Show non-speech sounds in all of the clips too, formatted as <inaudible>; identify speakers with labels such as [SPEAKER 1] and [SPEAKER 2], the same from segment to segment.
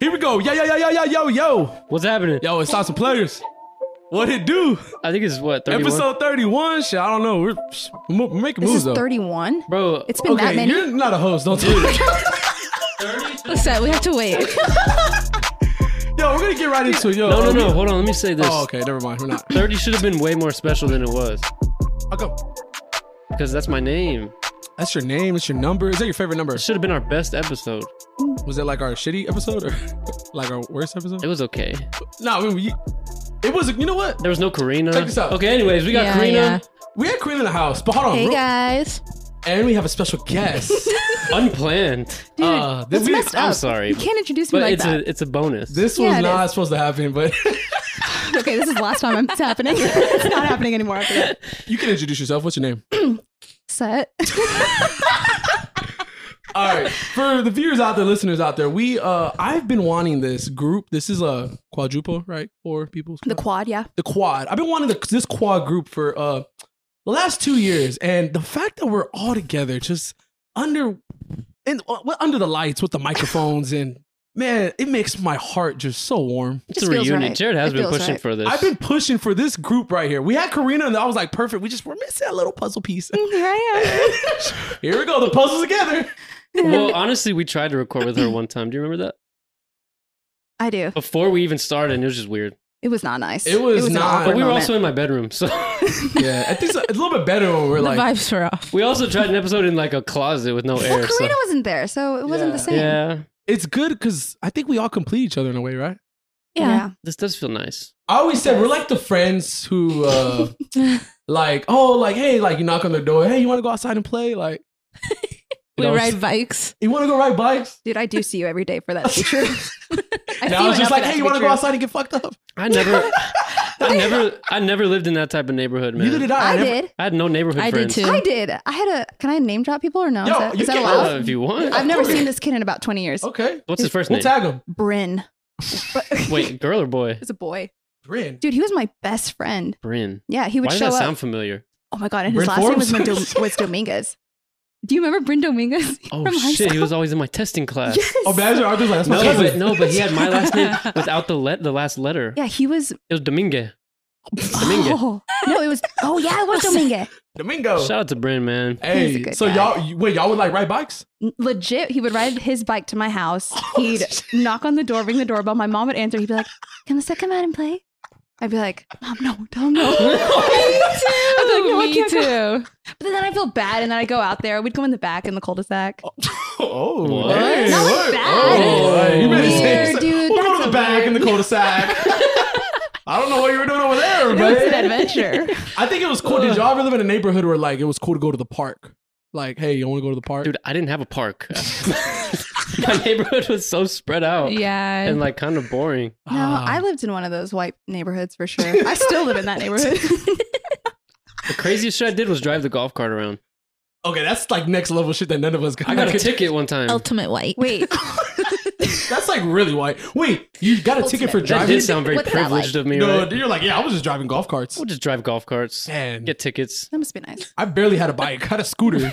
[SPEAKER 1] Here we go. Yo, yo, yo, yo, yo, yo, yo.
[SPEAKER 2] What's happening?
[SPEAKER 1] Yo, it's not some players. What it do?
[SPEAKER 2] I think it's what 31?
[SPEAKER 1] Episode 31. Shit, I don't know. We're, psh, mo- we're making
[SPEAKER 3] This
[SPEAKER 1] moves,
[SPEAKER 3] is
[SPEAKER 1] though.
[SPEAKER 3] 31.
[SPEAKER 2] Bro,
[SPEAKER 3] It's been that
[SPEAKER 1] okay,
[SPEAKER 3] many.
[SPEAKER 1] you're not a host. Don't do
[SPEAKER 3] <laughs>
[SPEAKER 1] it.
[SPEAKER 3] Listen, we have
[SPEAKER 1] <laughs>
[SPEAKER 3] to wait.
[SPEAKER 1] Yo, we're going to get right into it. Yo,
[SPEAKER 2] no, no, no. Hold on. Let me say this.
[SPEAKER 1] Oh, okay. Never mind. We're not.
[SPEAKER 2] 30 should have been way more special than it was
[SPEAKER 1] I'll go.
[SPEAKER 2] because that's my name.
[SPEAKER 1] That's your name. It's your number. Is that your favorite number?
[SPEAKER 2] It should have been our best episode.
[SPEAKER 1] Was it like our shitty episode or <laughs> like our worst episode?
[SPEAKER 2] It was okay.
[SPEAKER 1] No, I mean, we, it was. You know what?
[SPEAKER 2] There was no Karina.
[SPEAKER 1] Check this out.
[SPEAKER 2] Okay, anyways, we got
[SPEAKER 3] Yeah,
[SPEAKER 2] Karina.
[SPEAKER 3] yeah.
[SPEAKER 1] We had Queen in the house, but hold on,
[SPEAKER 3] hey
[SPEAKER 1] real-
[SPEAKER 3] guys.
[SPEAKER 1] and we have a special
[SPEAKER 3] <laughs>
[SPEAKER 1] guest.
[SPEAKER 2] Unplanned.
[SPEAKER 3] Dude,
[SPEAKER 1] Uh, this
[SPEAKER 3] that's
[SPEAKER 1] week-
[SPEAKER 3] messed up.
[SPEAKER 2] I'm sorry,
[SPEAKER 3] You can't introduce me
[SPEAKER 2] But
[SPEAKER 3] like
[SPEAKER 2] it's
[SPEAKER 3] that.
[SPEAKER 2] a it's a bonus.
[SPEAKER 1] this
[SPEAKER 3] Yeah,
[SPEAKER 1] was
[SPEAKER 3] it
[SPEAKER 1] not supposed to happen, but <laughs>
[SPEAKER 3] okay, this is the last time it's happening. <laughs> it's not happening anymore after that.
[SPEAKER 1] you can introduce yourself. What's your name?
[SPEAKER 3] Set.
[SPEAKER 1] All right, for the viewers out there, listeners out there, we uh, I've been wanting this group. This is a quadruple, right? Four people.
[SPEAKER 3] the quad, yeah. <laughs>
[SPEAKER 1] the quad. I've been wanting the, this quad group for uh the last two years, and the fact that we're all together, just under and uh, well, under the lights with the microphones, and man, it makes my heart just so warm.
[SPEAKER 2] it's
[SPEAKER 3] just
[SPEAKER 2] a
[SPEAKER 3] feels
[SPEAKER 2] reunion.
[SPEAKER 3] right.
[SPEAKER 2] Jared has
[SPEAKER 3] It
[SPEAKER 2] been
[SPEAKER 3] feels
[SPEAKER 2] pushing
[SPEAKER 3] right.
[SPEAKER 2] for this.
[SPEAKER 1] I've
[SPEAKER 3] <laughs>
[SPEAKER 1] been pushing for this group right here. We had Karina, and I was like, perfect. We just we're missing a little puzzle piece. <laughs>
[SPEAKER 3] Here I
[SPEAKER 1] here we go. The puzzle's together.
[SPEAKER 2] well, honestly, we tried to record with her one time. Do you remember that?
[SPEAKER 3] I do.
[SPEAKER 2] Before we even started, and it was just weird.
[SPEAKER 3] It was not nice.
[SPEAKER 1] It was
[SPEAKER 3] an
[SPEAKER 1] not-
[SPEAKER 3] awkward
[SPEAKER 2] But we were
[SPEAKER 3] moment.
[SPEAKER 2] also in my bedroom, so <laughs>
[SPEAKER 1] Yeah, I think it's a, it's a little bit better when we're
[SPEAKER 4] The
[SPEAKER 1] like.
[SPEAKER 4] vibes were off.
[SPEAKER 2] we also tried an episode in like a closet with no
[SPEAKER 3] Well,
[SPEAKER 2] air. So.
[SPEAKER 3] Karina wasn't there, so it wasn't the
[SPEAKER 1] Yeah.
[SPEAKER 3] same.
[SPEAKER 2] Yeah,
[SPEAKER 1] It's good because I think we all complete each other in a way, right?
[SPEAKER 3] Yeah.
[SPEAKER 2] this does feel nice.
[SPEAKER 1] I always said we're like the friends who,
[SPEAKER 3] <laughs>
[SPEAKER 1] uh, like, oh, like, hey, like you knock on their door, hey, you want to go outside and play,
[SPEAKER 3] <laughs>
[SPEAKER 1] like, you
[SPEAKER 4] We
[SPEAKER 1] know,
[SPEAKER 4] ride bikes.
[SPEAKER 1] You want to go ride bikes?
[SPEAKER 3] Dude, <laughs> I do see you every day for that to be true. I see
[SPEAKER 1] now
[SPEAKER 3] you
[SPEAKER 1] it's
[SPEAKER 3] enough
[SPEAKER 1] just
[SPEAKER 3] for
[SPEAKER 1] like,
[SPEAKER 3] that
[SPEAKER 1] hey,
[SPEAKER 3] to
[SPEAKER 1] you
[SPEAKER 3] be
[SPEAKER 1] want to go
[SPEAKER 3] true.
[SPEAKER 1] outside and get fucked up? <laughs>
[SPEAKER 2] I never, I never, I never lived in that type of neighborhood, man.
[SPEAKER 1] Neither did I.
[SPEAKER 3] I
[SPEAKER 1] never-
[SPEAKER 3] did.
[SPEAKER 2] I had no neighborhood
[SPEAKER 4] I did
[SPEAKER 2] friends.
[SPEAKER 4] too.
[SPEAKER 3] I did. I had a. Can I name drop people or no?
[SPEAKER 1] Yo,
[SPEAKER 3] is that,
[SPEAKER 1] you Oh.
[SPEAKER 3] is that
[SPEAKER 1] can.
[SPEAKER 2] Uh,
[SPEAKER 3] allowed?
[SPEAKER 2] if you want,
[SPEAKER 3] I've never seen this kid in about 20 years.
[SPEAKER 1] Okay.
[SPEAKER 2] What's his first
[SPEAKER 1] We'll
[SPEAKER 2] name?
[SPEAKER 1] tag him. <laughs>
[SPEAKER 3] Bryn. But-
[SPEAKER 2] Wait, girl or boy?
[SPEAKER 3] It was a boy.
[SPEAKER 1] Bryn.
[SPEAKER 3] Dude, he was my best friend.
[SPEAKER 2] Bryn.
[SPEAKER 3] Yeah, he would
[SPEAKER 2] Why does
[SPEAKER 3] show
[SPEAKER 2] that
[SPEAKER 3] up.
[SPEAKER 2] sound familiar?
[SPEAKER 3] oh my god, and his
[SPEAKER 1] Bryn
[SPEAKER 3] last name was,
[SPEAKER 1] Forbes?
[SPEAKER 3] Mendo- was Dominguez. Do you remember Bryn Dominguez? <laughs>
[SPEAKER 2] Oh
[SPEAKER 3] From high
[SPEAKER 2] shit, he
[SPEAKER 3] school?
[SPEAKER 2] was always in my testing class.
[SPEAKER 3] Yes.
[SPEAKER 1] Oh, Badger Arthur's like, that's my
[SPEAKER 2] No,
[SPEAKER 1] cousin.
[SPEAKER 2] but no, but he had my last
[SPEAKER 3] <laughs>
[SPEAKER 2] name without the let the last letter.
[SPEAKER 3] Yeah, he was.
[SPEAKER 2] It was Domingue. Domingue.
[SPEAKER 3] Oh, no, it was. Oh yeah, it was Dominguez.
[SPEAKER 1] Domingo.
[SPEAKER 2] Shout out to Bryn, man.
[SPEAKER 3] He's a
[SPEAKER 1] Hey,
[SPEAKER 3] good
[SPEAKER 1] so
[SPEAKER 3] guy.
[SPEAKER 1] y'all, you- wait, y'all would like ride bikes?
[SPEAKER 3] Legit, he would ride his bike to my house. He'd knock on the door, ring the doorbell. My mom would answer. He'd be like, "Can the set come out and play?" I'd be like, "Mom, no, tell him <laughs> no." I'd be like, "No, I
[SPEAKER 4] me
[SPEAKER 3] can't." Go.
[SPEAKER 4] too.
[SPEAKER 3] But then I feel bad, and then I go out there. We'd go in the back in the cul-de-sac.
[SPEAKER 1] Oh,
[SPEAKER 2] What?
[SPEAKER 1] hey,
[SPEAKER 3] Not
[SPEAKER 1] what?
[SPEAKER 3] bad.
[SPEAKER 1] Oh, hey, you ready to say
[SPEAKER 3] Weird, dude,
[SPEAKER 1] We'll go
[SPEAKER 3] that's
[SPEAKER 1] to the
[SPEAKER 3] a
[SPEAKER 1] back
[SPEAKER 3] word.
[SPEAKER 1] in the cul-de-sac.
[SPEAKER 3] <laughs>
[SPEAKER 1] I don't know what you were doing over there,
[SPEAKER 3] It was an
[SPEAKER 1] man.
[SPEAKER 3] adventure.
[SPEAKER 1] I think it was cool. Did y'all ever live in a neighborhood where like it was cool to go to the park? Like, hey, you want to go to the park?
[SPEAKER 2] Dude, I didn't have
[SPEAKER 1] <laughs>
[SPEAKER 2] a park. <laughs> my neighborhood was so spread out.
[SPEAKER 4] Yeah.
[SPEAKER 2] And like kind of boring.
[SPEAKER 3] No,
[SPEAKER 1] Ah.
[SPEAKER 3] I lived in one of those white neighborhoods
[SPEAKER 1] <laughs>
[SPEAKER 3] for sure. I still live in that neighborhood. <laughs>
[SPEAKER 2] The craziest shit I did was drive the golf cart around.
[SPEAKER 1] Okay, that's like next level shit that none of us got.
[SPEAKER 2] I got
[SPEAKER 1] <laughs>
[SPEAKER 2] a ticket one time.
[SPEAKER 4] Ultimate white. <laughs>
[SPEAKER 3] Wait,
[SPEAKER 1] That's like really white. Wait, you got a ticket for
[SPEAKER 2] that
[SPEAKER 3] Ultimate.
[SPEAKER 1] driving?
[SPEAKER 2] did sound very
[SPEAKER 3] What's that
[SPEAKER 2] privileged of me,
[SPEAKER 1] no,
[SPEAKER 2] right?
[SPEAKER 1] dude, you're like, yeah, I was just driving golf carts.
[SPEAKER 2] We'll just drive golf carts,
[SPEAKER 1] Man,
[SPEAKER 2] get tickets.
[SPEAKER 3] that must be nice.
[SPEAKER 1] I barely had a bike. I had a <laughs> scooter. You-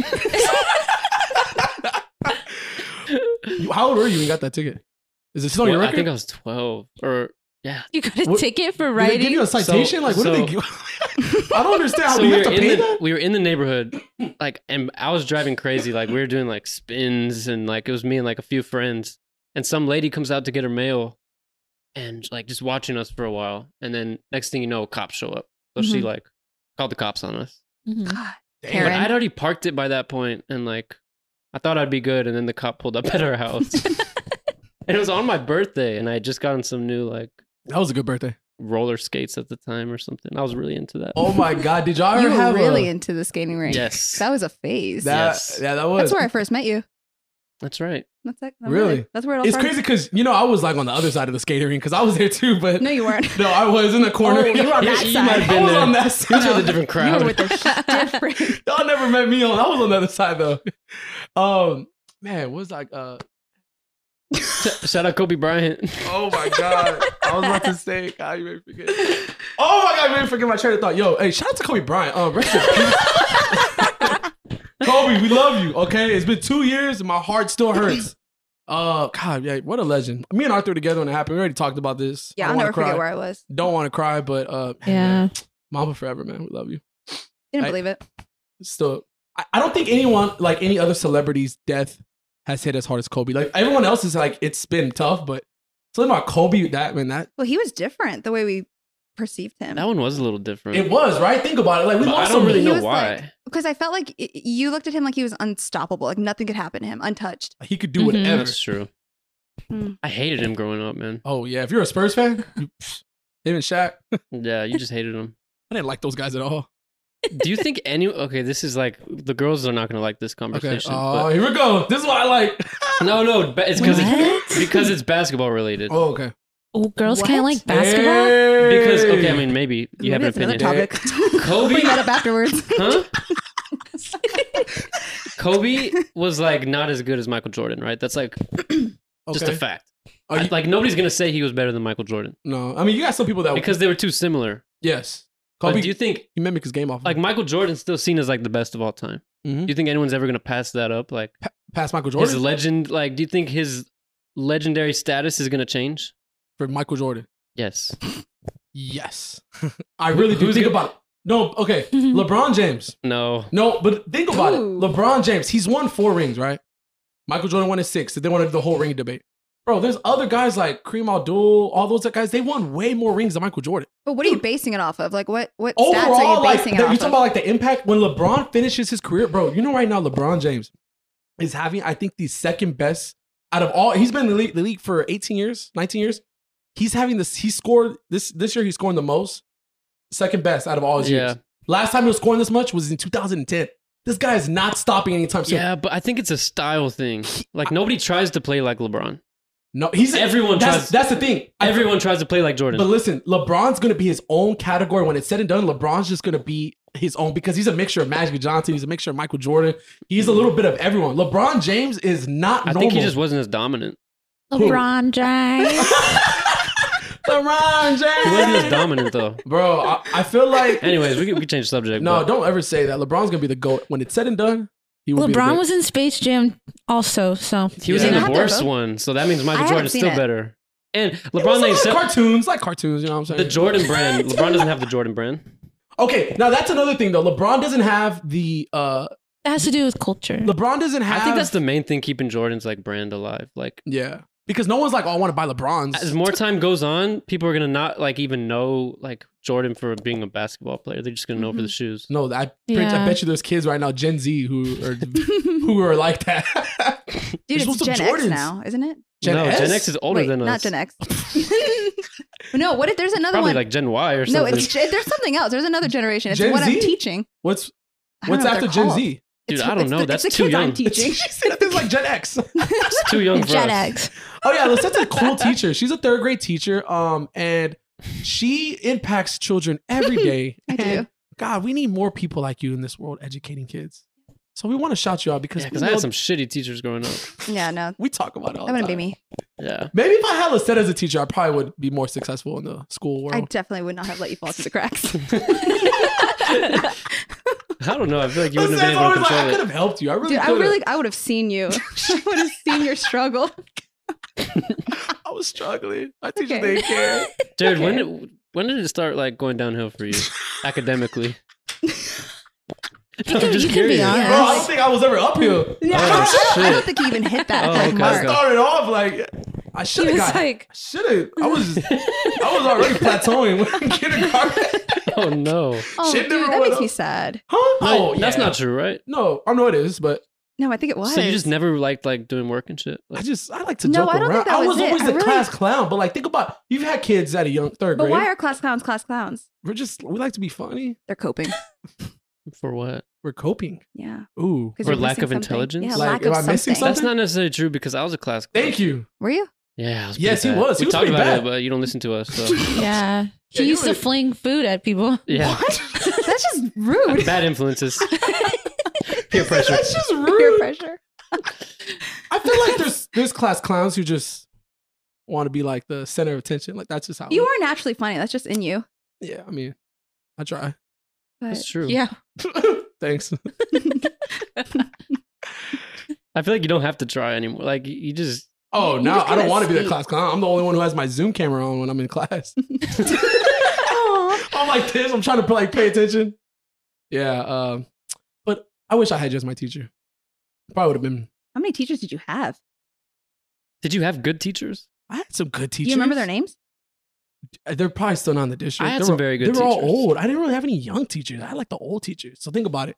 [SPEAKER 1] How old were you when you got that ticket? Is it still on your
[SPEAKER 2] Well, I
[SPEAKER 1] record?
[SPEAKER 2] think I was 12 or yeah.
[SPEAKER 4] You got a
[SPEAKER 1] What-
[SPEAKER 4] ticket for
[SPEAKER 1] Did they give
[SPEAKER 4] riding.
[SPEAKER 1] you a citation? like, what do they
[SPEAKER 2] so-
[SPEAKER 1] give? I don't understand. How
[SPEAKER 2] so
[SPEAKER 1] do
[SPEAKER 2] we
[SPEAKER 1] you <laughs>
[SPEAKER 2] were,
[SPEAKER 1] have to pay
[SPEAKER 2] in the,
[SPEAKER 1] that?
[SPEAKER 2] we were in the neighborhood, like, and I was driving crazy. Like, we were doing like spins, and like it was me and like a few friends. And some lady comes out to get her mail, and like just watching us for a while. And then next thing you know, cops show up. So she
[SPEAKER 3] Mhm.
[SPEAKER 2] like called the cops on us.
[SPEAKER 4] Mhm.
[SPEAKER 3] God,
[SPEAKER 2] But
[SPEAKER 3] Aaron.
[SPEAKER 2] I'd already parked it by that point, and like I thought I'd be good, and then the cop pulled up at our house. and it was on my birthday, and I had just gotten some new like
[SPEAKER 1] That was a good birthday.
[SPEAKER 2] roller skates at the time or something. I was really into that.
[SPEAKER 1] Oh my god, did y'all
[SPEAKER 3] you
[SPEAKER 1] ever
[SPEAKER 3] were
[SPEAKER 1] have
[SPEAKER 3] really
[SPEAKER 1] a,
[SPEAKER 3] into the skating rink.
[SPEAKER 2] yes,
[SPEAKER 3] That was a phase.
[SPEAKER 1] that?
[SPEAKER 2] Yes.
[SPEAKER 1] Yeah, that was.
[SPEAKER 3] That's where I first met you.
[SPEAKER 2] that's right.
[SPEAKER 3] That's like,
[SPEAKER 1] Really?
[SPEAKER 3] That's where it all
[SPEAKER 1] it's
[SPEAKER 3] started.
[SPEAKER 1] crazy because you know I was like on the other side of the skating rink because I was there too, but
[SPEAKER 3] No,
[SPEAKER 1] no,
[SPEAKER 3] you
[SPEAKER 1] <laughs>
[SPEAKER 3] weren't.
[SPEAKER 1] I was in the corner. <laughs>
[SPEAKER 3] Oh, you were on
[SPEAKER 2] You-
[SPEAKER 3] that
[SPEAKER 2] you might
[SPEAKER 3] side.
[SPEAKER 2] have been
[SPEAKER 1] I was
[SPEAKER 2] there.
[SPEAKER 1] on that
[SPEAKER 2] It was
[SPEAKER 1] side.
[SPEAKER 2] with a different
[SPEAKER 3] <laughs> You
[SPEAKER 2] crowd.
[SPEAKER 3] were with the different.
[SPEAKER 1] <laughs> Y'all never met me on. I was on the other side though. <laughs> Um, man, what was like? Uh,
[SPEAKER 2] Shout out Kobe <laughs> Bryant.
[SPEAKER 1] oh my god, I was about to say. God, you made me forget. Oh my god, you made me forget my train of thought. Yo, hey, shout out to Kobe Bryant. Um, rest in peace. Kobe, we love you. Okay, it's been two years and my heart still hurts. Uh, God, yeah, what a legend. Me and Arthur together when it happened. We already talked about this.
[SPEAKER 3] Yeah,
[SPEAKER 1] I
[SPEAKER 3] I'll
[SPEAKER 1] don't wanna
[SPEAKER 3] never forget
[SPEAKER 1] cry.
[SPEAKER 3] where I was.
[SPEAKER 1] Don't want to cry, but uh, man, man, Mama forever, man. We love you.
[SPEAKER 3] Didn't
[SPEAKER 1] I-
[SPEAKER 3] believe it.
[SPEAKER 1] Still, I, I don't think anyone like any other celebrity's death has hit as hard as Kobe. Like everyone else is like it's been tough, but something about Kobe that man that
[SPEAKER 3] Well, he was different the way we perceived him.
[SPEAKER 2] That one was a little different.
[SPEAKER 1] it was right. Think about it. Like we
[SPEAKER 2] But I
[SPEAKER 1] lost
[SPEAKER 2] don't
[SPEAKER 1] somebody.
[SPEAKER 2] really
[SPEAKER 3] He
[SPEAKER 2] know
[SPEAKER 3] was
[SPEAKER 2] why.
[SPEAKER 3] like- because I felt like y- you looked at him like he was unstoppable, like nothing could happen to him, untouched.
[SPEAKER 1] He could do
[SPEAKER 4] Mhm.
[SPEAKER 3] Hmm.
[SPEAKER 1] whatever.
[SPEAKER 2] That's true.
[SPEAKER 3] Mm.
[SPEAKER 2] I hated him growing up, man.
[SPEAKER 1] Oh yeah, if you're a Spurs fan,
[SPEAKER 2] <laughs>
[SPEAKER 1] you, pfft, him and Shaq.
[SPEAKER 2] Yeah, you just hated him.
[SPEAKER 1] I didn't like those guys at all.
[SPEAKER 2] Do you think any? Okay, this is like the girls are not gonna like this
[SPEAKER 1] Okay.
[SPEAKER 2] conversation.
[SPEAKER 1] Oh, here we go. This is what I
[SPEAKER 2] <laughs>
[SPEAKER 1] like.
[SPEAKER 2] but- no, no, ba- it's because it's,
[SPEAKER 1] <laughs>
[SPEAKER 4] What?
[SPEAKER 2] because it's basketball related.
[SPEAKER 1] Oh, okay.
[SPEAKER 4] Oh, girls can't
[SPEAKER 3] What?
[SPEAKER 4] like basketball.
[SPEAKER 2] Because
[SPEAKER 1] Hey.
[SPEAKER 2] okay, I mean maybe you have
[SPEAKER 3] Maybe
[SPEAKER 2] an
[SPEAKER 3] that's another
[SPEAKER 2] opinion.
[SPEAKER 3] topic.
[SPEAKER 2] Kobe-
[SPEAKER 3] <laughs> Bring that up afterwards.
[SPEAKER 2] Huh?
[SPEAKER 3] <laughs>
[SPEAKER 2] Kobe was like not as good as Michael Jordan, right? That's like just a
[SPEAKER 1] Okay.
[SPEAKER 2] fact.
[SPEAKER 1] Are you-
[SPEAKER 2] like nobody's gonna say he was better than Michael Jordan
[SPEAKER 1] No, I mean you got some people that
[SPEAKER 2] because they were too similar.
[SPEAKER 1] yes,
[SPEAKER 2] but
[SPEAKER 1] Oh. Kobe.
[SPEAKER 2] do you think
[SPEAKER 1] he mimicked his game off
[SPEAKER 2] like Michael Jordan's still seen as like the best of all time?
[SPEAKER 1] Mhm.
[SPEAKER 2] Do you think anyone's ever gonna pass that up? Like
[SPEAKER 1] past Michael
[SPEAKER 2] his
[SPEAKER 1] Jordan
[SPEAKER 2] legend, like do you think his legendary status is gonna change?
[SPEAKER 1] for Michael Jordan.
[SPEAKER 2] Yes. <laughs>
[SPEAKER 1] Yes, I really do
[SPEAKER 2] Who's
[SPEAKER 1] think
[SPEAKER 2] go-
[SPEAKER 1] about it. No, okay, LeBron James.
[SPEAKER 2] No.
[SPEAKER 1] No, but think about
[SPEAKER 3] Ooh.
[SPEAKER 1] it. LeBron James, he's won four rings, right? Michael Jordan won his six. Did they want to do the whole ring debate? Bro, there's other guys like Kareem Abdul, all those guys. They won way more rings than Michael Jordan.
[SPEAKER 3] But what are you basing it off of? Like what what stats are
[SPEAKER 1] overall,
[SPEAKER 3] you
[SPEAKER 1] like
[SPEAKER 3] basing
[SPEAKER 1] the, you're
[SPEAKER 3] it
[SPEAKER 1] talking
[SPEAKER 3] off
[SPEAKER 1] about
[SPEAKER 3] of?
[SPEAKER 1] like the impact when LeBron finishes his career, bro. You know, right now LeBron James is having, I think, the second best out of all. He's been in the league, the league for 18 years, 19 years. He's having this. He scored this this year. He's scoring the most, second best out of all his
[SPEAKER 2] Yeah.
[SPEAKER 1] years. Last time he was scoring this much was in 2010. This guy is not stopping anytime soon.
[SPEAKER 2] Yeah, but I think it's a style thing. Like nobody tries to play like LeBron.
[SPEAKER 1] No, he's
[SPEAKER 2] Everyone
[SPEAKER 1] That's,
[SPEAKER 2] tries-
[SPEAKER 1] that's the thing. I-
[SPEAKER 2] Everyone tries to play like Jordan.
[SPEAKER 1] But listen, LeBron's gonna be his own category when it's said and done. LeBron's just gonna be his own because he's a mixture of Magic Johnson, he's a mixture of Michael Jordan, he's a little bit of everyone. LeBron James is not
[SPEAKER 2] Mm-hmm. I
[SPEAKER 1] normal.
[SPEAKER 2] think he just wasn't as dominant.
[SPEAKER 1] Who?
[SPEAKER 4] LeBron <laughs> James.
[SPEAKER 1] LeBron
[SPEAKER 2] <laughs> He wasn't as
[SPEAKER 1] James,
[SPEAKER 2] dominant though.
[SPEAKER 1] <laughs> bro. I, I feel
[SPEAKER 2] <laughs>
[SPEAKER 1] like
[SPEAKER 2] Anyways, we can, we can change the subject.
[SPEAKER 1] no,
[SPEAKER 2] but-
[SPEAKER 1] don't ever say that. LeBron's gonna be the goat when it's said and done. He will be the
[SPEAKER 4] LeBron
[SPEAKER 1] great-
[SPEAKER 4] was in Space Jam also, so
[SPEAKER 2] He was
[SPEAKER 1] Yeah.
[SPEAKER 2] in
[SPEAKER 1] Not
[SPEAKER 2] the
[SPEAKER 3] their
[SPEAKER 2] worst
[SPEAKER 3] vote.
[SPEAKER 2] one, so that means
[SPEAKER 3] I
[SPEAKER 2] Michael
[SPEAKER 3] haven't
[SPEAKER 2] Jordan's
[SPEAKER 3] seen
[SPEAKER 2] still
[SPEAKER 3] it.
[SPEAKER 2] better. And
[SPEAKER 1] It was
[SPEAKER 2] <laughs> LeBron they
[SPEAKER 1] like
[SPEAKER 2] said
[SPEAKER 1] cartoons, like cartoons. You know what I'm
[SPEAKER 2] the
[SPEAKER 1] saying?
[SPEAKER 2] Jordan brand.
[SPEAKER 3] <laughs>
[SPEAKER 2] LeBron doesn't have the Jordan brand.
[SPEAKER 1] okay, now that's another thing though. LeBron doesn't have the. uh
[SPEAKER 4] that has to do with culture.
[SPEAKER 1] LeBron doesn't have.
[SPEAKER 2] I think that's the main thing keeping Jordan's like brand alive. Like
[SPEAKER 1] yeah. Because no one's like, oh, I want to buy LeBron's.
[SPEAKER 2] as more time goes on, people are gonna not like even know like Jordan for being a basketball player. They're just gonna know for
[SPEAKER 3] Mm-hmm.
[SPEAKER 2] the shoes.
[SPEAKER 1] No, I, print I
[SPEAKER 4] Yeah.
[SPEAKER 1] bet you there's kids right now, Gen Z, who are <laughs> who are like that.
[SPEAKER 3] <laughs>
[SPEAKER 1] <laughs>
[SPEAKER 3] Dude,
[SPEAKER 1] You're
[SPEAKER 3] it's
[SPEAKER 1] supposed to
[SPEAKER 3] Gen X
[SPEAKER 1] Jordans.
[SPEAKER 3] now, isn't it?
[SPEAKER 1] Gen
[SPEAKER 2] no,
[SPEAKER 1] S?
[SPEAKER 2] Gen X is older
[SPEAKER 3] Wait,
[SPEAKER 2] than us.
[SPEAKER 3] not
[SPEAKER 2] <laughs>
[SPEAKER 3] Gen X. <laughs> no, what if there's another
[SPEAKER 2] Probably
[SPEAKER 3] one?
[SPEAKER 2] like Gen Y or
[SPEAKER 3] no,
[SPEAKER 2] something.
[SPEAKER 3] it's there's something else. There's another generation. It's
[SPEAKER 1] Gen
[SPEAKER 3] what
[SPEAKER 1] Z?
[SPEAKER 3] I'm teaching.
[SPEAKER 1] What's
[SPEAKER 3] I don't
[SPEAKER 1] what's
[SPEAKER 3] know what
[SPEAKER 1] after
[SPEAKER 3] they're
[SPEAKER 1] Gen
[SPEAKER 3] called.
[SPEAKER 1] Z?
[SPEAKER 2] Dude,
[SPEAKER 3] It's-
[SPEAKER 2] I don't
[SPEAKER 3] it's
[SPEAKER 2] know.
[SPEAKER 3] The,
[SPEAKER 2] That's
[SPEAKER 3] it's the
[SPEAKER 2] too
[SPEAKER 3] kids I'm
[SPEAKER 2] young.
[SPEAKER 1] <laughs> She
[SPEAKER 2] <laughs>
[SPEAKER 3] teaching.
[SPEAKER 1] said that thing's like Gen X.
[SPEAKER 2] It's too
[SPEAKER 3] <laughs>
[SPEAKER 2] young for
[SPEAKER 4] Gen
[SPEAKER 2] us.
[SPEAKER 1] <laughs>
[SPEAKER 4] X.
[SPEAKER 1] Oh yeah, that's such a cool teacher. She's a third grade teacher, um, and she impacts children every day.
[SPEAKER 3] <laughs> I do.
[SPEAKER 1] And, God, we need more people like you in this world educating kids. So we want to shout you out because
[SPEAKER 2] Yeah,
[SPEAKER 1] we,
[SPEAKER 2] because I had
[SPEAKER 1] know-
[SPEAKER 2] some shitty teachers growing
[SPEAKER 3] <laughs>
[SPEAKER 2] up.
[SPEAKER 3] Yeah, no,
[SPEAKER 1] we talk about it. All
[SPEAKER 3] that
[SPEAKER 1] the
[SPEAKER 3] wouldn't be
[SPEAKER 1] time.
[SPEAKER 3] me.
[SPEAKER 2] Yeah.
[SPEAKER 1] Maybe if I had Lisette as a teacher, I probably would be more successful in the school world.
[SPEAKER 3] I definitely would not have let you fall through
[SPEAKER 2] <laughs>
[SPEAKER 3] the cracks. <laughs>
[SPEAKER 2] I don't know. I feel like you
[SPEAKER 1] Lisette's
[SPEAKER 2] wouldn't have been able to
[SPEAKER 1] always like,
[SPEAKER 2] control
[SPEAKER 1] I
[SPEAKER 2] it.
[SPEAKER 1] could have helped you. I really
[SPEAKER 3] Dude, I
[SPEAKER 1] could've.
[SPEAKER 3] really, I would have seen you. <laughs> I would have seen your struggle.
[SPEAKER 1] I was struggling. My teacher
[SPEAKER 3] Okay.
[SPEAKER 1] didn't care.
[SPEAKER 3] <laughs>
[SPEAKER 2] Jared, when did, when did it start like going downhill for you academically?
[SPEAKER 4] can- you can be honest.
[SPEAKER 1] Bro, I don't think I was ever up here.
[SPEAKER 3] Yeah,
[SPEAKER 2] Oh,
[SPEAKER 3] I, don't, I don't- I don't <laughs>
[SPEAKER 2] shit.
[SPEAKER 3] think you even hit that
[SPEAKER 2] Oh,
[SPEAKER 3] that
[SPEAKER 2] okay,
[SPEAKER 1] I
[SPEAKER 3] mark.
[SPEAKER 2] okay.
[SPEAKER 1] started off like I should
[SPEAKER 4] <laughs> He
[SPEAKER 1] have
[SPEAKER 4] was
[SPEAKER 1] got.
[SPEAKER 4] like,
[SPEAKER 1] I should have. I was. Just, I
[SPEAKER 3] <laughs>
[SPEAKER 1] was already plateauing when kindergarten.
[SPEAKER 2] Oh no.
[SPEAKER 3] Oh,
[SPEAKER 1] Shit never
[SPEAKER 3] dude, that
[SPEAKER 1] went
[SPEAKER 3] makes
[SPEAKER 1] up.
[SPEAKER 3] me sad.
[SPEAKER 1] Huh?
[SPEAKER 2] No,
[SPEAKER 1] oh, yeah.
[SPEAKER 2] that's not true, right?
[SPEAKER 1] No, I know it is, but
[SPEAKER 3] No, I think it was.
[SPEAKER 2] So you just never liked like doing work and shit.
[SPEAKER 1] I
[SPEAKER 2] Like,
[SPEAKER 1] just I like to
[SPEAKER 3] No,
[SPEAKER 1] joke
[SPEAKER 3] I don't
[SPEAKER 1] around.
[SPEAKER 3] think that
[SPEAKER 1] I
[SPEAKER 3] was
[SPEAKER 1] was
[SPEAKER 3] it.
[SPEAKER 1] always
[SPEAKER 3] I
[SPEAKER 1] the
[SPEAKER 3] really-
[SPEAKER 1] class clown, but like think about you've had kids at a young third
[SPEAKER 3] But
[SPEAKER 1] grade.
[SPEAKER 3] why are class clowns class clowns?
[SPEAKER 1] We're just we like to be funny.
[SPEAKER 3] They're coping.
[SPEAKER 2] for what?
[SPEAKER 1] We're coping.
[SPEAKER 3] Yeah.
[SPEAKER 1] Ooh,
[SPEAKER 3] 'Cause
[SPEAKER 2] Or
[SPEAKER 3] you're
[SPEAKER 2] lack
[SPEAKER 3] missing
[SPEAKER 2] of
[SPEAKER 3] something.
[SPEAKER 2] intelligence?
[SPEAKER 3] Yeah,
[SPEAKER 1] Like,
[SPEAKER 3] lack of
[SPEAKER 1] am I
[SPEAKER 3] something.
[SPEAKER 1] missing
[SPEAKER 2] That's
[SPEAKER 1] Something?
[SPEAKER 2] not necessarily true because I was a class. clown.
[SPEAKER 1] thank <laughs> you.
[SPEAKER 3] Were you?
[SPEAKER 2] Yeah. I was
[SPEAKER 1] Yes,
[SPEAKER 2] pretty
[SPEAKER 1] he
[SPEAKER 2] bad.
[SPEAKER 1] was. He
[SPEAKER 2] we
[SPEAKER 1] was
[SPEAKER 2] talked
[SPEAKER 1] pretty
[SPEAKER 2] about
[SPEAKER 1] bad.
[SPEAKER 2] it, but you don't listen to us.
[SPEAKER 1] <laughs>
[SPEAKER 2] So. <laughs>
[SPEAKER 4] yeah.
[SPEAKER 1] Yeah,
[SPEAKER 4] He
[SPEAKER 1] you
[SPEAKER 4] used to
[SPEAKER 1] were-
[SPEAKER 4] fling food at people.
[SPEAKER 1] <laughs>
[SPEAKER 2] Yeah.
[SPEAKER 3] That's just rude.
[SPEAKER 2] Bad influences. Peer pressure.
[SPEAKER 1] That's just
[SPEAKER 3] <laughs> Peer
[SPEAKER 1] rude.
[SPEAKER 3] pressure.
[SPEAKER 1] I feel like there's there's class clowns who just want to be like the center of attention. Like that's just how
[SPEAKER 3] You are naturally funny. That's just in you.
[SPEAKER 1] Yeah, I mean, I try. <laughs>
[SPEAKER 3] But
[SPEAKER 2] That's
[SPEAKER 3] <laughs>
[SPEAKER 2] true.
[SPEAKER 4] Yeah.
[SPEAKER 1] Thanks.
[SPEAKER 2] I feel like you don't have to try anymore. Like you just
[SPEAKER 1] Oh
[SPEAKER 3] You
[SPEAKER 1] no,
[SPEAKER 3] just
[SPEAKER 1] I don't
[SPEAKER 3] gotta
[SPEAKER 1] want to be that
[SPEAKER 3] speak.
[SPEAKER 1] class. 'cause I'm the only one who has my Zoom camera on when I'm in
[SPEAKER 3] <laughs>
[SPEAKER 1] class. I'm like this. I'm trying to like pay attention. Yeah, um, but I wish I had just my teacher. Probably would have been.
[SPEAKER 3] How many teachers did you have?
[SPEAKER 2] Did you have good teachers?
[SPEAKER 1] I had some good
[SPEAKER 3] Do
[SPEAKER 1] teachers.
[SPEAKER 3] you remember their names?
[SPEAKER 1] They're probably still not in the district.
[SPEAKER 2] I had
[SPEAKER 1] they
[SPEAKER 2] some
[SPEAKER 1] were,
[SPEAKER 2] very good
[SPEAKER 1] They were all
[SPEAKER 2] teachers.
[SPEAKER 1] old. I didn't really have any young teachers. I had like the old teachers. So think about it: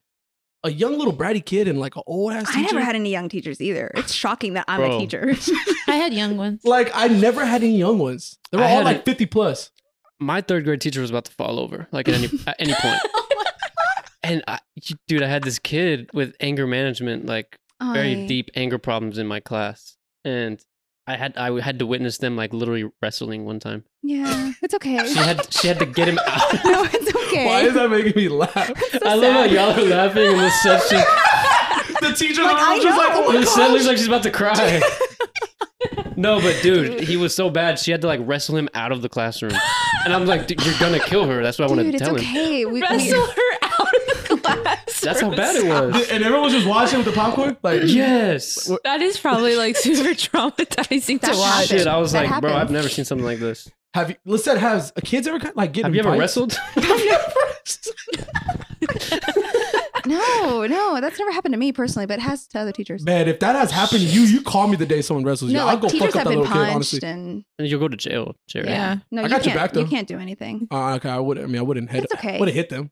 [SPEAKER 1] a young little bratty kid and like an old ass.
[SPEAKER 3] I
[SPEAKER 1] teacher.
[SPEAKER 3] never had any young teachers either. It's shocking that I'm
[SPEAKER 2] Bro.
[SPEAKER 3] a teacher. <laughs>
[SPEAKER 4] I had young ones.
[SPEAKER 1] Like I never had any young ones. They were
[SPEAKER 2] I
[SPEAKER 1] all
[SPEAKER 2] had
[SPEAKER 1] like
[SPEAKER 2] a-
[SPEAKER 1] fifty plus.
[SPEAKER 2] My third grade teacher was about to fall over, like
[SPEAKER 1] <laughs>
[SPEAKER 2] at any at any point. And I, dude, I had this kid with anger management, like very
[SPEAKER 3] I-
[SPEAKER 2] deep anger problems in my class, and I had I had to witness them like literally wrestling one time.
[SPEAKER 3] Yeah, it's okay.
[SPEAKER 2] She had she had to get him out.
[SPEAKER 3] <laughs>
[SPEAKER 2] <laughs>
[SPEAKER 3] no, it's okay.
[SPEAKER 1] Why is that making me laugh?
[SPEAKER 3] It's so
[SPEAKER 2] I love how
[SPEAKER 3] sad.
[SPEAKER 2] y'all are laughing and this such just
[SPEAKER 1] the teacher
[SPEAKER 3] Like,
[SPEAKER 1] like, I
[SPEAKER 3] I
[SPEAKER 1] was just like, oh my
[SPEAKER 2] Lucette
[SPEAKER 1] god.
[SPEAKER 2] looks like she's about to
[SPEAKER 3] <laughs>
[SPEAKER 2] cry. no, but dude, he was so bad. She had to like wrestle him out of the classroom, and I'm like, dude, you're gonna kill her. That's what I wanted to
[SPEAKER 3] Dude, it's
[SPEAKER 2] tell him.
[SPEAKER 3] okay. We, we-
[SPEAKER 4] Wrestle her out of the class.
[SPEAKER 2] That's how bad it was.
[SPEAKER 1] <laughs> And everyone was just watching with the popcorn. Like,
[SPEAKER 2] yes.
[SPEAKER 4] That is probably like super <laughs> traumatizing
[SPEAKER 3] That
[SPEAKER 4] to watch.
[SPEAKER 3] happened.
[SPEAKER 2] Shit, I was
[SPEAKER 3] That
[SPEAKER 2] like, bro,
[SPEAKER 3] happened.
[SPEAKER 2] I've never seen something like this.
[SPEAKER 1] have you? Lisette has a kids ever got- like getting?
[SPEAKER 2] Have you ever
[SPEAKER 1] bites?
[SPEAKER 2] wrestled? <laughs>
[SPEAKER 3] no, no, that's never happened to me personally, but it has to other teachers.
[SPEAKER 1] Man, if that has happened to you, you call me the day someone wrestles you.
[SPEAKER 3] no,
[SPEAKER 1] I'll
[SPEAKER 3] like
[SPEAKER 1] go
[SPEAKER 3] teachers
[SPEAKER 1] fuck up
[SPEAKER 3] have
[SPEAKER 1] that
[SPEAKER 3] been
[SPEAKER 1] little kid.
[SPEAKER 3] punched
[SPEAKER 1] Honestly,
[SPEAKER 3] and
[SPEAKER 2] and you'll go to jail, Jerry. <laughs>
[SPEAKER 4] Yeah.
[SPEAKER 3] no,
[SPEAKER 1] I
[SPEAKER 3] you
[SPEAKER 1] got your
[SPEAKER 3] can't.
[SPEAKER 1] back, though.
[SPEAKER 3] you can't do anything.
[SPEAKER 1] uh, okay, I would. I mean, I wouldn't hit.
[SPEAKER 3] It's okay.
[SPEAKER 1] Would have hit them.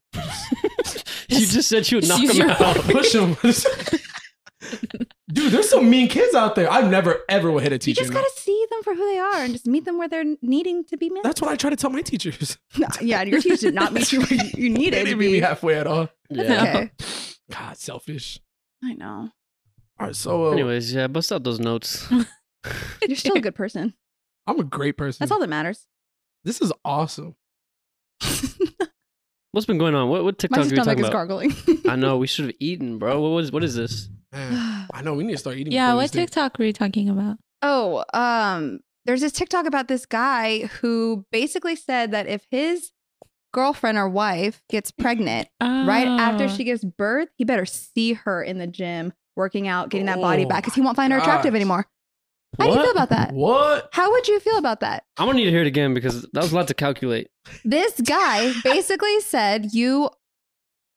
[SPEAKER 2] You just said you would knock
[SPEAKER 4] Use
[SPEAKER 2] him
[SPEAKER 3] <laughs>
[SPEAKER 4] your
[SPEAKER 2] out.
[SPEAKER 1] Push them. <laughs> Dude, there's some mean kids out there. I never ever would hit a
[SPEAKER 3] You
[SPEAKER 1] teacher.
[SPEAKER 3] just
[SPEAKER 1] man.
[SPEAKER 3] gotta see them for who they are and just meet them where they're needing to be met.
[SPEAKER 1] That's what I try to tell my teachers.
[SPEAKER 3] <laughs> yeah, and your teacher did not meet you where you- you
[SPEAKER 1] <laughs> They
[SPEAKER 3] needed to
[SPEAKER 1] didn't meet me
[SPEAKER 3] be.
[SPEAKER 1] halfway at all.
[SPEAKER 3] That's
[SPEAKER 2] Yeah.
[SPEAKER 3] <laughs> okay.
[SPEAKER 1] God, selfish.
[SPEAKER 3] I know.
[SPEAKER 1] All right, so uh,
[SPEAKER 2] Anyways, yeah, bust out those notes.
[SPEAKER 3] You're still a good person.
[SPEAKER 1] I'm a great person.
[SPEAKER 3] That's all that matters.
[SPEAKER 1] This is awesome.
[SPEAKER 2] What's been going on? What what TikTok
[SPEAKER 3] My
[SPEAKER 2] are you
[SPEAKER 3] stomach
[SPEAKER 2] talking
[SPEAKER 3] is
[SPEAKER 2] about?
[SPEAKER 3] gargling.
[SPEAKER 2] I know we should have eaten, bro. What was what is this?
[SPEAKER 3] <sighs>
[SPEAKER 1] Man, I know we need to start eating.
[SPEAKER 4] Yeah,
[SPEAKER 1] before
[SPEAKER 4] what
[SPEAKER 1] these things-
[SPEAKER 4] TikTok were you talking about?
[SPEAKER 3] Oh, um, there's this TikTok about this guy who basically said that if his girlfriend or wife gets pregnant right after
[SPEAKER 2] Ah.
[SPEAKER 4] Oh.
[SPEAKER 3] she gives birth, he better see her in the gym working out, getting that body
[SPEAKER 1] Oh
[SPEAKER 3] back because he won't find her attractive
[SPEAKER 1] gosh.
[SPEAKER 3] anymore. How do you
[SPEAKER 2] What?
[SPEAKER 3] feel about that?
[SPEAKER 1] What?
[SPEAKER 3] How would you feel about that?
[SPEAKER 2] I'm gonna need to hear it again because that was a lot to calculate.
[SPEAKER 3] This
[SPEAKER 4] <laughs>
[SPEAKER 3] guy basically said you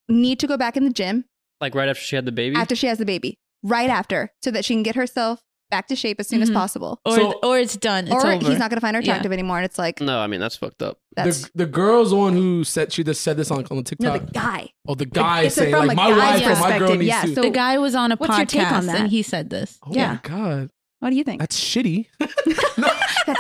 [SPEAKER 3] need to go back in the gym
[SPEAKER 2] Like right after she had the baby.
[SPEAKER 3] after she has the baby, right after, so that she can get herself back to shape as soon as
[SPEAKER 4] Mhm.
[SPEAKER 3] possible.
[SPEAKER 4] or
[SPEAKER 1] So-
[SPEAKER 4] or it's done. It's
[SPEAKER 3] or
[SPEAKER 4] over.
[SPEAKER 3] he's not going to find her
[SPEAKER 4] Yeah.
[SPEAKER 3] attractive anymore. And it's like,
[SPEAKER 2] no, I mean that's fucked up.
[SPEAKER 3] that's.
[SPEAKER 1] the, the girl's the one who said she just said this on, on the
[SPEAKER 3] No,
[SPEAKER 1] TikTok.
[SPEAKER 3] the guy.
[SPEAKER 1] oh, the guy
[SPEAKER 3] It's
[SPEAKER 1] saying
[SPEAKER 3] from
[SPEAKER 1] like
[SPEAKER 3] a
[SPEAKER 1] my
[SPEAKER 3] guy's
[SPEAKER 1] wife or my girl
[SPEAKER 3] perspective,
[SPEAKER 1] needs
[SPEAKER 3] yeah,
[SPEAKER 1] to.
[SPEAKER 3] so-
[SPEAKER 4] the guy was on a
[SPEAKER 3] What's your
[SPEAKER 4] podcast
[SPEAKER 3] take on that?
[SPEAKER 4] and he said this.
[SPEAKER 1] oh
[SPEAKER 3] yeah.
[SPEAKER 1] my god,
[SPEAKER 3] What do you think?
[SPEAKER 1] that's
[SPEAKER 3] <laughs>
[SPEAKER 1] shitty. No,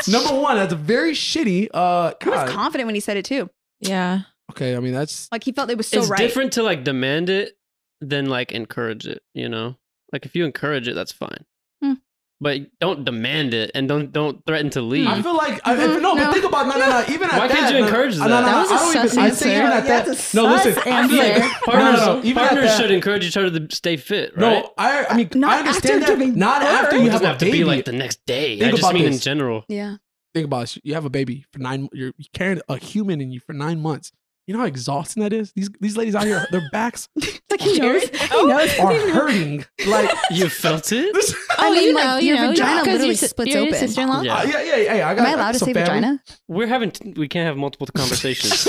[SPEAKER 4] <laughs>
[SPEAKER 1] number one, that's very shitty. Uh,
[SPEAKER 3] He was
[SPEAKER 1] God.
[SPEAKER 3] confident when he said it too.
[SPEAKER 4] Yeah.
[SPEAKER 1] okay, I mean that's
[SPEAKER 3] Like he felt it was so
[SPEAKER 2] it's
[SPEAKER 3] right.
[SPEAKER 2] different to like demand it than like encourage it. You know, like if you encourage it, that's fine.
[SPEAKER 3] Hmm.
[SPEAKER 2] But don't demand it and don't don't threaten to leave. <laughs>
[SPEAKER 1] I feel like I, if-
[SPEAKER 3] Mhm,
[SPEAKER 1] no, but
[SPEAKER 3] no.
[SPEAKER 1] think about no, no, no. Even at
[SPEAKER 2] Hmm. Why
[SPEAKER 1] that,
[SPEAKER 2] can't you
[SPEAKER 1] no,
[SPEAKER 2] encourage
[SPEAKER 1] no, No,
[SPEAKER 2] that?
[SPEAKER 1] no,
[SPEAKER 4] That was
[SPEAKER 1] I
[SPEAKER 4] a
[SPEAKER 1] don't even,
[SPEAKER 4] sus
[SPEAKER 1] I say even
[SPEAKER 4] answer.
[SPEAKER 1] at
[SPEAKER 3] Yeah,
[SPEAKER 1] that.
[SPEAKER 3] that's a
[SPEAKER 1] no,
[SPEAKER 3] sus
[SPEAKER 1] listen. I feel like
[SPEAKER 3] answer.
[SPEAKER 1] no,
[SPEAKER 2] Partners,
[SPEAKER 1] no, no. Even at
[SPEAKER 2] partners
[SPEAKER 1] that-
[SPEAKER 2] should encourage each other to stay fit, right?
[SPEAKER 1] No, I, I mean,
[SPEAKER 3] Not
[SPEAKER 1] I understand
[SPEAKER 3] after
[SPEAKER 1] that.
[SPEAKER 3] giving
[SPEAKER 1] Not
[SPEAKER 3] birth.
[SPEAKER 1] after
[SPEAKER 2] It
[SPEAKER 1] you have
[SPEAKER 2] doesn't
[SPEAKER 1] a
[SPEAKER 2] have to
[SPEAKER 1] baby.
[SPEAKER 2] be like the next day.
[SPEAKER 1] Think
[SPEAKER 2] I just
[SPEAKER 1] about
[SPEAKER 2] mean in
[SPEAKER 1] this.
[SPEAKER 2] general.
[SPEAKER 3] Yeah.
[SPEAKER 1] Think about it. You have a baby for nine. You're you're carrying a human in you for nine months. You know how exhausting that is. These these ladies out here, their
[SPEAKER 3] <laughs>
[SPEAKER 1] backs
[SPEAKER 3] Like <laughs> he knows. He knows.
[SPEAKER 1] <laughs> are hurting.
[SPEAKER 3] <laughs>
[SPEAKER 1] Like
[SPEAKER 2] You felt
[SPEAKER 1] <laughs>
[SPEAKER 2] it?
[SPEAKER 1] this.
[SPEAKER 3] I mean,
[SPEAKER 4] Oh, you
[SPEAKER 3] like,
[SPEAKER 4] know,
[SPEAKER 3] your
[SPEAKER 4] you know,
[SPEAKER 3] vagina
[SPEAKER 4] because
[SPEAKER 3] literally
[SPEAKER 4] your si-
[SPEAKER 3] splits
[SPEAKER 4] your
[SPEAKER 3] open.
[SPEAKER 4] sister-in-law.
[SPEAKER 2] Yeah.
[SPEAKER 1] Uh, <laughs> yeah, yeah, yeah. I got.
[SPEAKER 3] Am I allowed to
[SPEAKER 1] some
[SPEAKER 3] say
[SPEAKER 1] family.
[SPEAKER 4] <laughs>
[SPEAKER 3] vagina?
[SPEAKER 2] We're having we can't
[SPEAKER 1] <laughs>
[SPEAKER 2] have multiple conversations.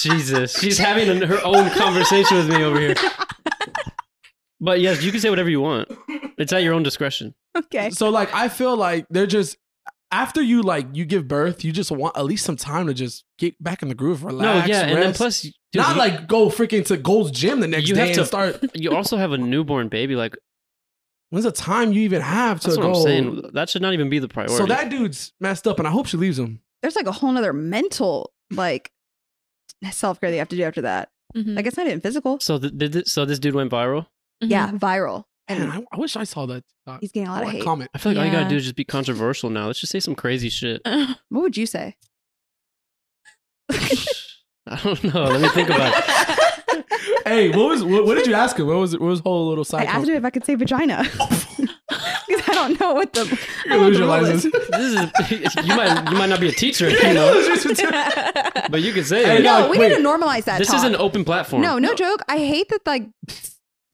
[SPEAKER 2] Jesus, she's having an, her own conversation with me over here. But yes, you can say whatever you want. It's at your own discretion.
[SPEAKER 3] Okay.
[SPEAKER 1] So like, I feel like they're just after you like you give birth, you just want at least some time to just get back in the groove, relax.
[SPEAKER 2] no, yeah, and then
[SPEAKER 1] rest.
[SPEAKER 2] plus, dude,
[SPEAKER 1] not
[SPEAKER 2] you,
[SPEAKER 1] like go freaking to Gold's Gym the next
[SPEAKER 2] You
[SPEAKER 1] day and
[SPEAKER 2] have to-
[SPEAKER 1] start.
[SPEAKER 2] you also have a newborn baby. Like
[SPEAKER 1] When's the time you even have to
[SPEAKER 2] that's what
[SPEAKER 1] go?
[SPEAKER 2] I'm saying. That should not even be the priority.
[SPEAKER 1] So that dude's messed up, and I hope she leaves him.
[SPEAKER 3] There's like a whole nother mental like self care that you have to do after that.
[SPEAKER 4] Mhm.
[SPEAKER 3] Mm-hmm. Like it's not even physical.
[SPEAKER 2] So th- did this, so this dude went viral.
[SPEAKER 4] Mhm.
[SPEAKER 3] Yeah, viral.
[SPEAKER 1] Man,
[SPEAKER 3] And
[SPEAKER 1] I, I wish I saw that. Uh,
[SPEAKER 3] he's getting a lot
[SPEAKER 1] I
[SPEAKER 3] of
[SPEAKER 1] want to
[SPEAKER 3] hate.
[SPEAKER 1] comment.
[SPEAKER 2] I feel like all you gotta
[SPEAKER 4] Yeah.
[SPEAKER 2] do is just be controversial now. Let's just say some crazy shit.
[SPEAKER 3] What would you say?
[SPEAKER 2] I don't <laughs> know. Let me think about
[SPEAKER 1] <laughs>
[SPEAKER 2] it.
[SPEAKER 1] hey, what was what, what
[SPEAKER 3] <laughs>
[SPEAKER 1] did you ask him? What was what was whole little
[SPEAKER 3] I
[SPEAKER 1] side?
[SPEAKER 3] asked
[SPEAKER 1] comment?
[SPEAKER 3] him if I could say vagina. <laughs> Because I don't know what the. I
[SPEAKER 1] You're
[SPEAKER 3] don't know what the
[SPEAKER 1] losing your <laughs>
[SPEAKER 3] rule is. <laughs>
[SPEAKER 1] license.
[SPEAKER 2] This is <laughs> you might you might not be a
[SPEAKER 1] <laughs>
[SPEAKER 2] teacher, you know,
[SPEAKER 3] <laughs>
[SPEAKER 2] but you can say
[SPEAKER 1] Hey,
[SPEAKER 2] it.
[SPEAKER 1] Yeah,
[SPEAKER 3] No,
[SPEAKER 1] like,
[SPEAKER 3] we
[SPEAKER 1] wait.
[SPEAKER 3] need to normalize that.
[SPEAKER 2] This
[SPEAKER 3] talk.
[SPEAKER 2] is an open platform.
[SPEAKER 3] No, no joke. I hate that like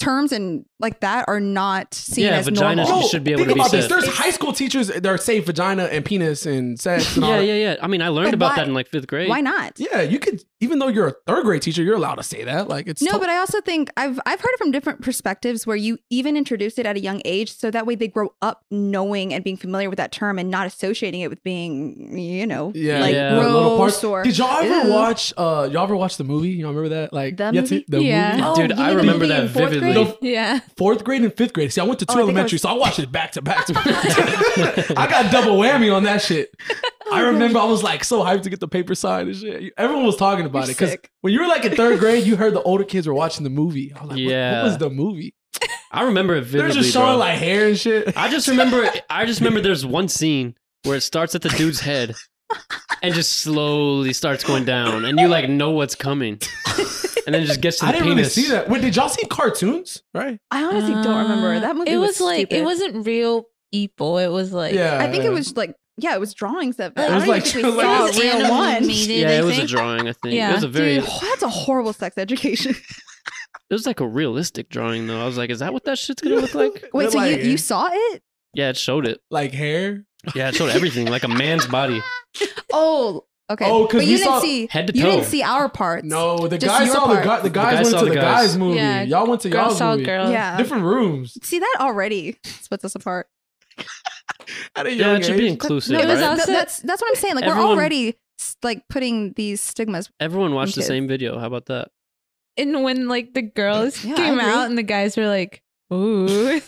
[SPEAKER 3] terms and like that are not seen
[SPEAKER 2] Yeah,
[SPEAKER 3] as
[SPEAKER 2] vagina
[SPEAKER 3] normal.
[SPEAKER 2] You should be able
[SPEAKER 1] think
[SPEAKER 2] to be
[SPEAKER 1] about this.
[SPEAKER 2] said.
[SPEAKER 1] There's high school teachers that are saying vagina and penis and sex. And all
[SPEAKER 2] Yeah,
[SPEAKER 1] that.
[SPEAKER 2] yeah, yeah. I mean, I learned
[SPEAKER 3] But
[SPEAKER 2] about
[SPEAKER 3] why-
[SPEAKER 2] that in like fifth grade.
[SPEAKER 3] Why not?
[SPEAKER 1] yeah. You could, even though you're a third grade teacher, you're allowed to say that. Like it's
[SPEAKER 3] No, but I also think I've I've heard it from different perspectives where you even introduce it at a young age so that way they grow up knowing and being familiar with that term and not associating it with being, you know,
[SPEAKER 1] Yeah,
[SPEAKER 3] like
[SPEAKER 2] yeah.
[SPEAKER 1] The little
[SPEAKER 3] gross
[SPEAKER 1] part-
[SPEAKER 3] or
[SPEAKER 1] Did y'all ever
[SPEAKER 3] Ew.
[SPEAKER 1] watch? Uh, y'all ever watch the movie? Y'all remember that? Like
[SPEAKER 3] The
[SPEAKER 1] you have
[SPEAKER 3] movie?
[SPEAKER 1] To, the
[SPEAKER 4] Yeah.
[SPEAKER 1] movie?
[SPEAKER 2] Dude,
[SPEAKER 3] Oh, you
[SPEAKER 2] I
[SPEAKER 3] mean the
[SPEAKER 2] remember
[SPEAKER 3] movie
[SPEAKER 2] that
[SPEAKER 3] in fourth
[SPEAKER 2] vividly.
[SPEAKER 3] grade?
[SPEAKER 1] No.
[SPEAKER 4] Yeah.
[SPEAKER 1] Fourth grade and fifth grade. See, I went to two
[SPEAKER 3] Oh, I think I
[SPEAKER 1] elementary,
[SPEAKER 3] was-
[SPEAKER 1] so I watched it back to back to
[SPEAKER 3] <laughs>
[SPEAKER 1] back. <laughs> I got double whammy on that shit. I remember I was like so hyped to get the paper signed and shit. Everyone was talking about
[SPEAKER 3] You're
[SPEAKER 1] it because
[SPEAKER 3] sick.
[SPEAKER 1] when you were like in third grade, you heard the older kids were watching the movie. I was like, what,
[SPEAKER 2] Yeah.
[SPEAKER 1] what was the movie?
[SPEAKER 2] <laughs> I remember it
[SPEAKER 1] They're
[SPEAKER 2] vividly.
[SPEAKER 1] just showing
[SPEAKER 2] bro.
[SPEAKER 1] like hair and shit.
[SPEAKER 2] I just remember. I just remember. There's one scene where it starts at the dude's head, and just slowly starts going down, and you like know what's coming, and then it just gets to the
[SPEAKER 1] I didn't
[SPEAKER 2] penis.
[SPEAKER 1] really see that. Wait, did y'all see cartoons? Right?
[SPEAKER 3] I honestly don't remember. That movie
[SPEAKER 4] Uh, It was,
[SPEAKER 3] was,
[SPEAKER 4] like
[SPEAKER 3] stupid.
[SPEAKER 4] it wasn't real people. It was like
[SPEAKER 1] yeah.
[SPEAKER 3] I think
[SPEAKER 1] yeah.
[SPEAKER 3] it was like yeah, it was drawings that
[SPEAKER 1] It
[SPEAKER 3] I don't
[SPEAKER 1] was
[SPEAKER 3] even
[SPEAKER 1] like-
[SPEAKER 3] think
[SPEAKER 1] it
[SPEAKER 3] we <laughs>
[SPEAKER 1] was like
[SPEAKER 3] saw
[SPEAKER 1] this
[SPEAKER 3] a real
[SPEAKER 4] animal
[SPEAKER 3] one.
[SPEAKER 4] mated,
[SPEAKER 2] Yeah,
[SPEAKER 4] I
[SPEAKER 2] it was a
[SPEAKER 4] think.
[SPEAKER 2] drawing. I think
[SPEAKER 4] Yeah.
[SPEAKER 2] it was a very.
[SPEAKER 3] Dude, <laughs> that's a horrible sex education. <laughs>
[SPEAKER 2] It was like a realistic drawing though. I was like, is that what that shit's gonna look like?
[SPEAKER 3] Wait,
[SPEAKER 1] They're
[SPEAKER 3] so
[SPEAKER 1] like,
[SPEAKER 3] you, you saw it?
[SPEAKER 2] Yeah, it showed it.
[SPEAKER 1] like hair?
[SPEAKER 2] Yeah, it showed everything, like a man's body,
[SPEAKER 3] Oh, okay.
[SPEAKER 1] Oh, 'cause
[SPEAKER 3] but
[SPEAKER 1] we
[SPEAKER 3] you didn't
[SPEAKER 1] saw
[SPEAKER 3] see
[SPEAKER 2] head to toe.
[SPEAKER 3] you didn't see our parts.
[SPEAKER 1] No, the
[SPEAKER 3] Just
[SPEAKER 1] guys
[SPEAKER 3] your
[SPEAKER 1] saw the
[SPEAKER 3] part.
[SPEAKER 1] guy. The guys
[SPEAKER 2] guys
[SPEAKER 1] went
[SPEAKER 2] saw
[SPEAKER 1] to
[SPEAKER 2] the
[SPEAKER 1] the
[SPEAKER 2] guys.
[SPEAKER 1] guys, movie.
[SPEAKER 4] Yeah.
[SPEAKER 1] Y'all went to
[SPEAKER 4] girl
[SPEAKER 1] y'all's
[SPEAKER 4] saw
[SPEAKER 1] movie.
[SPEAKER 4] girl.
[SPEAKER 3] Yeah.
[SPEAKER 1] Different rooms.
[SPEAKER 3] See that already splits us apart.
[SPEAKER 1] At a
[SPEAKER 2] Yeah,
[SPEAKER 1] young
[SPEAKER 2] it should be
[SPEAKER 1] age.
[SPEAKER 2] inclusive.
[SPEAKER 3] No,
[SPEAKER 4] It was
[SPEAKER 3] that's,
[SPEAKER 2] right?
[SPEAKER 4] also-
[SPEAKER 3] that's that's what I'm saying. Like we're
[SPEAKER 2] Everyone-
[SPEAKER 3] already s- like putting these stigmas.
[SPEAKER 2] Everyone watched the
[SPEAKER 3] Okay.
[SPEAKER 2] same video. How about that?
[SPEAKER 4] And when like the girls
[SPEAKER 3] Yeah, I
[SPEAKER 4] came
[SPEAKER 3] agree.
[SPEAKER 4] out and the guys were like,
[SPEAKER 3] <laughs>
[SPEAKER 4] ooh.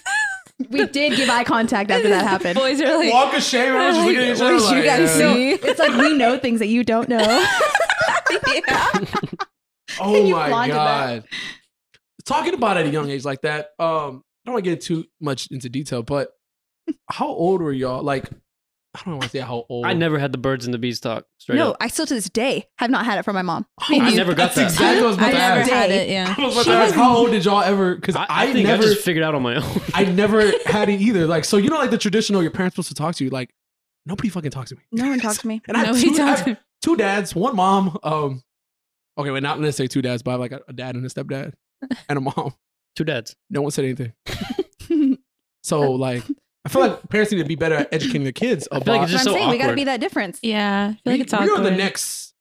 [SPEAKER 3] We did give eye contact after <laughs> that happened.
[SPEAKER 4] Boys are like,
[SPEAKER 1] Walk of
[SPEAKER 3] <laughs>
[SPEAKER 1] shame. Everyone's just looking at each
[SPEAKER 4] <laughs>
[SPEAKER 1] other.
[SPEAKER 4] Like,
[SPEAKER 1] like,
[SPEAKER 4] you guys
[SPEAKER 1] yeah.
[SPEAKER 4] see?
[SPEAKER 3] It's like we know things that you don't know. <laughs> yeah.
[SPEAKER 1] Oh
[SPEAKER 3] You
[SPEAKER 1] my
[SPEAKER 3] blinded
[SPEAKER 1] god.
[SPEAKER 3] that.
[SPEAKER 1] Talking about at a young age like that, um, I don't want to get too much into detail, but how old were y'all? Like, I don't want to say how old.
[SPEAKER 2] I never had the birds and the bees talk. Straight
[SPEAKER 3] No,
[SPEAKER 2] up.
[SPEAKER 3] I still to this day have not had it from my mom.
[SPEAKER 2] I never
[SPEAKER 1] That's
[SPEAKER 2] got that.
[SPEAKER 1] exactly what I was about
[SPEAKER 4] I
[SPEAKER 1] to
[SPEAKER 4] never
[SPEAKER 1] ask.
[SPEAKER 4] had it. Yeah.
[SPEAKER 1] I was about
[SPEAKER 3] She
[SPEAKER 1] to ask,
[SPEAKER 3] was- <laughs>
[SPEAKER 1] how old did y'all ever? Because
[SPEAKER 2] I,
[SPEAKER 1] I,
[SPEAKER 2] I think
[SPEAKER 1] never,
[SPEAKER 2] I just figured out on my own. <laughs>
[SPEAKER 1] I never had it either. Like, so you know, like the traditional, your parents supposed to talk to you. Like, nobody fucking talks to me.
[SPEAKER 3] No one talked to me. <laughs>
[SPEAKER 1] And I have
[SPEAKER 4] Nobody
[SPEAKER 1] two, I
[SPEAKER 4] talked
[SPEAKER 1] have
[SPEAKER 4] to <laughs> me.
[SPEAKER 1] two dads, one mom. Um, okay, wait, not necessarily two dads, but I have like a, a dad and a stepdad and a mom.
[SPEAKER 2] Two dads.
[SPEAKER 1] No one said anything. So like, I feel like parents need to be better at educating their kids
[SPEAKER 2] feel like
[SPEAKER 1] about.
[SPEAKER 2] it's
[SPEAKER 3] That's what
[SPEAKER 2] just
[SPEAKER 3] I'm
[SPEAKER 2] so
[SPEAKER 3] saying. We got to
[SPEAKER 2] awkward.
[SPEAKER 3] be that difference.
[SPEAKER 4] Yeah. I feel like it's
[SPEAKER 1] we,
[SPEAKER 4] awkward.
[SPEAKER 1] are on the next.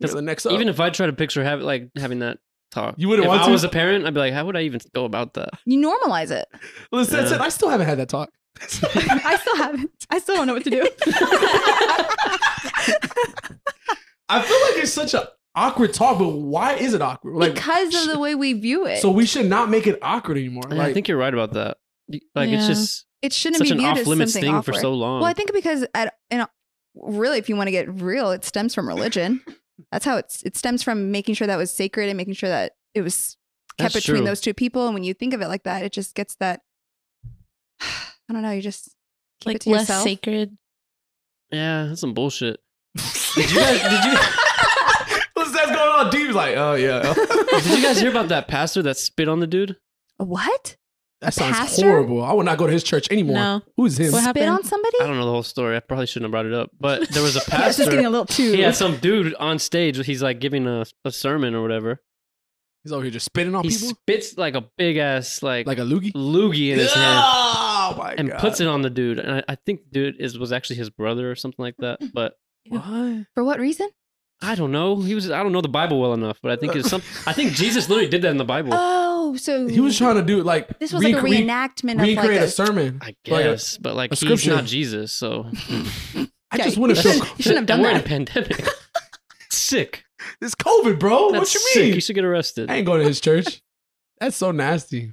[SPEAKER 1] We're the next. Up.
[SPEAKER 2] Even if I try to picture have, like having that talk,
[SPEAKER 1] You wouldn't
[SPEAKER 2] if
[SPEAKER 1] want
[SPEAKER 2] I
[SPEAKER 1] to?
[SPEAKER 2] was a parent, I'd be like, how would I even go about that?
[SPEAKER 3] You normalize it.
[SPEAKER 1] Listen,
[SPEAKER 2] Yeah.
[SPEAKER 1] listen, I still haven't had that <laughs> talk.
[SPEAKER 3] I still haven't. I still don't know what to do.
[SPEAKER 1] I feel like it's such an awkward talk, but why is it awkward? Like,
[SPEAKER 3] because of the way we view it.
[SPEAKER 1] so we should not make it awkward anymore.
[SPEAKER 2] Yeah, I
[SPEAKER 1] like,
[SPEAKER 2] think you're right about that. You- Like it's
[SPEAKER 4] Yeah.
[SPEAKER 2] just
[SPEAKER 3] it shouldn't
[SPEAKER 2] such
[SPEAKER 3] be
[SPEAKER 2] an
[SPEAKER 3] viewed
[SPEAKER 2] off
[SPEAKER 3] as
[SPEAKER 2] limits
[SPEAKER 3] something
[SPEAKER 2] thing
[SPEAKER 3] awkward.
[SPEAKER 2] for so long.
[SPEAKER 3] Well, I think because at and really, if you want to get real, it stems from religion. That's how it's it stems from making sure that was sacred and making sure that it was kept
[SPEAKER 2] That's
[SPEAKER 3] between
[SPEAKER 2] true.
[SPEAKER 3] those two people. And when you think of it like that, it just gets that. <sighs> I don't know. You just keep it
[SPEAKER 4] Like
[SPEAKER 3] to
[SPEAKER 4] less
[SPEAKER 3] yourself.
[SPEAKER 4] sacred.
[SPEAKER 2] yeah, that's some bullshit.
[SPEAKER 1] did you guys? Did <laughs> you? What's that's going on? Deep's like, oh yeah,
[SPEAKER 2] Did you guys hear about that pastor that spit on the dude?
[SPEAKER 3] What?
[SPEAKER 1] <laughs> that sounds
[SPEAKER 3] pastor?
[SPEAKER 1] horrible. I would not go to his church anymore.
[SPEAKER 4] No.
[SPEAKER 1] Who's him?
[SPEAKER 4] What
[SPEAKER 3] Spit
[SPEAKER 4] happened?
[SPEAKER 3] on somebody?
[SPEAKER 2] I don't know the whole story. I probably shouldn't have brought it up, but there was a
[SPEAKER 3] <laughs> Yeah, I was
[SPEAKER 2] pastor.
[SPEAKER 3] just getting a little too.
[SPEAKER 2] he had some dude on stage. He's like giving a, a sermon or whatever.
[SPEAKER 1] He's over here just spitting on
[SPEAKER 2] He
[SPEAKER 1] Oh, people
[SPEAKER 2] spits like a big ass like,
[SPEAKER 1] like a loogie.
[SPEAKER 2] loogie in his hand.
[SPEAKER 1] oh my
[SPEAKER 2] and
[SPEAKER 1] god!
[SPEAKER 2] puts it on the dude. And I, I think the dude is was actually his brother or something like
[SPEAKER 1] <laughs>
[SPEAKER 2] that. But
[SPEAKER 1] What?
[SPEAKER 3] For what reason?
[SPEAKER 2] I don't know. He was I don't know the Bible well enough, but I think it's some I think Jesus literally did that in the Bible.
[SPEAKER 3] Oh, so
[SPEAKER 1] He was trying to do like
[SPEAKER 3] This was like a
[SPEAKER 1] re- re-
[SPEAKER 3] reenactment of
[SPEAKER 1] recreate
[SPEAKER 3] like
[SPEAKER 1] a
[SPEAKER 3] a.
[SPEAKER 1] sermon.
[SPEAKER 2] I
[SPEAKER 1] Like a-
[SPEAKER 2] guess, but like
[SPEAKER 1] a
[SPEAKER 2] he's
[SPEAKER 1] scripture.
[SPEAKER 2] not
[SPEAKER 1] <laughs>
[SPEAKER 2] Jesus, so
[SPEAKER 1] I
[SPEAKER 3] Yeah,
[SPEAKER 1] just
[SPEAKER 3] you
[SPEAKER 1] want to feel
[SPEAKER 3] shouldn't- you shouldn't have done
[SPEAKER 2] And we're
[SPEAKER 3] that.
[SPEAKER 2] in a
[SPEAKER 1] <laughs>
[SPEAKER 2] pandemic. sick.
[SPEAKER 1] It's COVID, bro. what
[SPEAKER 2] That's
[SPEAKER 1] you
[SPEAKER 2] sick.
[SPEAKER 1] mean?
[SPEAKER 2] You should get arrested.
[SPEAKER 1] I ain't going to his church. <laughs> That's so nasty.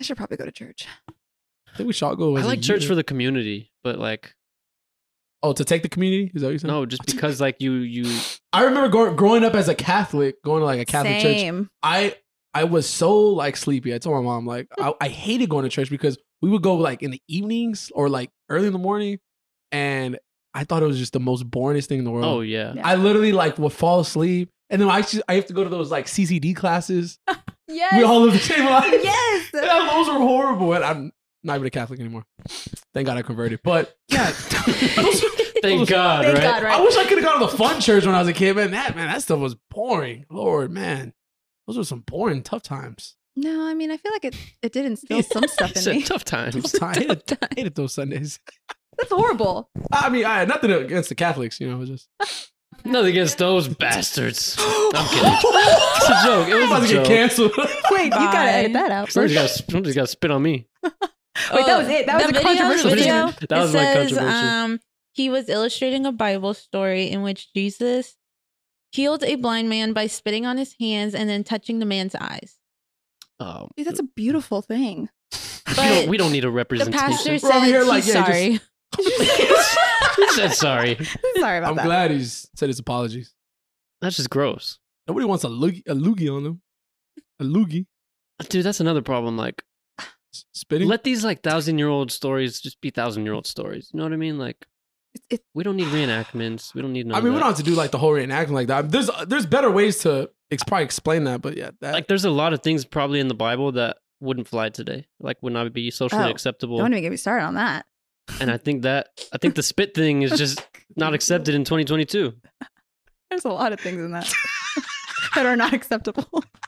[SPEAKER 3] I should probably go to church.
[SPEAKER 1] I think we should all go.
[SPEAKER 2] I
[SPEAKER 1] as a
[SPEAKER 2] like church
[SPEAKER 1] unit.
[SPEAKER 2] for the community, but like
[SPEAKER 1] oh to take the community. Is that what you said?
[SPEAKER 2] no, just because like you you
[SPEAKER 1] I remember gro- growing up as a Catholic, going to like a Catholic church.
[SPEAKER 3] Same.
[SPEAKER 1] I I was so like sleepy. I told my mom like I, I hated going to church because we would go like in the evenings or like early in the morning, and I thought it was just the most boringest thing in the world.
[SPEAKER 2] oh yeah.
[SPEAKER 3] Yeah.
[SPEAKER 1] I literally like would fall asleep, and then I actually, I have to go to those like CCD classes.
[SPEAKER 3] Yes. <laughs>
[SPEAKER 1] We all live the same life.
[SPEAKER 3] yes.
[SPEAKER 1] And I- those are horrible, and I'm not even a Catholic anymore. Thank God I converted. But yeah, <laughs> those-
[SPEAKER 2] Thank God,
[SPEAKER 3] <laughs> Thank
[SPEAKER 2] right?
[SPEAKER 3] God, right?
[SPEAKER 1] I wish I could have gone to the fun church
[SPEAKER 3] <laughs>
[SPEAKER 1] when I was a kid, man. That man, that stuff was boring. Lord, man, those were some boring, tough times.
[SPEAKER 3] <laughs> No, I mean, I feel like it, it did instill
[SPEAKER 1] <laughs>
[SPEAKER 3] some stuff
[SPEAKER 2] It's
[SPEAKER 3] in
[SPEAKER 2] a
[SPEAKER 3] me.
[SPEAKER 2] tough times.
[SPEAKER 1] Tough time. Hated, hated those Sundays.
[SPEAKER 3] That's horrible.
[SPEAKER 1] I mean, I had nothing against the Catholics, you know. It was
[SPEAKER 3] <gasps>
[SPEAKER 1] just
[SPEAKER 2] Nothing against those bastards. I'm kidding. It's a joke.
[SPEAKER 1] <laughs>
[SPEAKER 2] It
[SPEAKER 1] I'm about
[SPEAKER 2] was
[SPEAKER 1] to
[SPEAKER 2] a
[SPEAKER 1] get
[SPEAKER 2] joke.
[SPEAKER 1] canceled.
[SPEAKER 2] <laughs>
[SPEAKER 1] <laughs>
[SPEAKER 3] Wait, you gotta edit
[SPEAKER 4] Bye.
[SPEAKER 3] that out.
[SPEAKER 2] Somebody's got, somebody's got to spit on me.
[SPEAKER 3] Wait, that was it. That was
[SPEAKER 4] the
[SPEAKER 3] a
[SPEAKER 4] video-
[SPEAKER 3] controversial
[SPEAKER 4] the
[SPEAKER 2] video.
[SPEAKER 4] video,
[SPEAKER 2] That was
[SPEAKER 4] it
[SPEAKER 2] my
[SPEAKER 4] says,
[SPEAKER 2] controversial.
[SPEAKER 4] Um, he was illustrating a Bible story in which Jesus healed a blind man by spitting on his hands and then touching the man's eyes.
[SPEAKER 2] Oh,
[SPEAKER 3] Dude, that's a
[SPEAKER 1] <laughs>
[SPEAKER 3] beautiful thing.
[SPEAKER 2] we,
[SPEAKER 3] <laughs>
[SPEAKER 4] But
[SPEAKER 2] don't, we don't need a
[SPEAKER 4] The
[SPEAKER 2] representation. <laughs>
[SPEAKER 4] pastor
[SPEAKER 1] We're over
[SPEAKER 4] said
[SPEAKER 1] here
[SPEAKER 4] he's
[SPEAKER 1] like, yeah, just-
[SPEAKER 4] sorry. <laughs>
[SPEAKER 2] He said sorry.
[SPEAKER 3] Sorry
[SPEAKER 1] <laughs>
[SPEAKER 3] about
[SPEAKER 1] I'm
[SPEAKER 3] that.
[SPEAKER 1] glad he's said his apologies.
[SPEAKER 2] That's just gross.
[SPEAKER 1] Nobody wants a loogie, a loogie on them. A loogie
[SPEAKER 2] Dude, that's another problem. Like,
[SPEAKER 1] S- spitting.
[SPEAKER 2] let these like thousand year old stories just be thousand year old stories. You know what I mean? Like,
[SPEAKER 3] It- it-
[SPEAKER 2] we don't need reenactments. We don't need. None
[SPEAKER 1] I mean,
[SPEAKER 2] of
[SPEAKER 1] we
[SPEAKER 2] that.
[SPEAKER 1] don't have to do like the whole reenactment like that. There's there's better ways to ex- probably explain that, but yeah, that,
[SPEAKER 2] Like, there's a lot of things probably in the Bible that wouldn't fly today. Like, would not be socially
[SPEAKER 3] Oh,
[SPEAKER 2] acceptable.
[SPEAKER 3] Don't even get me started on that.
[SPEAKER 2] and I think that I think the spit thing is just not accepted in 2022.
[SPEAKER 3] There's a lot of things in
[SPEAKER 1] <laughs>
[SPEAKER 3] that that are not acceptable.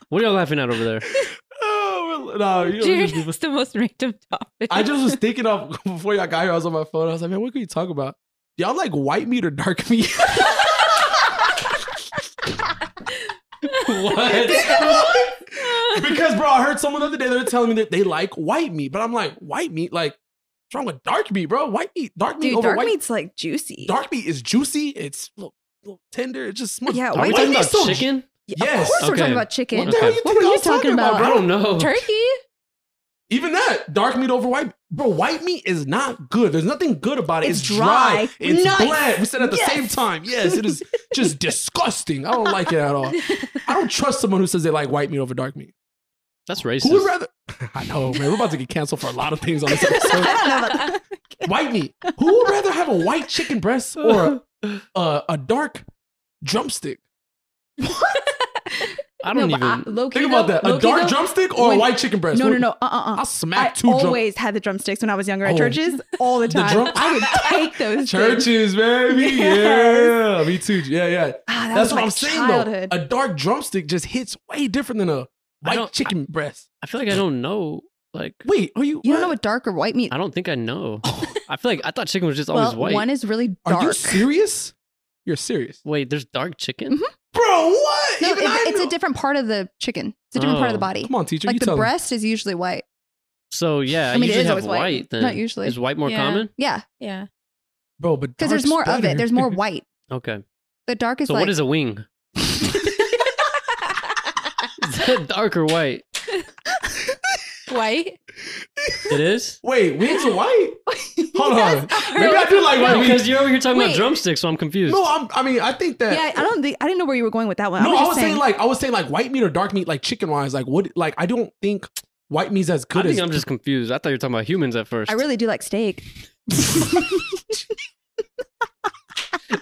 [SPEAKER 2] What are y'all laughing at over there?
[SPEAKER 1] <laughs> oh well, no, you know,
[SPEAKER 4] Dude, it's the most random topic.
[SPEAKER 1] I just was thinking of <laughs> before y'all got here. I was on my phone. I was like, man, what can we talk about? Y'all like white meat or dark <laughs>
[SPEAKER 3] <laughs>
[SPEAKER 1] meat? what? because bro, I heard someone the other day they were telling me that they like white meat, but I'm like, white meat, like what's wrong with dark meat, bro? White meat, dark meat
[SPEAKER 3] Dude,
[SPEAKER 1] over
[SPEAKER 3] dark
[SPEAKER 1] white.
[SPEAKER 3] meat's like juicy.
[SPEAKER 1] Dark meat is juicy. It's little, little tender. It's just much.
[SPEAKER 3] Yeah,
[SPEAKER 2] Are
[SPEAKER 3] Why
[SPEAKER 2] we
[SPEAKER 3] white
[SPEAKER 2] talking
[SPEAKER 3] meat
[SPEAKER 2] about
[SPEAKER 3] is so-
[SPEAKER 2] chicken?
[SPEAKER 3] Yeah,
[SPEAKER 1] Yes.
[SPEAKER 3] Of course we're
[SPEAKER 2] Okay.
[SPEAKER 3] talking about chicken.
[SPEAKER 1] What the hell
[SPEAKER 2] Okay.
[SPEAKER 1] you
[SPEAKER 3] What
[SPEAKER 1] think
[SPEAKER 3] were
[SPEAKER 1] I
[SPEAKER 3] you
[SPEAKER 1] was
[SPEAKER 3] talking about?
[SPEAKER 2] I
[SPEAKER 1] bro?
[SPEAKER 2] don't know.
[SPEAKER 4] Turkey?
[SPEAKER 1] Even that dark meat over white, bro. White meat is not good. There's nothing good about it. It's,
[SPEAKER 3] It's
[SPEAKER 1] dry.
[SPEAKER 3] dry.
[SPEAKER 1] It's
[SPEAKER 3] Nice.
[SPEAKER 1] bland. We said at the
[SPEAKER 3] Yes.
[SPEAKER 1] same time. Yes, it
[SPEAKER 3] <laughs>
[SPEAKER 1] is just disgusting. I don't like it at all. I don't trust someone who says they like white meat over dark meat.
[SPEAKER 2] That's racist.
[SPEAKER 1] Who would rather? I know, man. We're about to get canceled for a lot of things
[SPEAKER 3] <laughs>
[SPEAKER 1] on this episode.
[SPEAKER 3] <laughs> I don't know about
[SPEAKER 1] <laughs>
[SPEAKER 3] that.
[SPEAKER 1] white meat. Who would rather have a white chicken breast or a, a, a dark drumstick?
[SPEAKER 2] I don't
[SPEAKER 3] No,
[SPEAKER 2] even.
[SPEAKER 3] but I- low-key
[SPEAKER 1] Think about
[SPEAKER 3] though-
[SPEAKER 1] that. A
[SPEAKER 3] low-key
[SPEAKER 1] dark
[SPEAKER 3] though-
[SPEAKER 1] drumstick or a
[SPEAKER 3] when-
[SPEAKER 1] white chicken breast?
[SPEAKER 3] No, no,
[SPEAKER 1] What-
[SPEAKER 3] no. Uh, uh,
[SPEAKER 1] I'll
[SPEAKER 3] uh.
[SPEAKER 1] smack
[SPEAKER 3] I
[SPEAKER 1] two drum-
[SPEAKER 3] always had the drumsticks when I was younger at
[SPEAKER 1] Oh.
[SPEAKER 3] churches all the
[SPEAKER 1] The
[SPEAKER 3] time.
[SPEAKER 1] drum- <laughs>
[SPEAKER 3] I would take <laughs> those Things.
[SPEAKER 1] churches, baby.
[SPEAKER 3] Yes.
[SPEAKER 1] Yeah, me too. Yeah, yeah.
[SPEAKER 3] Ah, that
[SPEAKER 1] That's
[SPEAKER 3] was
[SPEAKER 1] what
[SPEAKER 3] my
[SPEAKER 1] I'm saying
[SPEAKER 3] childhood.
[SPEAKER 1] though. A dark drumstick just hits way different than a white
[SPEAKER 2] don't-
[SPEAKER 1] chicken breast.
[SPEAKER 2] I feel like I don't know. Like,
[SPEAKER 1] Wait, are you?
[SPEAKER 3] You don't know what dark or white meat.
[SPEAKER 2] I don't think
[SPEAKER 1] <laughs>
[SPEAKER 2] I know. I feel like I thought chicken was just always
[SPEAKER 3] Well,
[SPEAKER 2] white.
[SPEAKER 3] one is really
[SPEAKER 1] Are you
[SPEAKER 3] dark.
[SPEAKER 1] serious? You're serious,
[SPEAKER 2] Wait, there's dark
[SPEAKER 3] Mm-hmm.
[SPEAKER 2] chicken.
[SPEAKER 1] bro. What?
[SPEAKER 3] No,
[SPEAKER 1] Even I
[SPEAKER 3] it's, it's a
[SPEAKER 1] know-
[SPEAKER 3] different part of the chicken. It's a different part of the
[SPEAKER 2] Oh.
[SPEAKER 3] body.
[SPEAKER 1] Come on, teacher. you
[SPEAKER 3] like the
[SPEAKER 1] tell me.
[SPEAKER 3] breast is usually white.
[SPEAKER 2] So yeah, I,
[SPEAKER 3] I mean, it
[SPEAKER 2] usually
[SPEAKER 3] is
[SPEAKER 2] have
[SPEAKER 3] always
[SPEAKER 2] white.
[SPEAKER 3] white.
[SPEAKER 2] Then
[SPEAKER 3] Not usually.
[SPEAKER 2] is white more
[SPEAKER 4] Yeah.
[SPEAKER 2] common?
[SPEAKER 3] Yeah,
[SPEAKER 4] Yeah.
[SPEAKER 1] bro. But
[SPEAKER 3] because there's more
[SPEAKER 1] dark's
[SPEAKER 3] of it.
[SPEAKER 1] better. <laughs>
[SPEAKER 3] There's more white.
[SPEAKER 2] Okay.
[SPEAKER 3] The dark is
[SPEAKER 2] So
[SPEAKER 3] like
[SPEAKER 2] what is a wing?
[SPEAKER 3] <laughs>
[SPEAKER 2] <laughs> Is that dark or white?
[SPEAKER 3] <laughs>
[SPEAKER 4] White?
[SPEAKER 2] It is.
[SPEAKER 1] Wait, wings are
[SPEAKER 3] <laughs>
[SPEAKER 1] white. Hold on. Maybe I do like
[SPEAKER 2] No,
[SPEAKER 1] white
[SPEAKER 2] because
[SPEAKER 1] wings.
[SPEAKER 2] you're over here talking about
[SPEAKER 3] Wait.
[SPEAKER 2] drumsticks, so I'm confused.
[SPEAKER 1] No, I'm, I mean, I think that.
[SPEAKER 3] Yeah, I don't think I didn't know where you were going with that one.
[SPEAKER 1] no,
[SPEAKER 3] I was,
[SPEAKER 1] I
[SPEAKER 3] just
[SPEAKER 1] was saying,
[SPEAKER 3] saying,
[SPEAKER 1] like I was saying like white meat or dark meat, like chicken wise, like what? Like I don't think white meat's as
[SPEAKER 2] I
[SPEAKER 1] good
[SPEAKER 2] think
[SPEAKER 1] as.
[SPEAKER 2] I'm just confused. I thought you were talking about humans at first.
[SPEAKER 3] I really do like steak.
[SPEAKER 2] <laughs>
[SPEAKER 3] <laughs>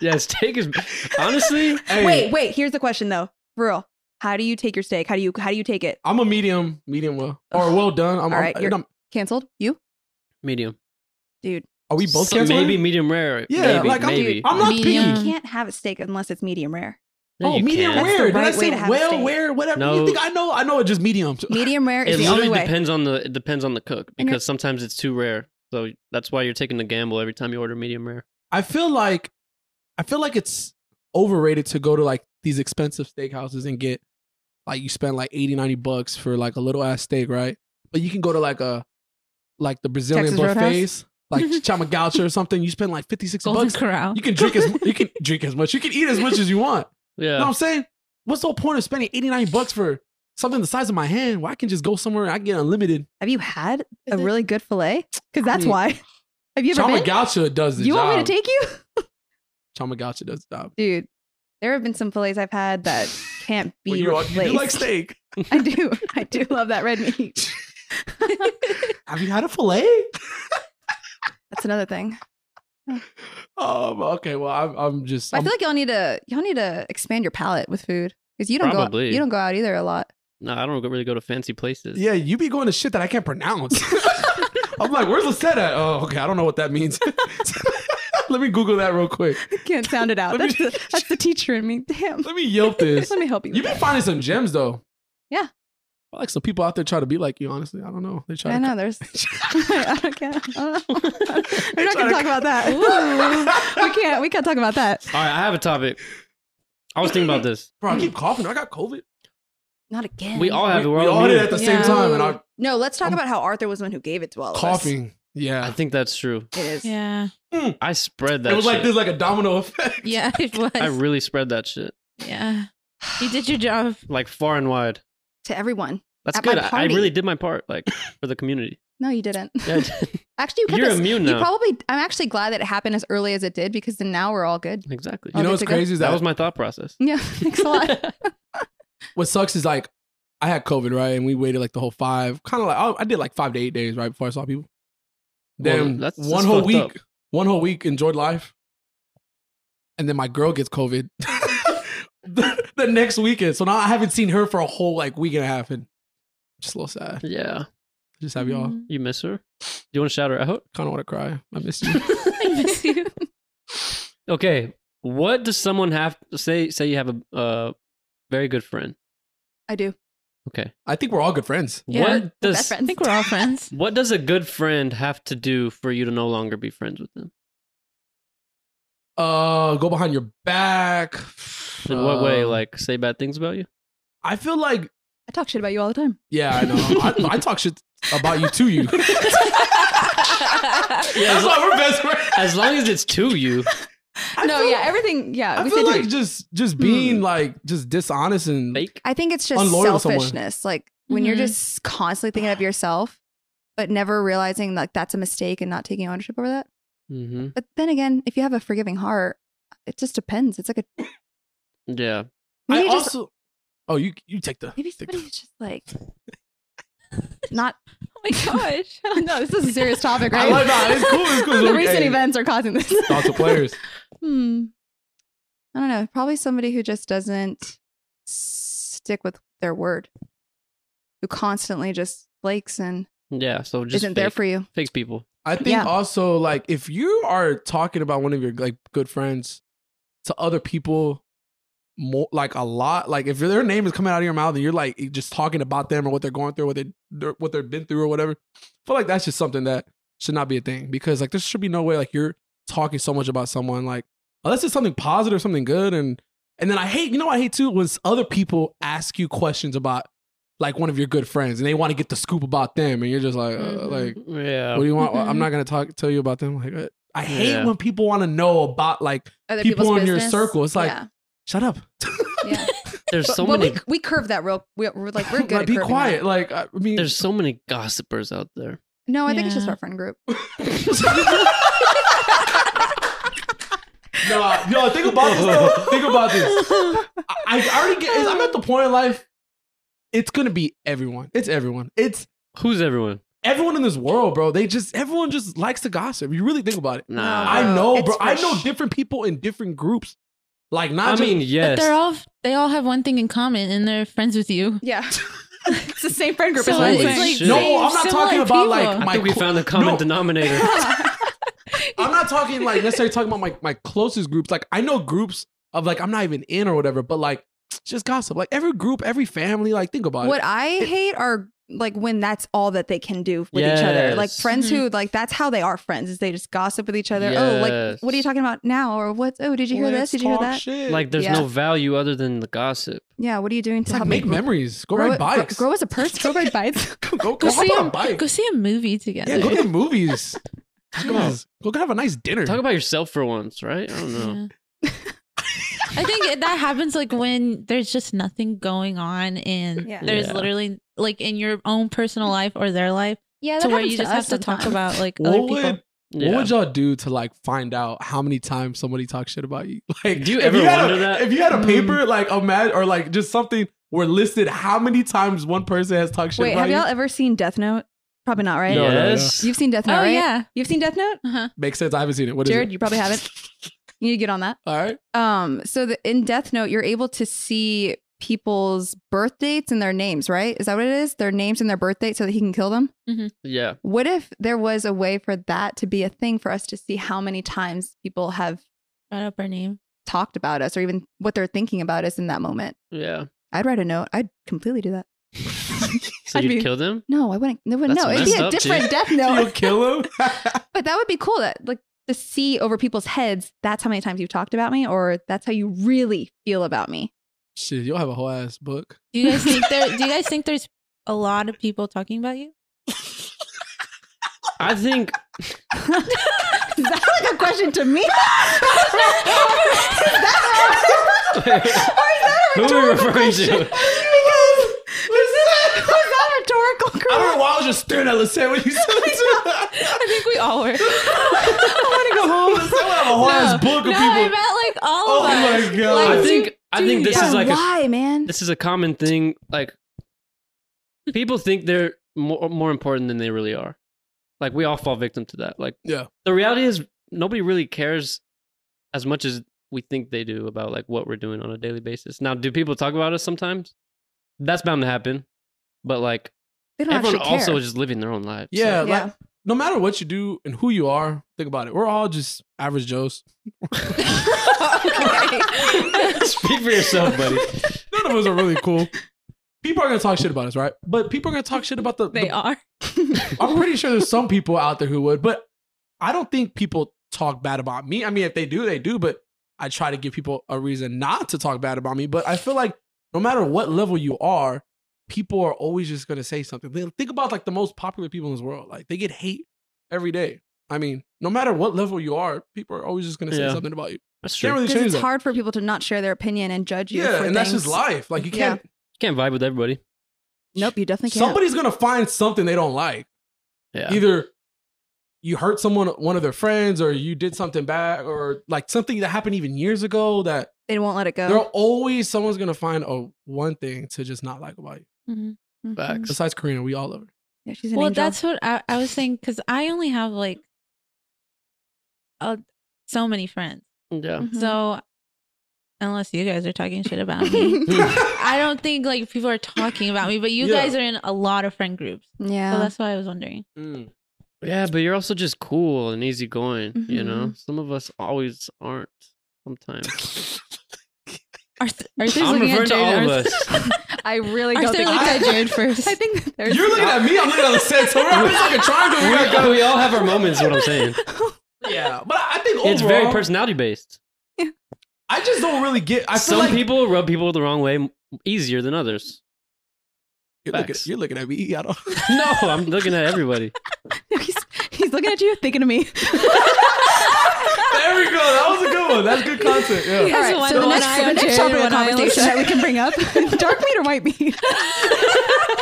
[SPEAKER 2] yeah, steak is
[SPEAKER 1] <laughs>
[SPEAKER 2] honestly.
[SPEAKER 1] Hey,
[SPEAKER 3] Wait, wait. Here's the question though, for real. How do you take your steak? How do you how do you take it?
[SPEAKER 1] I'm a medium, medium well, or
[SPEAKER 3] <sighs>
[SPEAKER 1] well done. I'm,
[SPEAKER 3] All
[SPEAKER 1] I'm-
[SPEAKER 3] right,
[SPEAKER 1] I'm,
[SPEAKER 3] you're- Canceled? You,
[SPEAKER 2] Medium.
[SPEAKER 3] dude?
[SPEAKER 1] are we both
[SPEAKER 2] So
[SPEAKER 1] canceling?
[SPEAKER 2] Maybe medium rare.
[SPEAKER 1] Yeah,
[SPEAKER 2] maybe,
[SPEAKER 1] like, I'm-
[SPEAKER 2] maybe.
[SPEAKER 1] I'm not
[SPEAKER 4] Medium.
[SPEAKER 1] picky.
[SPEAKER 3] You can't have a steak unless it's medium rare.
[SPEAKER 2] No,
[SPEAKER 1] oh,
[SPEAKER 2] you
[SPEAKER 1] medium
[SPEAKER 2] can't.
[SPEAKER 1] rare.
[SPEAKER 3] That's
[SPEAKER 1] Did I say
[SPEAKER 3] the right way to have a
[SPEAKER 1] well,
[SPEAKER 3] steak.
[SPEAKER 1] rare, whatever? You
[SPEAKER 2] No.
[SPEAKER 1] think I know? I know it just medium.
[SPEAKER 3] Medium rare
[SPEAKER 2] It
[SPEAKER 3] is the only
[SPEAKER 2] literally
[SPEAKER 3] way.
[SPEAKER 2] depends on the. It depends on the cook
[SPEAKER 3] And you're-
[SPEAKER 2] because sometimes it's too rare. So that's why you're taking the gamble every time you order medium rare.
[SPEAKER 1] I feel like, I feel like it's overrated to go to like these expensive steakhouses and get like you spend like 80, 90 bucks for like a little ass steak, right? But you can go to like a like the Brazilian
[SPEAKER 3] Texas Roadhouse?
[SPEAKER 1] buffets,
[SPEAKER 3] <laughs>
[SPEAKER 1] like Chamagoucha or something. You spend like 50, 60
[SPEAKER 4] Golden
[SPEAKER 1] bucks.
[SPEAKER 4] Corral.
[SPEAKER 1] You can drink as you can drink as much. You can eat as much as you want.
[SPEAKER 2] Yeah.
[SPEAKER 1] You know what I'm saying? What's the whole point of spending 89 bucks for something the size of my hand? Where I can just go somewhere and I can get unlimited.
[SPEAKER 3] Have you had a
[SPEAKER 4] Is
[SPEAKER 1] <laughs>
[SPEAKER 4] it-
[SPEAKER 3] really good fillet? Because that's
[SPEAKER 1] mean,
[SPEAKER 3] why. Have you ever been?
[SPEAKER 1] Chamagoucha does the
[SPEAKER 3] You
[SPEAKER 1] job.
[SPEAKER 3] want me to take you,
[SPEAKER 1] Chamagoucha does the job.
[SPEAKER 3] dude? There have been some fillets I've had
[SPEAKER 1] <laughs>
[SPEAKER 3] that can't be
[SPEAKER 1] Well, you, you
[SPEAKER 3] replaced.
[SPEAKER 1] do like steak.
[SPEAKER 3] <laughs> I do. I do love that red
[SPEAKER 1] <laughs>
[SPEAKER 3] meat.
[SPEAKER 1] Have you had a filet?
[SPEAKER 3] That's another thing.
[SPEAKER 1] <laughs> Um, okay, well, I'm, I'm just.
[SPEAKER 3] I
[SPEAKER 1] I'm,
[SPEAKER 3] feel like y'all need to y'all need to expand your palate with food because you don't
[SPEAKER 2] Probably.
[SPEAKER 3] go you don't go out either a lot.
[SPEAKER 2] No, I don't really go to fancy places.
[SPEAKER 1] yeah, you be going to shit that I can't
[SPEAKER 3] <laughs>
[SPEAKER 1] pronounce. <laughs> I'm like, where's the set at? Oh, okay, I don't know what that means. <laughs> Let me Google that real quick.
[SPEAKER 3] Can't
[SPEAKER 1] <laughs>
[SPEAKER 3] sound it out.
[SPEAKER 1] Let me-
[SPEAKER 3] That's the, that's the teacher in me. Damn.
[SPEAKER 1] Let me Yelp this.
[SPEAKER 3] <laughs> Let me help you.
[SPEAKER 1] You've
[SPEAKER 3] with
[SPEAKER 1] been
[SPEAKER 3] that.
[SPEAKER 1] finding some gems though.
[SPEAKER 3] Yeah.
[SPEAKER 1] I like some people out there try to be like you. Honestly, I don't know. They try.
[SPEAKER 3] I
[SPEAKER 1] to
[SPEAKER 3] know there's. <laughs> I
[SPEAKER 1] <laughs>
[SPEAKER 3] don't care. I don't know. We're
[SPEAKER 1] They
[SPEAKER 3] not
[SPEAKER 1] try
[SPEAKER 3] gonna
[SPEAKER 1] to
[SPEAKER 3] talk
[SPEAKER 1] <laughs>
[SPEAKER 3] about that. Ooh, we can't. We can't talk about that.
[SPEAKER 2] All right, I have a topic. I was thinking about
[SPEAKER 3] <laughs>
[SPEAKER 2] this.
[SPEAKER 1] Bro, I keep coughing. I got COVID.
[SPEAKER 3] Not again.
[SPEAKER 2] We all have it.
[SPEAKER 1] we
[SPEAKER 2] We're
[SPEAKER 1] we
[SPEAKER 2] all
[SPEAKER 1] all did it
[SPEAKER 2] immune.
[SPEAKER 1] at the same
[SPEAKER 4] Yeah.
[SPEAKER 1] time, and I
[SPEAKER 3] No, let's talk
[SPEAKER 1] I'm-
[SPEAKER 3] about how Arthur was the one who gave it to all of us.
[SPEAKER 1] coughing.
[SPEAKER 2] I
[SPEAKER 1] Yeah,
[SPEAKER 2] think that's true.
[SPEAKER 3] It is.
[SPEAKER 4] Yeah.
[SPEAKER 2] I spread that.
[SPEAKER 1] it was like
[SPEAKER 2] shit.
[SPEAKER 1] this, like a domino effect.
[SPEAKER 4] Yeah, it was.
[SPEAKER 3] <laughs>
[SPEAKER 2] I really spread that shit,
[SPEAKER 4] yeah. You did your job.
[SPEAKER 2] like far and wide.
[SPEAKER 3] To everyone.
[SPEAKER 2] That's
[SPEAKER 3] At my
[SPEAKER 2] good. I, I
[SPEAKER 3] party.
[SPEAKER 2] really did my part,
[SPEAKER 3] <laughs>
[SPEAKER 2] like for the community.
[SPEAKER 3] No, you didn't.
[SPEAKER 2] Yeah, I did.
[SPEAKER 3] <laughs> Actually, you
[SPEAKER 2] <laughs>
[SPEAKER 3] kept
[SPEAKER 2] You're
[SPEAKER 3] us-
[SPEAKER 2] immune now.
[SPEAKER 3] You probably. I'm actually glad that it happened as early as it did because then now we're all good.
[SPEAKER 2] exactly.
[SPEAKER 1] You
[SPEAKER 3] Oh,
[SPEAKER 1] know
[SPEAKER 3] that's
[SPEAKER 1] what's
[SPEAKER 3] a good-
[SPEAKER 1] crazy is
[SPEAKER 2] that
[SPEAKER 1] that
[SPEAKER 2] was my thought process.
[SPEAKER 3] <laughs> Yeah, thanks a <laughs> lot.
[SPEAKER 1] what sucks is like I had COVID, right? And we waited like the whole five, kind of like I, I did like five to eight days right before I saw people.
[SPEAKER 2] Well,
[SPEAKER 1] Then
[SPEAKER 2] that's-
[SPEAKER 1] one
[SPEAKER 2] that's
[SPEAKER 1] whole
[SPEAKER 2] fucked
[SPEAKER 1] week,
[SPEAKER 2] up.
[SPEAKER 1] one whole week enjoyed life, and then my girl gets COVID <laughs> the, the next weekend. So now I haven't seen her for a whole like week and a half, and just a little sad.
[SPEAKER 2] <laughs> Yeah,
[SPEAKER 1] Just have y'all
[SPEAKER 4] Mm.
[SPEAKER 2] you miss her. Do you want to shout her out?
[SPEAKER 1] kind of want to cry. I miss you.
[SPEAKER 4] I miss you.
[SPEAKER 2] Okay, what does someone have to say? Say you have a uh, very good friend.
[SPEAKER 3] I do.
[SPEAKER 2] Okay,
[SPEAKER 1] <laughs> I think we're all good friends.
[SPEAKER 4] Yeah,
[SPEAKER 2] what
[SPEAKER 3] Best
[SPEAKER 2] does
[SPEAKER 4] I
[SPEAKER 3] friends.
[SPEAKER 4] think we're
[SPEAKER 1] <laughs>
[SPEAKER 4] all friends.
[SPEAKER 2] what does a good friend have to do for you to no longer be friends with them?
[SPEAKER 1] Uh, go behind your back.
[SPEAKER 2] In what way?
[SPEAKER 1] Um,
[SPEAKER 2] Like say bad things about you?
[SPEAKER 1] I feel like
[SPEAKER 3] I talk shit about you all the time.
[SPEAKER 1] yeah, I know. I, I talk shit about you to you.
[SPEAKER 4] Oh
[SPEAKER 2] Yeah,
[SPEAKER 1] That's
[SPEAKER 2] as, lo-
[SPEAKER 1] why we're best
[SPEAKER 2] <laughs>
[SPEAKER 1] friends.
[SPEAKER 2] as long as it's
[SPEAKER 1] <laughs>
[SPEAKER 2] to you.
[SPEAKER 1] I
[SPEAKER 3] no,
[SPEAKER 1] feel-
[SPEAKER 3] yeah, everything. Yeah,
[SPEAKER 1] I
[SPEAKER 3] we
[SPEAKER 1] feel
[SPEAKER 3] said you.
[SPEAKER 1] like just just being like just dishonest and
[SPEAKER 2] Fake.
[SPEAKER 3] I think it's just
[SPEAKER 1] unloyal to someone.
[SPEAKER 3] selfishness. Like when you're
[SPEAKER 4] Mhm.
[SPEAKER 3] just constantly thinking of yourself, but never realizing like that's a mistake and not taking ownership over that.
[SPEAKER 2] Mm-hmm.
[SPEAKER 3] But then again, if you have a forgiving heart, it just depends. It's like a
[SPEAKER 2] Yeah.
[SPEAKER 1] I
[SPEAKER 3] maybe just
[SPEAKER 1] also. Oh, you you take the.
[SPEAKER 3] maybe
[SPEAKER 1] take
[SPEAKER 3] somebody
[SPEAKER 1] the-
[SPEAKER 3] is just like not.
[SPEAKER 4] Oh my gosh.
[SPEAKER 3] No, this is a serious <laughs> topic,
[SPEAKER 1] I
[SPEAKER 3] right?
[SPEAKER 1] like that. It's cool. It's cool. It's
[SPEAKER 3] <laughs> the
[SPEAKER 1] okay.
[SPEAKER 3] recent events are causing this.
[SPEAKER 1] Thoughts of <laughs> players.
[SPEAKER 3] Hmm. I don't know. Probably somebody who just doesn't stick with their word, who constantly just flakes and
[SPEAKER 2] Yeah, so just
[SPEAKER 3] isn't there
[SPEAKER 2] fake-
[SPEAKER 3] for you.
[SPEAKER 2] fake people.
[SPEAKER 1] I think
[SPEAKER 3] Yeah.
[SPEAKER 1] also like if you are talking about one of your like good friends to other people more like a lot like if their name is coming out of your mouth and you're like just talking about them or what they're going through what they their- what they've been through or whatever I feel like that's just something that should not be a thing because like there should be no way like you're talking so much about someone like unless it's something positive something good and and then I hate you know what I hate too was other people ask you questions about like one of your good friends and they want to get the scoop about them and you're just like uh,
[SPEAKER 4] Mhm.
[SPEAKER 1] like
[SPEAKER 2] Yeah.
[SPEAKER 1] what do you want?
[SPEAKER 4] Mhm.
[SPEAKER 1] I'm not gonna talk tell you about them. Like, uh, I hate
[SPEAKER 2] Oh. Yeah.
[SPEAKER 1] when people want to know about like.
[SPEAKER 3] Other
[SPEAKER 1] People
[SPEAKER 3] people's
[SPEAKER 1] in your
[SPEAKER 3] business.
[SPEAKER 1] circle, it's like-
[SPEAKER 3] yeah,
[SPEAKER 1] Shut up.
[SPEAKER 3] yeah.
[SPEAKER 2] There's
[SPEAKER 3] but,
[SPEAKER 2] so
[SPEAKER 3] but
[SPEAKER 2] many
[SPEAKER 3] we, we curve that real. We, we're like
[SPEAKER 1] <laughs>
[SPEAKER 3] we're good.
[SPEAKER 1] Like,
[SPEAKER 3] at
[SPEAKER 1] be
[SPEAKER 3] curving
[SPEAKER 1] quiet.
[SPEAKER 3] that.
[SPEAKER 1] Like, I mean,
[SPEAKER 2] <laughs> there's so many gossipers out there.
[SPEAKER 3] No, I think it's just
[SPEAKER 4] Yeah.
[SPEAKER 3] our friend group.
[SPEAKER 1] <laughs> nah, yo, think about this.
[SPEAKER 4] <laughs>
[SPEAKER 1] Though. Think about this. I, I already get. it's- I'm at the point in life. It's gonna be everyone. It's everyone. It's
[SPEAKER 2] Who's everyone?
[SPEAKER 1] everyone in this world, bro. They just everyone just likes to gossip. You really think about it.
[SPEAKER 2] Nah.
[SPEAKER 1] I know,
[SPEAKER 3] it's
[SPEAKER 1] bro. I know
[SPEAKER 3] fresh.
[SPEAKER 1] different people in different groups. Like, not
[SPEAKER 2] I
[SPEAKER 1] just-
[SPEAKER 2] mean,
[SPEAKER 4] But
[SPEAKER 2] yes.
[SPEAKER 4] they're all they all have one thing in common and they're friends with you.
[SPEAKER 1] <laughs>
[SPEAKER 3] Yeah, it's the same friend group
[SPEAKER 4] So
[SPEAKER 3] as mine.
[SPEAKER 2] Holy
[SPEAKER 4] it's like
[SPEAKER 2] shit.
[SPEAKER 1] no,
[SPEAKER 4] same-
[SPEAKER 1] I'm not
[SPEAKER 4] similar
[SPEAKER 1] talking about like
[SPEAKER 4] people.
[SPEAKER 2] I
[SPEAKER 1] my
[SPEAKER 2] think we
[SPEAKER 1] cl-
[SPEAKER 2] found the common
[SPEAKER 1] No.
[SPEAKER 2] denominator.
[SPEAKER 3] <laughs>
[SPEAKER 1] I'm not talking like necessarily talking about my, my closest groups. Like I know groups of like I'm not even in or whatever, but like just gossip. Like every group, every family, like think about
[SPEAKER 3] <laughs> What
[SPEAKER 1] it.
[SPEAKER 3] I hate are like when that's all that they can do with each other. Like
[SPEAKER 2] Yes.
[SPEAKER 3] friends who
[SPEAKER 4] Mm-hmm.
[SPEAKER 3] like that's how they are friends is they just gossip with each other. Oh, like
[SPEAKER 2] Yes.
[SPEAKER 3] what are you talking about now? Or what? Oh, did you hear this?
[SPEAKER 1] Let's
[SPEAKER 3] Did you hear
[SPEAKER 1] talk
[SPEAKER 3] that?
[SPEAKER 1] shit.
[SPEAKER 2] like there's
[SPEAKER 3] Yeah.
[SPEAKER 2] no value other than the gossip.
[SPEAKER 3] Yeah. What are you doing to
[SPEAKER 1] It's like
[SPEAKER 3] help
[SPEAKER 1] make
[SPEAKER 3] me grow-
[SPEAKER 1] memories. Go
[SPEAKER 3] grow,
[SPEAKER 1] ride
[SPEAKER 3] grow-
[SPEAKER 1] bikes.
[SPEAKER 3] Grow, as a person. Go ride
[SPEAKER 4] <laughs>
[SPEAKER 1] <laughs>
[SPEAKER 3] bikes.
[SPEAKER 1] go go,
[SPEAKER 4] Go
[SPEAKER 1] go hop
[SPEAKER 4] see
[SPEAKER 1] on a
[SPEAKER 4] a
[SPEAKER 1] bike.
[SPEAKER 4] go see a movie together.
[SPEAKER 1] yeah, go to the
[SPEAKER 3] <laughs>
[SPEAKER 1] movies. Talk about-
[SPEAKER 2] Jeez.
[SPEAKER 1] go have a nice dinner.
[SPEAKER 2] Talk about yourself for once, right? I don't know. <laughs>
[SPEAKER 4] Yeah. <laughs> I think it- that happens like when there's just nothing going on and
[SPEAKER 3] Yeah.
[SPEAKER 4] there's
[SPEAKER 2] Yeah.
[SPEAKER 4] literally like in your own personal life or their life
[SPEAKER 3] Yeah.
[SPEAKER 4] to where you just have to talk about like other
[SPEAKER 1] what
[SPEAKER 4] people.
[SPEAKER 1] would
[SPEAKER 2] Yeah.
[SPEAKER 1] what would y'all do to like find out how many times somebody talks shit about you? <laughs> Like,
[SPEAKER 2] Do you
[SPEAKER 1] if
[SPEAKER 2] ever
[SPEAKER 1] had
[SPEAKER 2] wonder
[SPEAKER 1] a,
[SPEAKER 2] that?
[SPEAKER 1] If you had a paper, like a mad or like just something where listed how many times one person has talked shit
[SPEAKER 3] Wait,
[SPEAKER 1] about
[SPEAKER 3] have
[SPEAKER 1] you,
[SPEAKER 3] y'all ever seen Death Note? Probably not, right?
[SPEAKER 1] No, no, no.
[SPEAKER 2] yes.
[SPEAKER 3] You've seen Death Note,
[SPEAKER 4] oh
[SPEAKER 3] right?
[SPEAKER 4] yeah.
[SPEAKER 3] You've seen Death Note?
[SPEAKER 4] Uh-huh.
[SPEAKER 1] makes sense. I haven't seen it. What is
[SPEAKER 3] Jared,
[SPEAKER 1] it?
[SPEAKER 3] you probably haven't. You need to get on that.
[SPEAKER 1] All right. <laughs>
[SPEAKER 3] Um, so the, in Death Note, you're able to see people's birth dates and their names, right? Is that what it is? Their names and their birth date so that he can kill them?
[SPEAKER 2] yeah.
[SPEAKER 3] What if there was a way for that to be a thing for us to see how many times people have
[SPEAKER 4] Brought up our name.
[SPEAKER 3] talked about us or even what they're thinking about us in that moment?
[SPEAKER 2] <laughs> Yeah.
[SPEAKER 3] I'd write a note. I'd completely do that.
[SPEAKER 2] So
[SPEAKER 3] I'd
[SPEAKER 2] you'd
[SPEAKER 3] be-
[SPEAKER 2] kill them?
[SPEAKER 3] No, I wouldn't. They wouldn't
[SPEAKER 2] That's
[SPEAKER 3] no, it'd be
[SPEAKER 2] messed
[SPEAKER 3] a
[SPEAKER 2] up, dude.
[SPEAKER 3] different death note.
[SPEAKER 2] <laughs>
[SPEAKER 1] You'll kill him.
[SPEAKER 3] But that would be cool. That like to see over people's heads. That's how many times you've talked about me, or that's how you really feel about me.
[SPEAKER 1] Shit, you'll have a whole ass
[SPEAKER 2] <laughs>
[SPEAKER 1] book.
[SPEAKER 4] Do you guys think there? Do you guys think there's a lot of people talking about you?
[SPEAKER 2] I <laughs> think
[SPEAKER 3] Is that like a question to me? <laughs> Is that- or is that
[SPEAKER 2] who
[SPEAKER 3] a
[SPEAKER 2] are we
[SPEAKER 3] rhetorical
[SPEAKER 2] referring to?
[SPEAKER 3] Because was that, was that rhetorical?
[SPEAKER 1] I don't know
[SPEAKER 3] Chris?
[SPEAKER 1] why I was just staring at Lisette when you said
[SPEAKER 4] <laughs>
[SPEAKER 1] that.
[SPEAKER 4] <laughs> I think we all were.
[SPEAKER 1] I <laughs> want to go home. Lisette will have a whole ass book of
[SPEAKER 4] No, I
[SPEAKER 1] people.
[SPEAKER 4] meant like all
[SPEAKER 1] Oh
[SPEAKER 4] of us.
[SPEAKER 1] my god.
[SPEAKER 2] I
[SPEAKER 4] Like,
[SPEAKER 2] think I think this
[SPEAKER 3] But
[SPEAKER 2] is like a
[SPEAKER 3] why, man?
[SPEAKER 2] this is a common thing. Like people think they're more more important than they really are. Like we all fall victim to that. Like
[SPEAKER 1] Yeah.
[SPEAKER 2] the reality is nobody really cares as much as we think they do about like what we're doing on a daily basis. Now, do people talk about us sometimes? That's bound to happen. But like
[SPEAKER 3] They don't
[SPEAKER 2] everyone
[SPEAKER 3] actually care.
[SPEAKER 2] also is just living their own lives. so-
[SPEAKER 1] Yeah,
[SPEAKER 3] Yeah.
[SPEAKER 1] like no matter what you do and who you are, think about it. We're all just average Joes. <laughs>
[SPEAKER 2] Speak for yourself, buddy.
[SPEAKER 1] None of us are really cool. People are gonna talk shit about us, right? But people are gonna talk shit about the.
[SPEAKER 4] <laughs> They
[SPEAKER 1] the-
[SPEAKER 4] are.
[SPEAKER 1] I'm pretty sure there's some people out there who would, but I don't think people talk bad about me. I mean, if they do, they do. But I try to give people a reason not to talk bad about me. But I feel like no matter what level you are, people are always just gonna say something. They- Think about like the most popular people in this world. Like they get hate every day. I mean, no matter what level you are, people are always just gonna say
[SPEAKER 2] Yeah.
[SPEAKER 1] something about you.
[SPEAKER 2] That's
[SPEAKER 1] Can't
[SPEAKER 2] true.
[SPEAKER 1] really
[SPEAKER 3] Because
[SPEAKER 1] change
[SPEAKER 3] it's
[SPEAKER 1] that.
[SPEAKER 3] hard for people to not share their opinion and judge you.
[SPEAKER 1] yeah,
[SPEAKER 3] for
[SPEAKER 1] and that's just
[SPEAKER 3] things.
[SPEAKER 1] life. Like you
[SPEAKER 3] Yeah.
[SPEAKER 1] can't.
[SPEAKER 2] Can't vibe with everybody.
[SPEAKER 3] Nope, you definitely can't.
[SPEAKER 1] Somebody's gonna find something they don't like.
[SPEAKER 2] Yeah.
[SPEAKER 1] Either you hurt someone, one of their friends, or you did something bad, or like something that happened even years ago. That
[SPEAKER 3] they won't let it
[SPEAKER 1] there are
[SPEAKER 3] go.
[SPEAKER 1] always someone's gonna find a one thing to just not like about you.
[SPEAKER 4] Mhm.
[SPEAKER 3] Mhm.
[SPEAKER 2] Facts.
[SPEAKER 1] Besides Karina, we all love her.
[SPEAKER 3] Yeah, she's an
[SPEAKER 4] Well,
[SPEAKER 3] angel.
[SPEAKER 4] that's what I, I was saying because I only have like, uh, so many friends.
[SPEAKER 2] Yeah.
[SPEAKER 3] Mhm.
[SPEAKER 4] So, unless you guys are talking shit about me,
[SPEAKER 3] <laughs>
[SPEAKER 2] Hmm.
[SPEAKER 1] <laughs>
[SPEAKER 4] I don't think like people are talking about me. But you
[SPEAKER 1] Yeah.
[SPEAKER 4] guys are in a lot of friend groups,
[SPEAKER 3] <laughs>
[SPEAKER 4] so
[SPEAKER 3] yeah.
[SPEAKER 4] that's why I was wondering.
[SPEAKER 2] Hmm. Yeah, but you're also just cool and easygoing, you know?
[SPEAKER 3] Mhm.
[SPEAKER 2] Some of us always aren't sometimes.
[SPEAKER 4] Arthur, Arthur's
[SPEAKER 2] I'm
[SPEAKER 4] looking
[SPEAKER 2] referring
[SPEAKER 4] at
[SPEAKER 2] to
[SPEAKER 4] Jared.
[SPEAKER 2] all of
[SPEAKER 4] Arthur-
[SPEAKER 2] us.
[SPEAKER 3] I really
[SPEAKER 4] Arthur
[SPEAKER 3] don't think
[SPEAKER 4] looked
[SPEAKER 1] I-
[SPEAKER 4] at Jared
[SPEAKER 3] <laughs>
[SPEAKER 4] first.
[SPEAKER 3] I think that there's
[SPEAKER 1] You're looking at me. I'm looking at the set. So we're having this like a triangle.
[SPEAKER 2] we,
[SPEAKER 1] here.
[SPEAKER 2] <laughs> we all have our moments, is what I'm <laughs> saying.
[SPEAKER 1] yeah, but I think overall,
[SPEAKER 2] It's very personality based.
[SPEAKER 1] I just don't really get. I feel
[SPEAKER 2] Some
[SPEAKER 1] like
[SPEAKER 2] people rub people the wrong way m- easier than <laughs> others.
[SPEAKER 1] you're looking,
[SPEAKER 2] Facts.
[SPEAKER 1] you're looking at me. I don't.
[SPEAKER 2] No, I'm looking at everybody.
[SPEAKER 3] <laughs> he's, he's looking at you, thinking of me.
[SPEAKER 1] there we go. That was a good one. That's good <laughs> content. Yeah.
[SPEAKER 4] Yes,
[SPEAKER 3] All
[SPEAKER 4] one
[SPEAKER 3] right, so the
[SPEAKER 4] one
[SPEAKER 3] next,
[SPEAKER 4] eye
[SPEAKER 3] the
[SPEAKER 4] on
[SPEAKER 3] next
[SPEAKER 4] Jared,
[SPEAKER 3] topic of
[SPEAKER 4] one eye on
[SPEAKER 3] conversation
[SPEAKER 4] Lucia.
[SPEAKER 3] that we can bring <laughs> up: dark meat or white meat? <laughs>
[SPEAKER 1] man,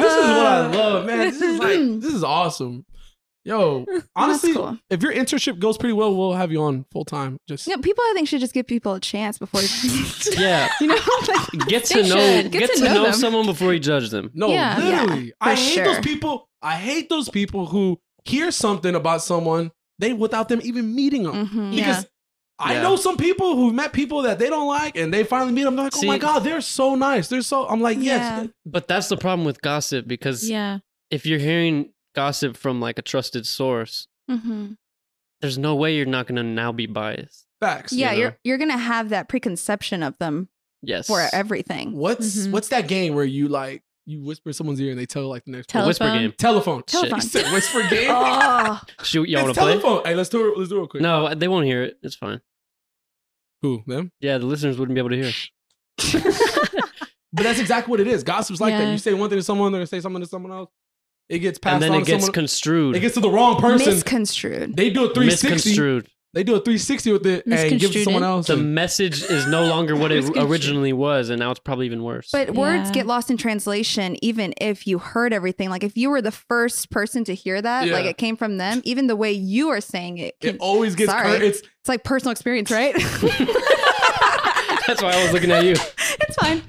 [SPEAKER 1] this is what I love, man. This is like this is awesome. Yo, honestly,
[SPEAKER 3] cool.
[SPEAKER 1] if your internship goes pretty well, we'll have you on full time. Just
[SPEAKER 3] You know, people, I think, should just give people a chance before you,
[SPEAKER 2] Yeah.
[SPEAKER 3] <laughs> you know, like,
[SPEAKER 2] Get to
[SPEAKER 4] They
[SPEAKER 2] know
[SPEAKER 4] should.
[SPEAKER 2] get, to, know,
[SPEAKER 3] them.
[SPEAKER 2] someone before you judge them.
[SPEAKER 1] no,
[SPEAKER 3] Yeah.
[SPEAKER 1] literally. I
[SPEAKER 3] for
[SPEAKER 1] hate
[SPEAKER 3] sure.
[SPEAKER 1] those people. I hate those people who hear something about someone they without them even meeting them.
[SPEAKER 3] mhm.
[SPEAKER 1] Because I
[SPEAKER 2] Yeah.
[SPEAKER 1] know some people who met people that they don't like, and they finally meet them. They're like, "Oh my
[SPEAKER 2] See-
[SPEAKER 1] god, they're so nice. They're so." I'm like, "Yes,
[SPEAKER 3] Yeah.
[SPEAKER 2] But that's the problem with gossip because
[SPEAKER 4] yeah,
[SPEAKER 2] if you're hearing gossip from like a trusted source,
[SPEAKER 3] Mhm.
[SPEAKER 2] there's no way you're not going to now be biased.
[SPEAKER 1] facts."
[SPEAKER 3] yeah,
[SPEAKER 2] know.
[SPEAKER 3] you're you're gonna have that preconception of them
[SPEAKER 2] Yes.
[SPEAKER 3] for everything.
[SPEAKER 1] What's
[SPEAKER 4] Mhm.
[SPEAKER 1] what's that game where you like you whisper in someone's ear and they tell like the next
[SPEAKER 2] The
[SPEAKER 4] Tele-
[SPEAKER 1] person?
[SPEAKER 2] whisper
[SPEAKER 4] Telephone.
[SPEAKER 2] game.
[SPEAKER 1] telephone.
[SPEAKER 2] Shit.
[SPEAKER 3] Telephone.
[SPEAKER 1] Shit, whisper
[SPEAKER 4] <laughs>
[SPEAKER 1] game.
[SPEAKER 3] Oh,
[SPEAKER 2] Shoot, y'all
[SPEAKER 1] it's
[SPEAKER 2] want to play?
[SPEAKER 1] telephone. Hey, let's do it. Let's do it real quick.
[SPEAKER 2] No, they won't hear it. It's fine.
[SPEAKER 1] Who them?
[SPEAKER 2] Yeah, the listeners wouldn't be able to hear.
[SPEAKER 1] But that's exactly what it is. Gossip's like that.
[SPEAKER 4] Yeah.
[SPEAKER 1] You say one thing to someone, they're gonna say something to someone else. It gets passed
[SPEAKER 2] and then
[SPEAKER 1] on
[SPEAKER 2] it
[SPEAKER 1] to
[SPEAKER 2] gets
[SPEAKER 1] someone.
[SPEAKER 2] construed.
[SPEAKER 1] it gets to the wrong person.
[SPEAKER 3] misconstrued.
[SPEAKER 1] they do a 360.
[SPEAKER 2] misconstrued.
[SPEAKER 1] They do a 360 with it and give it to
[SPEAKER 4] Misconstrued
[SPEAKER 1] someone
[SPEAKER 4] it.
[SPEAKER 1] else.
[SPEAKER 2] The
[SPEAKER 1] and-
[SPEAKER 2] message is no longer what it
[SPEAKER 4] Misconstrued.
[SPEAKER 2] originally was, and now it's probably even worse.
[SPEAKER 3] But words
[SPEAKER 4] Yeah.
[SPEAKER 3] get lost in translation, even if you heard everything. Like if you were the first person to hear that, like
[SPEAKER 1] Yeah.
[SPEAKER 3] it came from them. Even the way you are saying it,
[SPEAKER 1] it
[SPEAKER 3] can,
[SPEAKER 1] always gets
[SPEAKER 3] Sorry.
[SPEAKER 1] cur- it's
[SPEAKER 3] it's like personal experience,
[SPEAKER 2] <laughs>
[SPEAKER 3] right? <laughs>
[SPEAKER 2] That's why I was looking at you.
[SPEAKER 3] it's fine.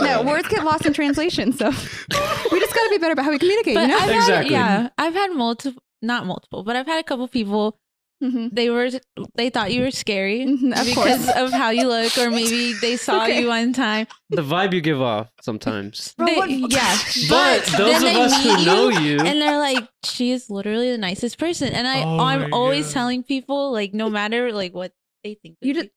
[SPEAKER 3] no, words get lost in translation, so we just got to be better about how we communicate.
[SPEAKER 4] but
[SPEAKER 3] you know?
[SPEAKER 4] I've
[SPEAKER 2] Exactly.
[SPEAKER 4] had yeah, I've had multiple, not multiple, but I've had a couple people.
[SPEAKER 3] Mhm.
[SPEAKER 4] They were they thought you were scary
[SPEAKER 3] Mhm, of
[SPEAKER 4] because
[SPEAKER 3] course.
[SPEAKER 4] of how you look, or maybe
[SPEAKER 3] <laughs>
[SPEAKER 4] they saw
[SPEAKER 3] Okay.
[SPEAKER 4] you one time.
[SPEAKER 2] The vibe you give off sometimes.
[SPEAKER 3] Bro,
[SPEAKER 4] They-
[SPEAKER 2] <laughs>
[SPEAKER 3] what-
[SPEAKER 4] yeah,
[SPEAKER 2] But those
[SPEAKER 4] then
[SPEAKER 2] of
[SPEAKER 4] they
[SPEAKER 2] us who
[SPEAKER 4] meet
[SPEAKER 2] know you,
[SPEAKER 4] and they're like, she is literally the nicest person. And I,
[SPEAKER 1] Oh my
[SPEAKER 4] I'm always
[SPEAKER 1] God.
[SPEAKER 4] telling people, like, no matter like what they think,
[SPEAKER 2] <laughs>
[SPEAKER 4] of
[SPEAKER 3] You just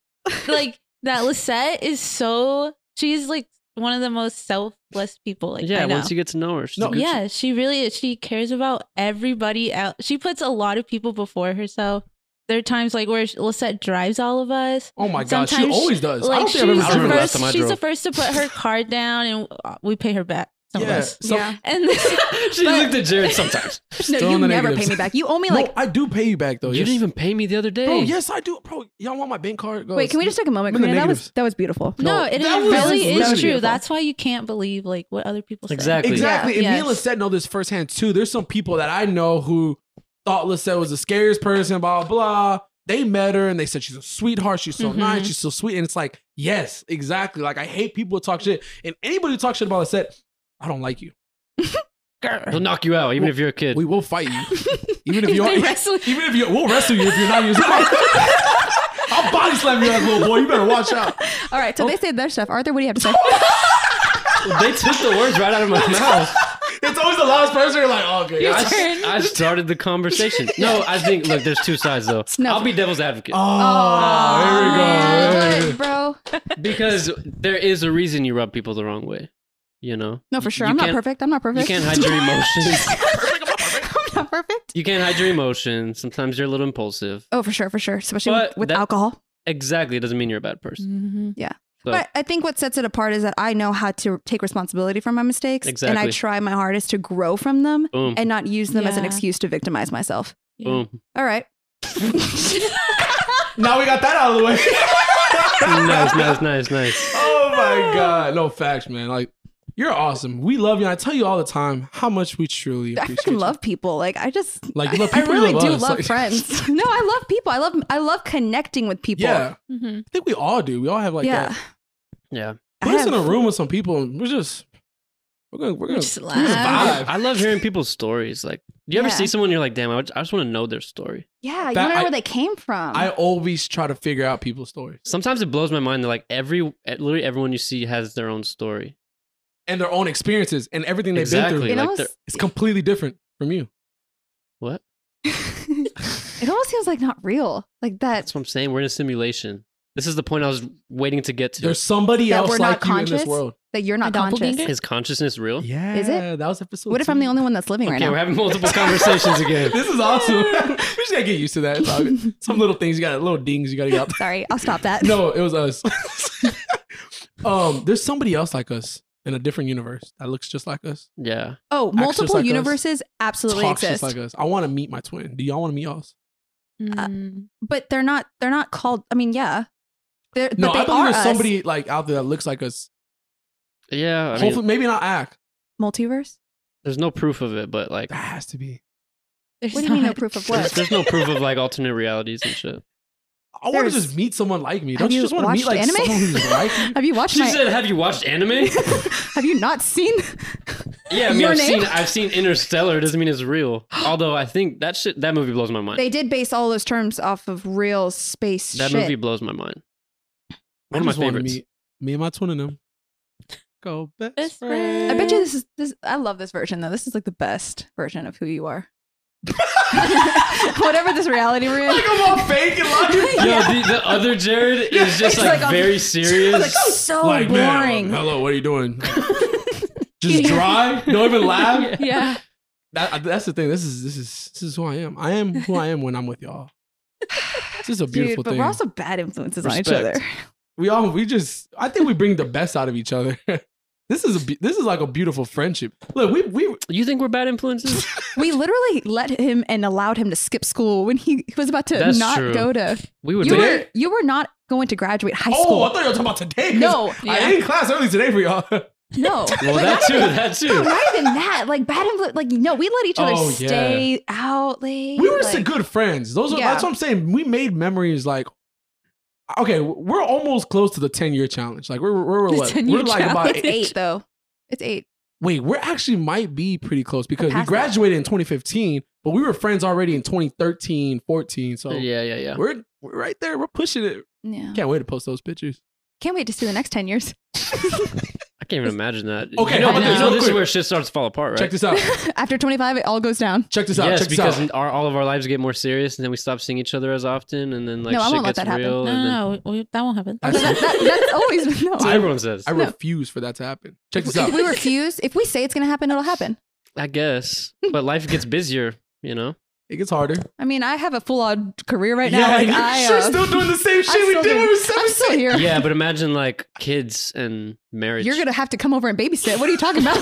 [SPEAKER 4] like that Lisette is so she's like one of the most selfless people. Like
[SPEAKER 2] yeah,
[SPEAKER 4] I know.
[SPEAKER 2] once you get to know her, she's
[SPEAKER 1] No,
[SPEAKER 2] a good
[SPEAKER 4] yeah, she really is. She cares about everybody out. She puts a lot of people before herself. There are times like where Lisette drives all of us.
[SPEAKER 1] Oh my god, she
[SPEAKER 4] Sometimes she-
[SPEAKER 1] always does. I
[SPEAKER 4] Like
[SPEAKER 1] don't
[SPEAKER 4] she's
[SPEAKER 1] think I've ever seen
[SPEAKER 2] I
[SPEAKER 4] the
[SPEAKER 1] her
[SPEAKER 2] remember
[SPEAKER 1] do
[SPEAKER 2] last
[SPEAKER 4] first.
[SPEAKER 2] time I
[SPEAKER 4] She's the
[SPEAKER 2] drove.
[SPEAKER 4] first to put her card down, and uh, we pay her back. Some of
[SPEAKER 1] Yeah.
[SPEAKER 4] us.
[SPEAKER 1] So-
[SPEAKER 3] yeah.
[SPEAKER 4] And
[SPEAKER 2] <laughs>
[SPEAKER 4] <laughs>
[SPEAKER 2] she looked at
[SPEAKER 1] <laughs>
[SPEAKER 2] Jared sometimes.
[SPEAKER 3] No,
[SPEAKER 1] Still
[SPEAKER 3] you
[SPEAKER 1] on the
[SPEAKER 3] never
[SPEAKER 1] negatives.
[SPEAKER 3] pay me back. You owe me
[SPEAKER 1] No,
[SPEAKER 3] like.
[SPEAKER 1] I do pay you back though.
[SPEAKER 2] you
[SPEAKER 1] yes.
[SPEAKER 2] didn't even pay me the other day.
[SPEAKER 1] Bro, yes, I do. Bro, y'all want my bank card? Go.
[SPEAKER 3] Wait, can we just take a moment?
[SPEAKER 1] I'm in the
[SPEAKER 3] Karina? That was
[SPEAKER 1] negatives.
[SPEAKER 3] that was beautiful.
[SPEAKER 4] no,
[SPEAKER 1] No,
[SPEAKER 4] it
[SPEAKER 1] that was
[SPEAKER 4] really is
[SPEAKER 1] really
[SPEAKER 4] true.
[SPEAKER 1] beautiful.
[SPEAKER 4] That's why you can't believe like what other people say. <laughs>
[SPEAKER 2] Exactly.
[SPEAKER 1] Exactly.
[SPEAKER 4] Yeah,
[SPEAKER 1] and me
[SPEAKER 4] yes.
[SPEAKER 1] and Lisette know this firsthand too. There's some people that I know who thought Lisette was the scariest person, blah, blah. They met her and they said she's a sweetheart. She's so
[SPEAKER 4] Mhm.
[SPEAKER 1] nice. She's so sweet. And it's like, yes, exactly. Like, I hate people who talk shit. And anybody who talks shit about Lisette, I don't like you.
[SPEAKER 2] They'll knock you out, even if you're a kid.
[SPEAKER 1] We will fight
[SPEAKER 4] <laughs>
[SPEAKER 1] you. Even if
[SPEAKER 4] They
[SPEAKER 1] you're, even
[SPEAKER 4] wrestle-
[SPEAKER 1] if you, we'll wrestle you if you're not using
[SPEAKER 4] <laughs>
[SPEAKER 1] I'll body slam you, ass, little boy. You better watch out.
[SPEAKER 3] All right, so they say their stuff. Arthur, what do you have to say?
[SPEAKER 2] they took the words right
[SPEAKER 1] <laughs>
[SPEAKER 2] out of my mouth.
[SPEAKER 1] It's always the last person. You're like, oh, good.
[SPEAKER 2] I,
[SPEAKER 1] I-
[SPEAKER 2] s- I started the
[SPEAKER 3] <laughs>
[SPEAKER 2] conversation. No, I think look, there's two sides though.
[SPEAKER 3] No.
[SPEAKER 2] I'll be devil's advocate
[SPEAKER 1] <laughs> Oh, here we go.
[SPEAKER 3] Man, what, bro.
[SPEAKER 2] because there is a reason you rub people the wrong way. You know.
[SPEAKER 3] No, for sure.
[SPEAKER 2] You
[SPEAKER 3] I'm not
[SPEAKER 2] can't-
[SPEAKER 3] perfect. I'm not
[SPEAKER 2] You
[SPEAKER 3] perfect.
[SPEAKER 2] can't hide your
[SPEAKER 3] <laughs>
[SPEAKER 2] emotions.
[SPEAKER 3] I'm not perfect.
[SPEAKER 2] you can't hide your emotions. Sometimes you're a little impulsive.
[SPEAKER 3] Oh, for sure, for sure. Especially
[SPEAKER 2] But
[SPEAKER 3] with, with
[SPEAKER 2] that-
[SPEAKER 3] alcohol.
[SPEAKER 2] Exactly, it doesn't mean you're a bad person.
[SPEAKER 4] Mhm.
[SPEAKER 2] So
[SPEAKER 3] But I think what sets it apart is that I know how to take responsibility for my mistakes, and I
[SPEAKER 2] Exactly.
[SPEAKER 3] try my hardest to grow from them
[SPEAKER 2] boom,
[SPEAKER 3] and not use them as an
[SPEAKER 4] Yeah.
[SPEAKER 3] excuse to victimize myself.
[SPEAKER 4] Yeah.
[SPEAKER 2] boom.
[SPEAKER 3] All
[SPEAKER 1] <laughs>
[SPEAKER 3] right.
[SPEAKER 1] Now we got that out of the way. <laughs>
[SPEAKER 2] nice, nice, nice,
[SPEAKER 3] <laughs>
[SPEAKER 2] nice.
[SPEAKER 1] Oh my god. No facts, man. Like you're awesome. We love you. And I tell you all the time how much we truly
[SPEAKER 3] I
[SPEAKER 1] appreciate
[SPEAKER 3] fucking
[SPEAKER 1] you.
[SPEAKER 3] love people. Like I just,
[SPEAKER 1] Like,
[SPEAKER 3] I,
[SPEAKER 1] love
[SPEAKER 3] I
[SPEAKER 1] people, you
[SPEAKER 3] really
[SPEAKER 1] love
[SPEAKER 3] do
[SPEAKER 1] us.
[SPEAKER 3] love
[SPEAKER 1] Like- <laughs>
[SPEAKER 3] friends. no, I love people. I love, I love connecting with people.
[SPEAKER 1] Yeah. I
[SPEAKER 4] Mhm.
[SPEAKER 1] think we all do. We all have like
[SPEAKER 3] yeah.
[SPEAKER 1] that.
[SPEAKER 2] Yeah.
[SPEAKER 3] I
[SPEAKER 1] Put us in a
[SPEAKER 3] have-
[SPEAKER 1] room with some people and we're just we're gonna we're gonna
[SPEAKER 4] Just
[SPEAKER 1] we're gonna
[SPEAKER 4] laugh.
[SPEAKER 1] vibe.
[SPEAKER 2] I love hearing people's stories. Like, do you ever
[SPEAKER 3] Yeah.
[SPEAKER 2] see someone you're like, damn, I just, I just want to know their story.
[SPEAKER 3] Yeah, you
[SPEAKER 1] That-
[SPEAKER 3] don't know
[SPEAKER 1] I-
[SPEAKER 3] where they came from.
[SPEAKER 1] I always try to figure out people's stories.
[SPEAKER 2] Sometimes it blows my mind that like every literally everyone you see has their own story.
[SPEAKER 1] And their own experiences and everything they've been
[SPEAKER 2] Exactly.
[SPEAKER 1] through.
[SPEAKER 3] it
[SPEAKER 2] like
[SPEAKER 3] almost,
[SPEAKER 2] they're-
[SPEAKER 1] It's completely different from you.
[SPEAKER 2] What?
[SPEAKER 3] it almost <laughs> seems like not real. Like that.
[SPEAKER 2] That's what I'm saying. We're in a simulation. This is the point I was waiting to get to.
[SPEAKER 1] There's somebody
[SPEAKER 3] That
[SPEAKER 1] else
[SPEAKER 3] we're not
[SPEAKER 1] like you in this
[SPEAKER 3] conscious?
[SPEAKER 1] world.
[SPEAKER 3] That you're not
[SPEAKER 4] My
[SPEAKER 3] conscious.
[SPEAKER 4] doppelganger?
[SPEAKER 2] is consciousness real?
[SPEAKER 1] Yeah.
[SPEAKER 3] it?
[SPEAKER 1] That was episode
[SPEAKER 3] What if I'm the only one that's living
[SPEAKER 2] Okay,
[SPEAKER 3] right
[SPEAKER 2] we're
[SPEAKER 3] now?
[SPEAKER 2] having multiple conversations again.
[SPEAKER 1] <laughs> this is
[SPEAKER 3] <laughs>
[SPEAKER 1] awesome. <laughs> we just gotta get used to that. It's all good. Some little things you got, little dings you gotta get up.
[SPEAKER 3] Sorry, I'll stop that.
[SPEAKER 1] <laughs> No, it was us. um, there's somebody else like us in a different universe that looks just like us.
[SPEAKER 2] <laughs> Yeah.
[SPEAKER 3] Oh,
[SPEAKER 1] Acts just
[SPEAKER 3] multiple
[SPEAKER 1] like us.
[SPEAKER 3] universes absolutely
[SPEAKER 1] talks
[SPEAKER 3] exist,
[SPEAKER 1] just like us. I want to meet my twin. Do y'all want to meet us?
[SPEAKER 4] Mhm.
[SPEAKER 3] but they're not. They're not called. I mean, yeah. They're,
[SPEAKER 1] No,
[SPEAKER 3] but they
[SPEAKER 1] I believe
[SPEAKER 3] are
[SPEAKER 1] there's
[SPEAKER 3] us.
[SPEAKER 1] somebody like out there that looks like us.
[SPEAKER 2] Yeah. I mean,
[SPEAKER 1] Hopefully, maybe not act.
[SPEAKER 3] multiverse.
[SPEAKER 2] there's no proof of it, but like,
[SPEAKER 1] That has to be.
[SPEAKER 4] There's
[SPEAKER 3] What do you mean? No
[SPEAKER 4] not.
[SPEAKER 3] proof of
[SPEAKER 2] there's,
[SPEAKER 3] what?
[SPEAKER 2] there's no proof of like alternate realities and shit.
[SPEAKER 1] I want
[SPEAKER 3] There's-
[SPEAKER 1] to just meet someone like me.
[SPEAKER 3] Have
[SPEAKER 1] Don't you
[SPEAKER 3] you
[SPEAKER 1] just want to meet
[SPEAKER 3] watched
[SPEAKER 1] like
[SPEAKER 3] anime?
[SPEAKER 1] someone who's
[SPEAKER 3] <laughs>
[SPEAKER 1] like you?
[SPEAKER 3] Have you watched
[SPEAKER 2] She
[SPEAKER 3] my?
[SPEAKER 2] said, "Have you watched
[SPEAKER 3] <laughs>
[SPEAKER 2] anime?"
[SPEAKER 1] <laughs>
[SPEAKER 3] have you not seen?
[SPEAKER 2] yeah, I mean,
[SPEAKER 3] Your
[SPEAKER 2] I've
[SPEAKER 3] name?
[SPEAKER 2] seen I've seen Interstellar. It doesn't mean it's
[SPEAKER 3] <gasps>
[SPEAKER 2] real. Although I think that shit that movie blows my mind.
[SPEAKER 3] they did base all those terms off of real space
[SPEAKER 2] that
[SPEAKER 3] shit.
[SPEAKER 2] movie blows my mind.
[SPEAKER 1] I
[SPEAKER 2] One of my
[SPEAKER 1] just wanna
[SPEAKER 2] favorites.
[SPEAKER 1] meet me and my twin and them. Go best,
[SPEAKER 4] Best
[SPEAKER 1] friend.
[SPEAKER 4] friend.
[SPEAKER 3] I
[SPEAKER 1] <laughs>
[SPEAKER 3] bet you this is this. I love this version though. This is like the best version of who you
[SPEAKER 1] <laughs>
[SPEAKER 3] are. <laughs> Whatever this reality we're in.
[SPEAKER 1] Like I'm all fake and logic.
[SPEAKER 2] Yo, the, the other Jared
[SPEAKER 3] <laughs>
[SPEAKER 2] is just
[SPEAKER 3] He's
[SPEAKER 2] like,
[SPEAKER 3] like, um, <laughs>
[SPEAKER 2] very serious.
[SPEAKER 3] Like <laughs> oh, so
[SPEAKER 1] man,
[SPEAKER 3] boring.
[SPEAKER 1] hello, what are you
[SPEAKER 3] <laughs>
[SPEAKER 1] doing? Just dry? Don't even laugh.
[SPEAKER 4] <laughs> Yeah.
[SPEAKER 1] That, uh, that's the thing. This is this is this is who I am. I am who I am when I'm with y'all. This is a beautiful
[SPEAKER 3] <laughs> Dude, but
[SPEAKER 1] thing.
[SPEAKER 3] we're also bad influences on each
[SPEAKER 2] Respect.
[SPEAKER 3] other. <laughs>
[SPEAKER 1] we all we just. I think we bring the best out of each other. <laughs> this is a be- this is like a beautiful friendship. Look, we we
[SPEAKER 2] you think we're bad influences?
[SPEAKER 3] We literally let him and allowed him to skip school when he was about to
[SPEAKER 2] That's
[SPEAKER 3] not
[SPEAKER 2] true.
[SPEAKER 3] go to.
[SPEAKER 2] We would.
[SPEAKER 3] You
[SPEAKER 2] be-
[SPEAKER 3] were you were not going to graduate high
[SPEAKER 1] oh, I
[SPEAKER 3] school.
[SPEAKER 1] thought you were talking about today. <laughs> 'cause
[SPEAKER 3] No,
[SPEAKER 1] I
[SPEAKER 4] yeah.
[SPEAKER 1] ain't class early today for y'all. <laughs>
[SPEAKER 2] well,
[SPEAKER 3] no, But
[SPEAKER 2] that
[SPEAKER 3] not
[SPEAKER 2] too.
[SPEAKER 3] even-
[SPEAKER 2] That
[SPEAKER 3] No,
[SPEAKER 2] too.
[SPEAKER 3] not even that. Like bad influence. Like no, we let each other
[SPEAKER 1] Oh, yeah.
[SPEAKER 3] stay out. Like
[SPEAKER 1] we were
[SPEAKER 3] like,
[SPEAKER 1] so good friends. Those are
[SPEAKER 3] Yeah.
[SPEAKER 1] that's what I'm saying. We made memories like okay, we're almost close to the 10 year challenge. Like we're we're,
[SPEAKER 4] The
[SPEAKER 1] we're, what?
[SPEAKER 4] 10-year
[SPEAKER 1] we're like about
[SPEAKER 3] <laughs>
[SPEAKER 4] challenge.
[SPEAKER 3] It's eight though. It's eight.
[SPEAKER 1] Wait, we're actually might be pretty close because we
[SPEAKER 3] Past that.
[SPEAKER 1] graduated in 2015, but we were friends already in 2013, 14. So
[SPEAKER 2] Yeah, yeah, yeah.
[SPEAKER 1] we're we're right there. We're pushing it.
[SPEAKER 3] Yeah.
[SPEAKER 1] Can't wait to post those pictures.
[SPEAKER 3] Can't wait to see the next ten years.
[SPEAKER 2] I I can't even imagine that.
[SPEAKER 1] Okay,
[SPEAKER 2] you know,
[SPEAKER 1] how
[SPEAKER 3] about
[SPEAKER 2] you
[SPEAKER 3] this
[SPEAKER 2] know
[SPEAKER 1] real
[SPEAKER 2] this is
[SPEAKER 1] quick?
[SPEAKER 2] where shit starts to fall apart, right?
[SPEAKER 1] Check this out.
[SPEAKER 3] <laughs> After 25, it all goes down.
[SPEAKER 1] Check this out.
[SPEAKER 2] yes,
[SPEAKER 1] Check this
[SPEAKER 2] because
[SPEAKER 1] out.
[SPEAKER 2] Our, all of our lives get more serious, and then we stop seeing each other as often, and then like
[SPEAKER 3] No, I
[SPEAKER 2] shit
[SPEAKER 3] won't let
[SPEAKER 2] gets
[SPEAKER 3] that happen.
[SPEAKER 2] real.
[SPEAKER 4] No,
[SPEAKER 2] and then,
[SPEAKER 4] no, no, we- that won't happen.
[SPEAKER 1] Oh,
[SPEAKER 4] <laughs>
[SPEAKER 1] I see. <laughs>
[SPEAKER 3] That, that's always been no.
[SPEAKER 2] That's what
[SPEAKER 1] I-
[SPEAKER 2] everyone says.
[SPEAKER 1] I
[SPEAKER 2] I,
[SPEAKER 3] No.
[SPEAKER 1] refuse for that to happen. Check this out.
[SPEAKER 3] If <laughs> we refuse, if we say it's gonna happen, it'll happen.
[SPEAKER 2] guess, but life gets busier.
[SPEAKER 1] <laughs>
[SPEAKER 2] You know,
[SPEAKER 1] It gets harder.
[SPEAKER 3] I mean, I have a full on career right now.
[SPEAKER 1] <laughs>
[SPEAKER 3] like
[SPEAKER 1] you're
[SPEAKER 3] <laughs> I,
[SPEAKER 1] sure
[SPEAKER 3] uh,
[SPEAKER 1] still doing the same
[SPEAKER 3] I'm
[SPEAKER 1] shit we
[SPEAKER 3] still
[SPEAKER 1] did when we
[SPEAKER 3] doing-
[SPEAKER 1] were
[SPEAKER 3] I'm
[SPEAKER 1] 17.
[SPEAKER 3] still here.
[SPEAKER 2] yeah, but imagine like kids and marriage.
[SPEAKER 3] You're gonna have to come over and babysit. What are you talking
[SPEAKER 1] <laughs>
[SPEAKER 3] about?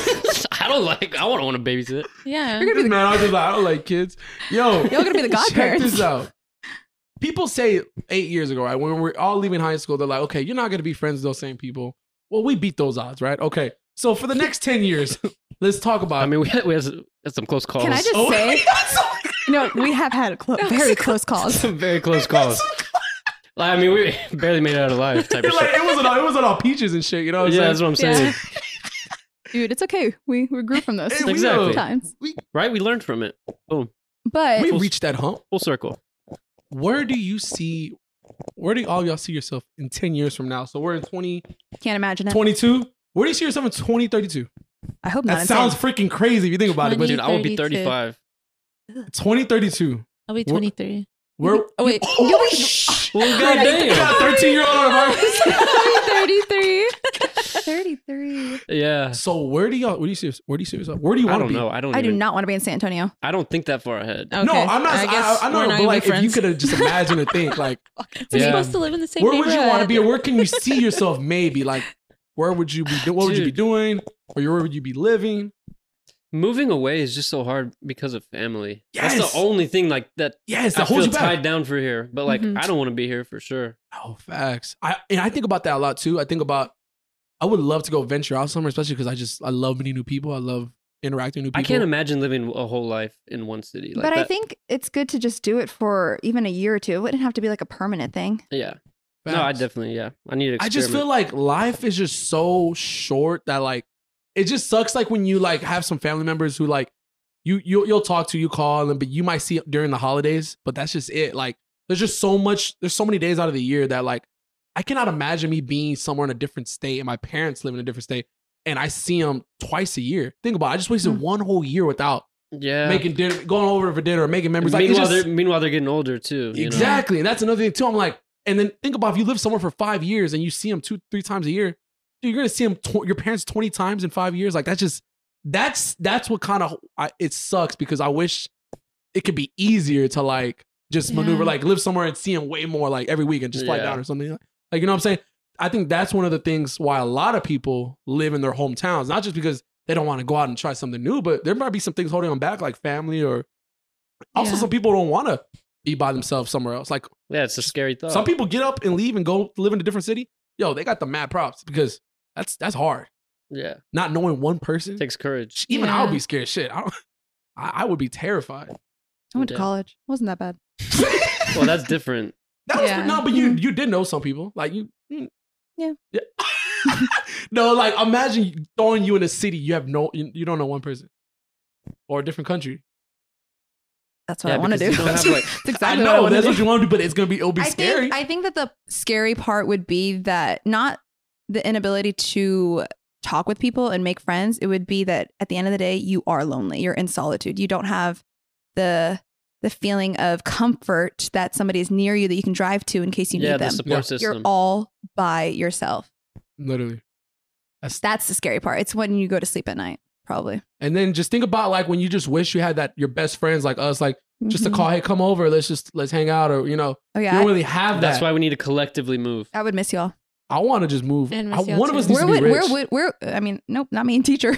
[SPEAKER 2] <laughs> I don't like. I wouldn't want to babysit.
[SPEAKER 4] Yeah.
[SPEAKER 3] You're gonna be the,
[SPEAKER 1] Man, I, was just like, I don't like kids. Yo,
[SPEAKER 3] you're gonna be the
[SPEAKER 1] <laughs> check
[SPEAKER 3] godparents.
[SPEAKER 1] this out. People say eight years ago, right, when we're all leaving high school, they're like, okay, you're not going to be friends with those same people. Well, we beat those odds, right? Okay. So for the next 10 years, <laughs> let's talk about
[SPEAKER 2] I mean, we had, we had some, had some close calls.
[SPEAKER 3] Can I just
[SPEAKER 1] <laughs> Oh, <laughs>
[SPEAKER 3] say? no, we have had clo- very close calls.
[SPEAKER 2] <laughs> some very
[SPEAKER 3] <laughs>
[SPEAKER 2] close calls? Like, I mean, we <laughs> barely made it out alive. Type of
[SPEAKER 1] <laughs> You're like,
[SPEAKER 2] shit.
[SPEAKER 1] it wasn't all, it wasn't all peaches and shit, you know what I'm
[SPEAKER 2] Yeah,
[SPEAKER 1] saying?
[SPEAKER 2] that's what I'm saying.
[SPEAKER 3] Dude, it's okay. We we grew from those
[SPEAKER 1] Hey, we, uh,
[SPEAKER 2] Exactly.
[SPEAKER 3] times.
[SPEAKER 2] Right? We learned from it. Boom.
[SPEAKER 3] But
[SPEAKER 1] we reached that hump.
[SPEAKER 2] Full circle.
[SPEAKER 1] Where do you see, where do all y'all see yourself in 10 years from now? So we're in 2022.
[SPEAKER 3] can't imagine it.
[SPEAKER 1] Where do you see yourself in 2032?
[SPEAKER 3] I hope not.
[SPEAKER 1] That
[SPEAKER 3] I'm
[SPEAKER 1] sounds
[SPEAKER 3] saying-
[SPEAKER 1] freaking crazy if you think about it, but
[SPEAKER 2] Dude, I will be
[SPEAKER 4] 32.
[SPEAKER 2] 35.
[SPEAKER 1] 2032.
[SPEAKER 4] <laughs> I'll be
[SPEAKER 1] We're-
[SPEAKER 4] 23.
[SPEAKER 1] Where? <laughs>
[SPEAKER 4] Oh, wait. <laughs>
[SPEAKER 1] Oh, shh. <laughs>
[SPEAKER 2] Well,
[SPEAKER 1] You got a 13 year old on our mind.
[SPEAKER 4] I'll be 33.
[SPEAKER 3] 33.
[SPEAKER 1] <laughs>
[SPEAKER 2] Yeah.
[SPEAKER 1] So where do y'all? Where do you see? Where do you see yourself? Where do you
[SPEAKER 2] I
[SPEAKER 1] want to
[SPEAKER 2] don't
[SPEAKER 1] be?
[SPEAKER 2] know. I don't.
[SPEAKER 3] I do
[SPEAKER 2] even-
[SPEAKER 3] not want to be in San Antonio.
[SPEAKER 2] I don't think that far ahead.
[SPEAKER 4] Okay.
[SPEAKER 1] No, I'm not. I, I, I
[SPEAKER 4] we're
[SPEAKER 1] know,
[SPEAKER 4] not
[SPEAKER 1] but
[SPEAKER 4] even
[SPEAKER 1] like, if you
[SPEAKER 4] friends.
[SPEAKER 1] could have just imagined or think, like,
[SPEAKER 4] <laughs> We're
[SPEAKER 2] Yeah.
[SPEAKER 4] supposed to live in the same
[SPEAKER 1] where would you want to
[SPEAKER 4] neighborhood.
[SPEAKER 1] be? Or where can
[SPEAKER 4] <laughs>
[SPEAKER 1] you see yourself? Maybe like, where would you be? do- What would you be
[SPEAKER 2] Dude.
[SPEAKER 1] doing? Or where would you be living?
[SPEAKER 2] Moving away is just so hard because of family. That's
[SPEAKER 1] Yes.
[SPEAKER 2] the only thing like that
[SPEAKER 1] Yes,
[SPEAKER 2] I
[SPEAKER 1] that holds
[SPEAKER 2] feel
[SPEAKER 1] you back. Mm-hmm.
[SPEAKER 2] tied down for here. But like,
[SPEAKER 4] Mhm.
[SPEAKER 2] I don't want to be here for sure.
[SPEAKER 1] Oh, facts. I and I think about that a lot too. I think about. I would love to go venture out somewhere, especially because I just I love meeting new people. I love interacting with new people.
[SPEAKER 2] I can't imagine living a whole life in one city. Like
[SPEAKER 3] but I
[SPEAKER 2] that-
[SPEAKER 3] think it's good to just do it for even a year or two. It wouldn't have to be like a permanent thing.
[SPEAKER 2] Yeah. No, I
[SPEAKER 1] Facts.
[SPEAKER 2] definitely. Yeah. I need to.
[SPEAKER 1] I
[SPEAKER 2] Experiment.
[SPEAKER 1] just feel like life is just so short that like it just sucks like when you like have some family members who like you you you'll talk to you call them but you might see during the holidays but that's just it like there's just so much there's so many days out of the year that like I cannot imagine me being somewhere in a different state and my parents live in a different state and I see them twice a year. Think about it, I just wasted
[SPEAKER 3] Mm.
[SPEAKER 1] one whole year without
[SPEAKER 2] Hmm. Yeah.
[SPEAKER 1] making dinner going over for dinner or making memories. Like, it's
[SPEAKER 2] meanwhile,
[SPEAKER 1] just-
[SPEAKER 2] they're, meanwhile, they're getting older too. You know?
[SPEAKER 1] Exactly. And that's another thing too. I'm like, and then think about if you live somewhere for five years and you see them two, three times a year, dude, you're gonna see them tw- your parents 20 times in five years. Like that's just that's that's what kind of I- it sucks because I wish it could be easier to like just
[SPEAKER 4] Yeah.
[SPEAKER 1] maneuver, like live somewhere and see them way more like every week and just fly
[SPEAKER 2] Yeah.
[SPEAKER 1] down or something. Like, like you know what I'm saying? I think that's one of the things why a lot of people live in their hometowns, not just because they don't want to go out and try something new, but there might be some things holding them back, like family or also
[SPEAKER 4] Yeah.
[SPEAKER 1] some people don't want to be by themselves somewhere else. Like
[SPEAKER 2] Yeah, it's a scary thought.
[SPEAKER 1] some people get up and leave and go live in a different city. Yo, they got the mad props because that's that's hard.
[SPEAKER 2] Yeah.
[SPEAKER 1] Not knowing one person,
[SPEAKER 2] It takes
[SPEAKER 1] <laughs>
[SPEAKER 2] courage.
[SPEAKER 1] even I
[SPEAKER 4] Yeah.
[SPEAKER 1] would be scared. Shit, I, don't, <laughs> I, I would be terrified. <laughs>
[SPEAKER 3] I went to
[SPEAKER 2] Yeah.
[SPEAKER 3] college. wasn't that bad.
[SPEAKER 2] Well, that's different.
[SPEAKER 1] That was
[SPEAKER 4] Yeah. Mm-hmm.
[SPEAKER 1] no, but you you did know some people like you. you-
[SPEAKER 3] Yeah.
[SPEAKER 1] yeah.
[SPEAKER 4] <laughs>
[SPEAKER 1] <laughs> no, like imagine throwing you in a city you have no you, you don't know one person or a different country.
[SPEAKER 3] That's what
[SPEAKER 2] Yeah,
[SPEAKER 3] I want to do.
[SPEAKER 2] because you
[SPEAKER 1] <laughs>
[SPEAKER 2] don't have, like-
[SPEAKER 3] <laughs> that's exactly
[SPEAKER 1] I
[SPEAKER 3] what I
[SPEAKER 1] know
[SPEAKER 3] want to
[SPEAKER 1] that's
[SPEAKER 3] do.
[SPEAKER 1] what you want to do, but it's gonna be it'll be
[SPEAKER 3] I
[SPEAKER 1] scary.
[SPEAKER 3] think I think that the scary part would be that not the inability to talk with people and make friends. It would be that at the end of the day, you are lonely. You're in solitude. You don't have the the feeling of comfort that somebody is near you that you can drive to in case you
[SPEAKER 2] yeah,
[SPEAKER 3] need
[SPEAKER 2] the
[SPEAKER 3] them.
[SPEAKER 2] support
[SPEAKER 1] Yeah.
[SPEAKER 2] system.
[SPEAKER 3] You're all by yourself.
[SPEAKER 1] Literally.
[SPEAKER 3] That's the scary part. It's when you go to sleep at night, probably.
[SPEAKER 1] And then just think about like when you just wish you had that your best friends like us, like just to
[SPEAKER 3] Mhm.
[SPEAKER 1] call, hey, come over, let's just let's hang out, or you know,
[SPEAKER 3] Oh
[SPEAKER 1] you
[SPEAKER 3] yeah,
[SPEAKER 1] don't really have that.
[SPEAKER 2] That's why we need to collectively move.
[SPEAKER 3] I, I would miss y'all.
[SPEAKER 1] I want to just move.
[SPEAKER 4] And
[SPEAKER 1] I,
[SPEAKER 4] miss y'all
[SPEAKER 1] one of
[SPEAKER 4] too.
[SPEAKER 1] us needs
[SPEAKER 3] Where
[SPEAKER 1] to be
[SPEAKER 3] would
[SPEAKER 1] rich.
[SPEAKER 3] where would where? I mean, nope, not me <laughs>
[SPEAKER 1] <laughs>
[SPEAKER 3] and teacher.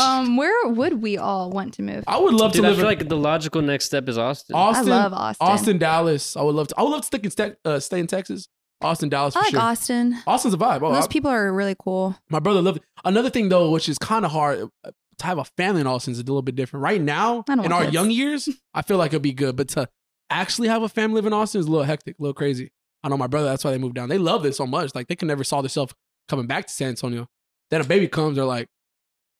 [SPEAKER 3] um, where would we all want to move?
[SPEAKER 1] I would love
[SPEAKER 2] Dude,
[SPEAKER 1] to
[SPEAKER 2] I
[SPEAKER 1] live
[SPEAKER 2] feel
[SPEAKER 1] in
[SPEAKER 2] like the logical next step is Austin.
[SPEAKER 1] Austin,
[SPEAKER 3] I love Austin.
[SPEAKER 1] Austin, Dallas. I would love to. I would love to stick in Ste- uh, stay in Texas. Austin, Dallas.
[SPEAKER 3] I
[SPEAKER 1] For
[SPEAKER 3] like
[SPEAKER 1] sure.
[SPEAKER 3] Austin.
[SPEAKER 1] Austin's a vibe. Oh,
[SPEAKER 3] Those
[SPEAKER 1] I-
[SPEAKER 3] people are really cool.
[SPEAKER 1] my brother loved it. Another thing though, which is kind of hard uh, to have a family in Austin is a little bit different. Right now,
[SPEAKER 3] I don't
[SPEAKER 1] in
[SPEAKER 3] want
[SPEAKER 1] our
[SPEAKER 3] kids.
[SPEAKER 1] young years, I feel like it'll be good, but to actually have a family live in Austin is a little hectic, a little crazy. I know my brother. That's why they moved down. They loved it so much. Like they could never saw themselves coming back to San Antonio. Then a baby comes, they're like,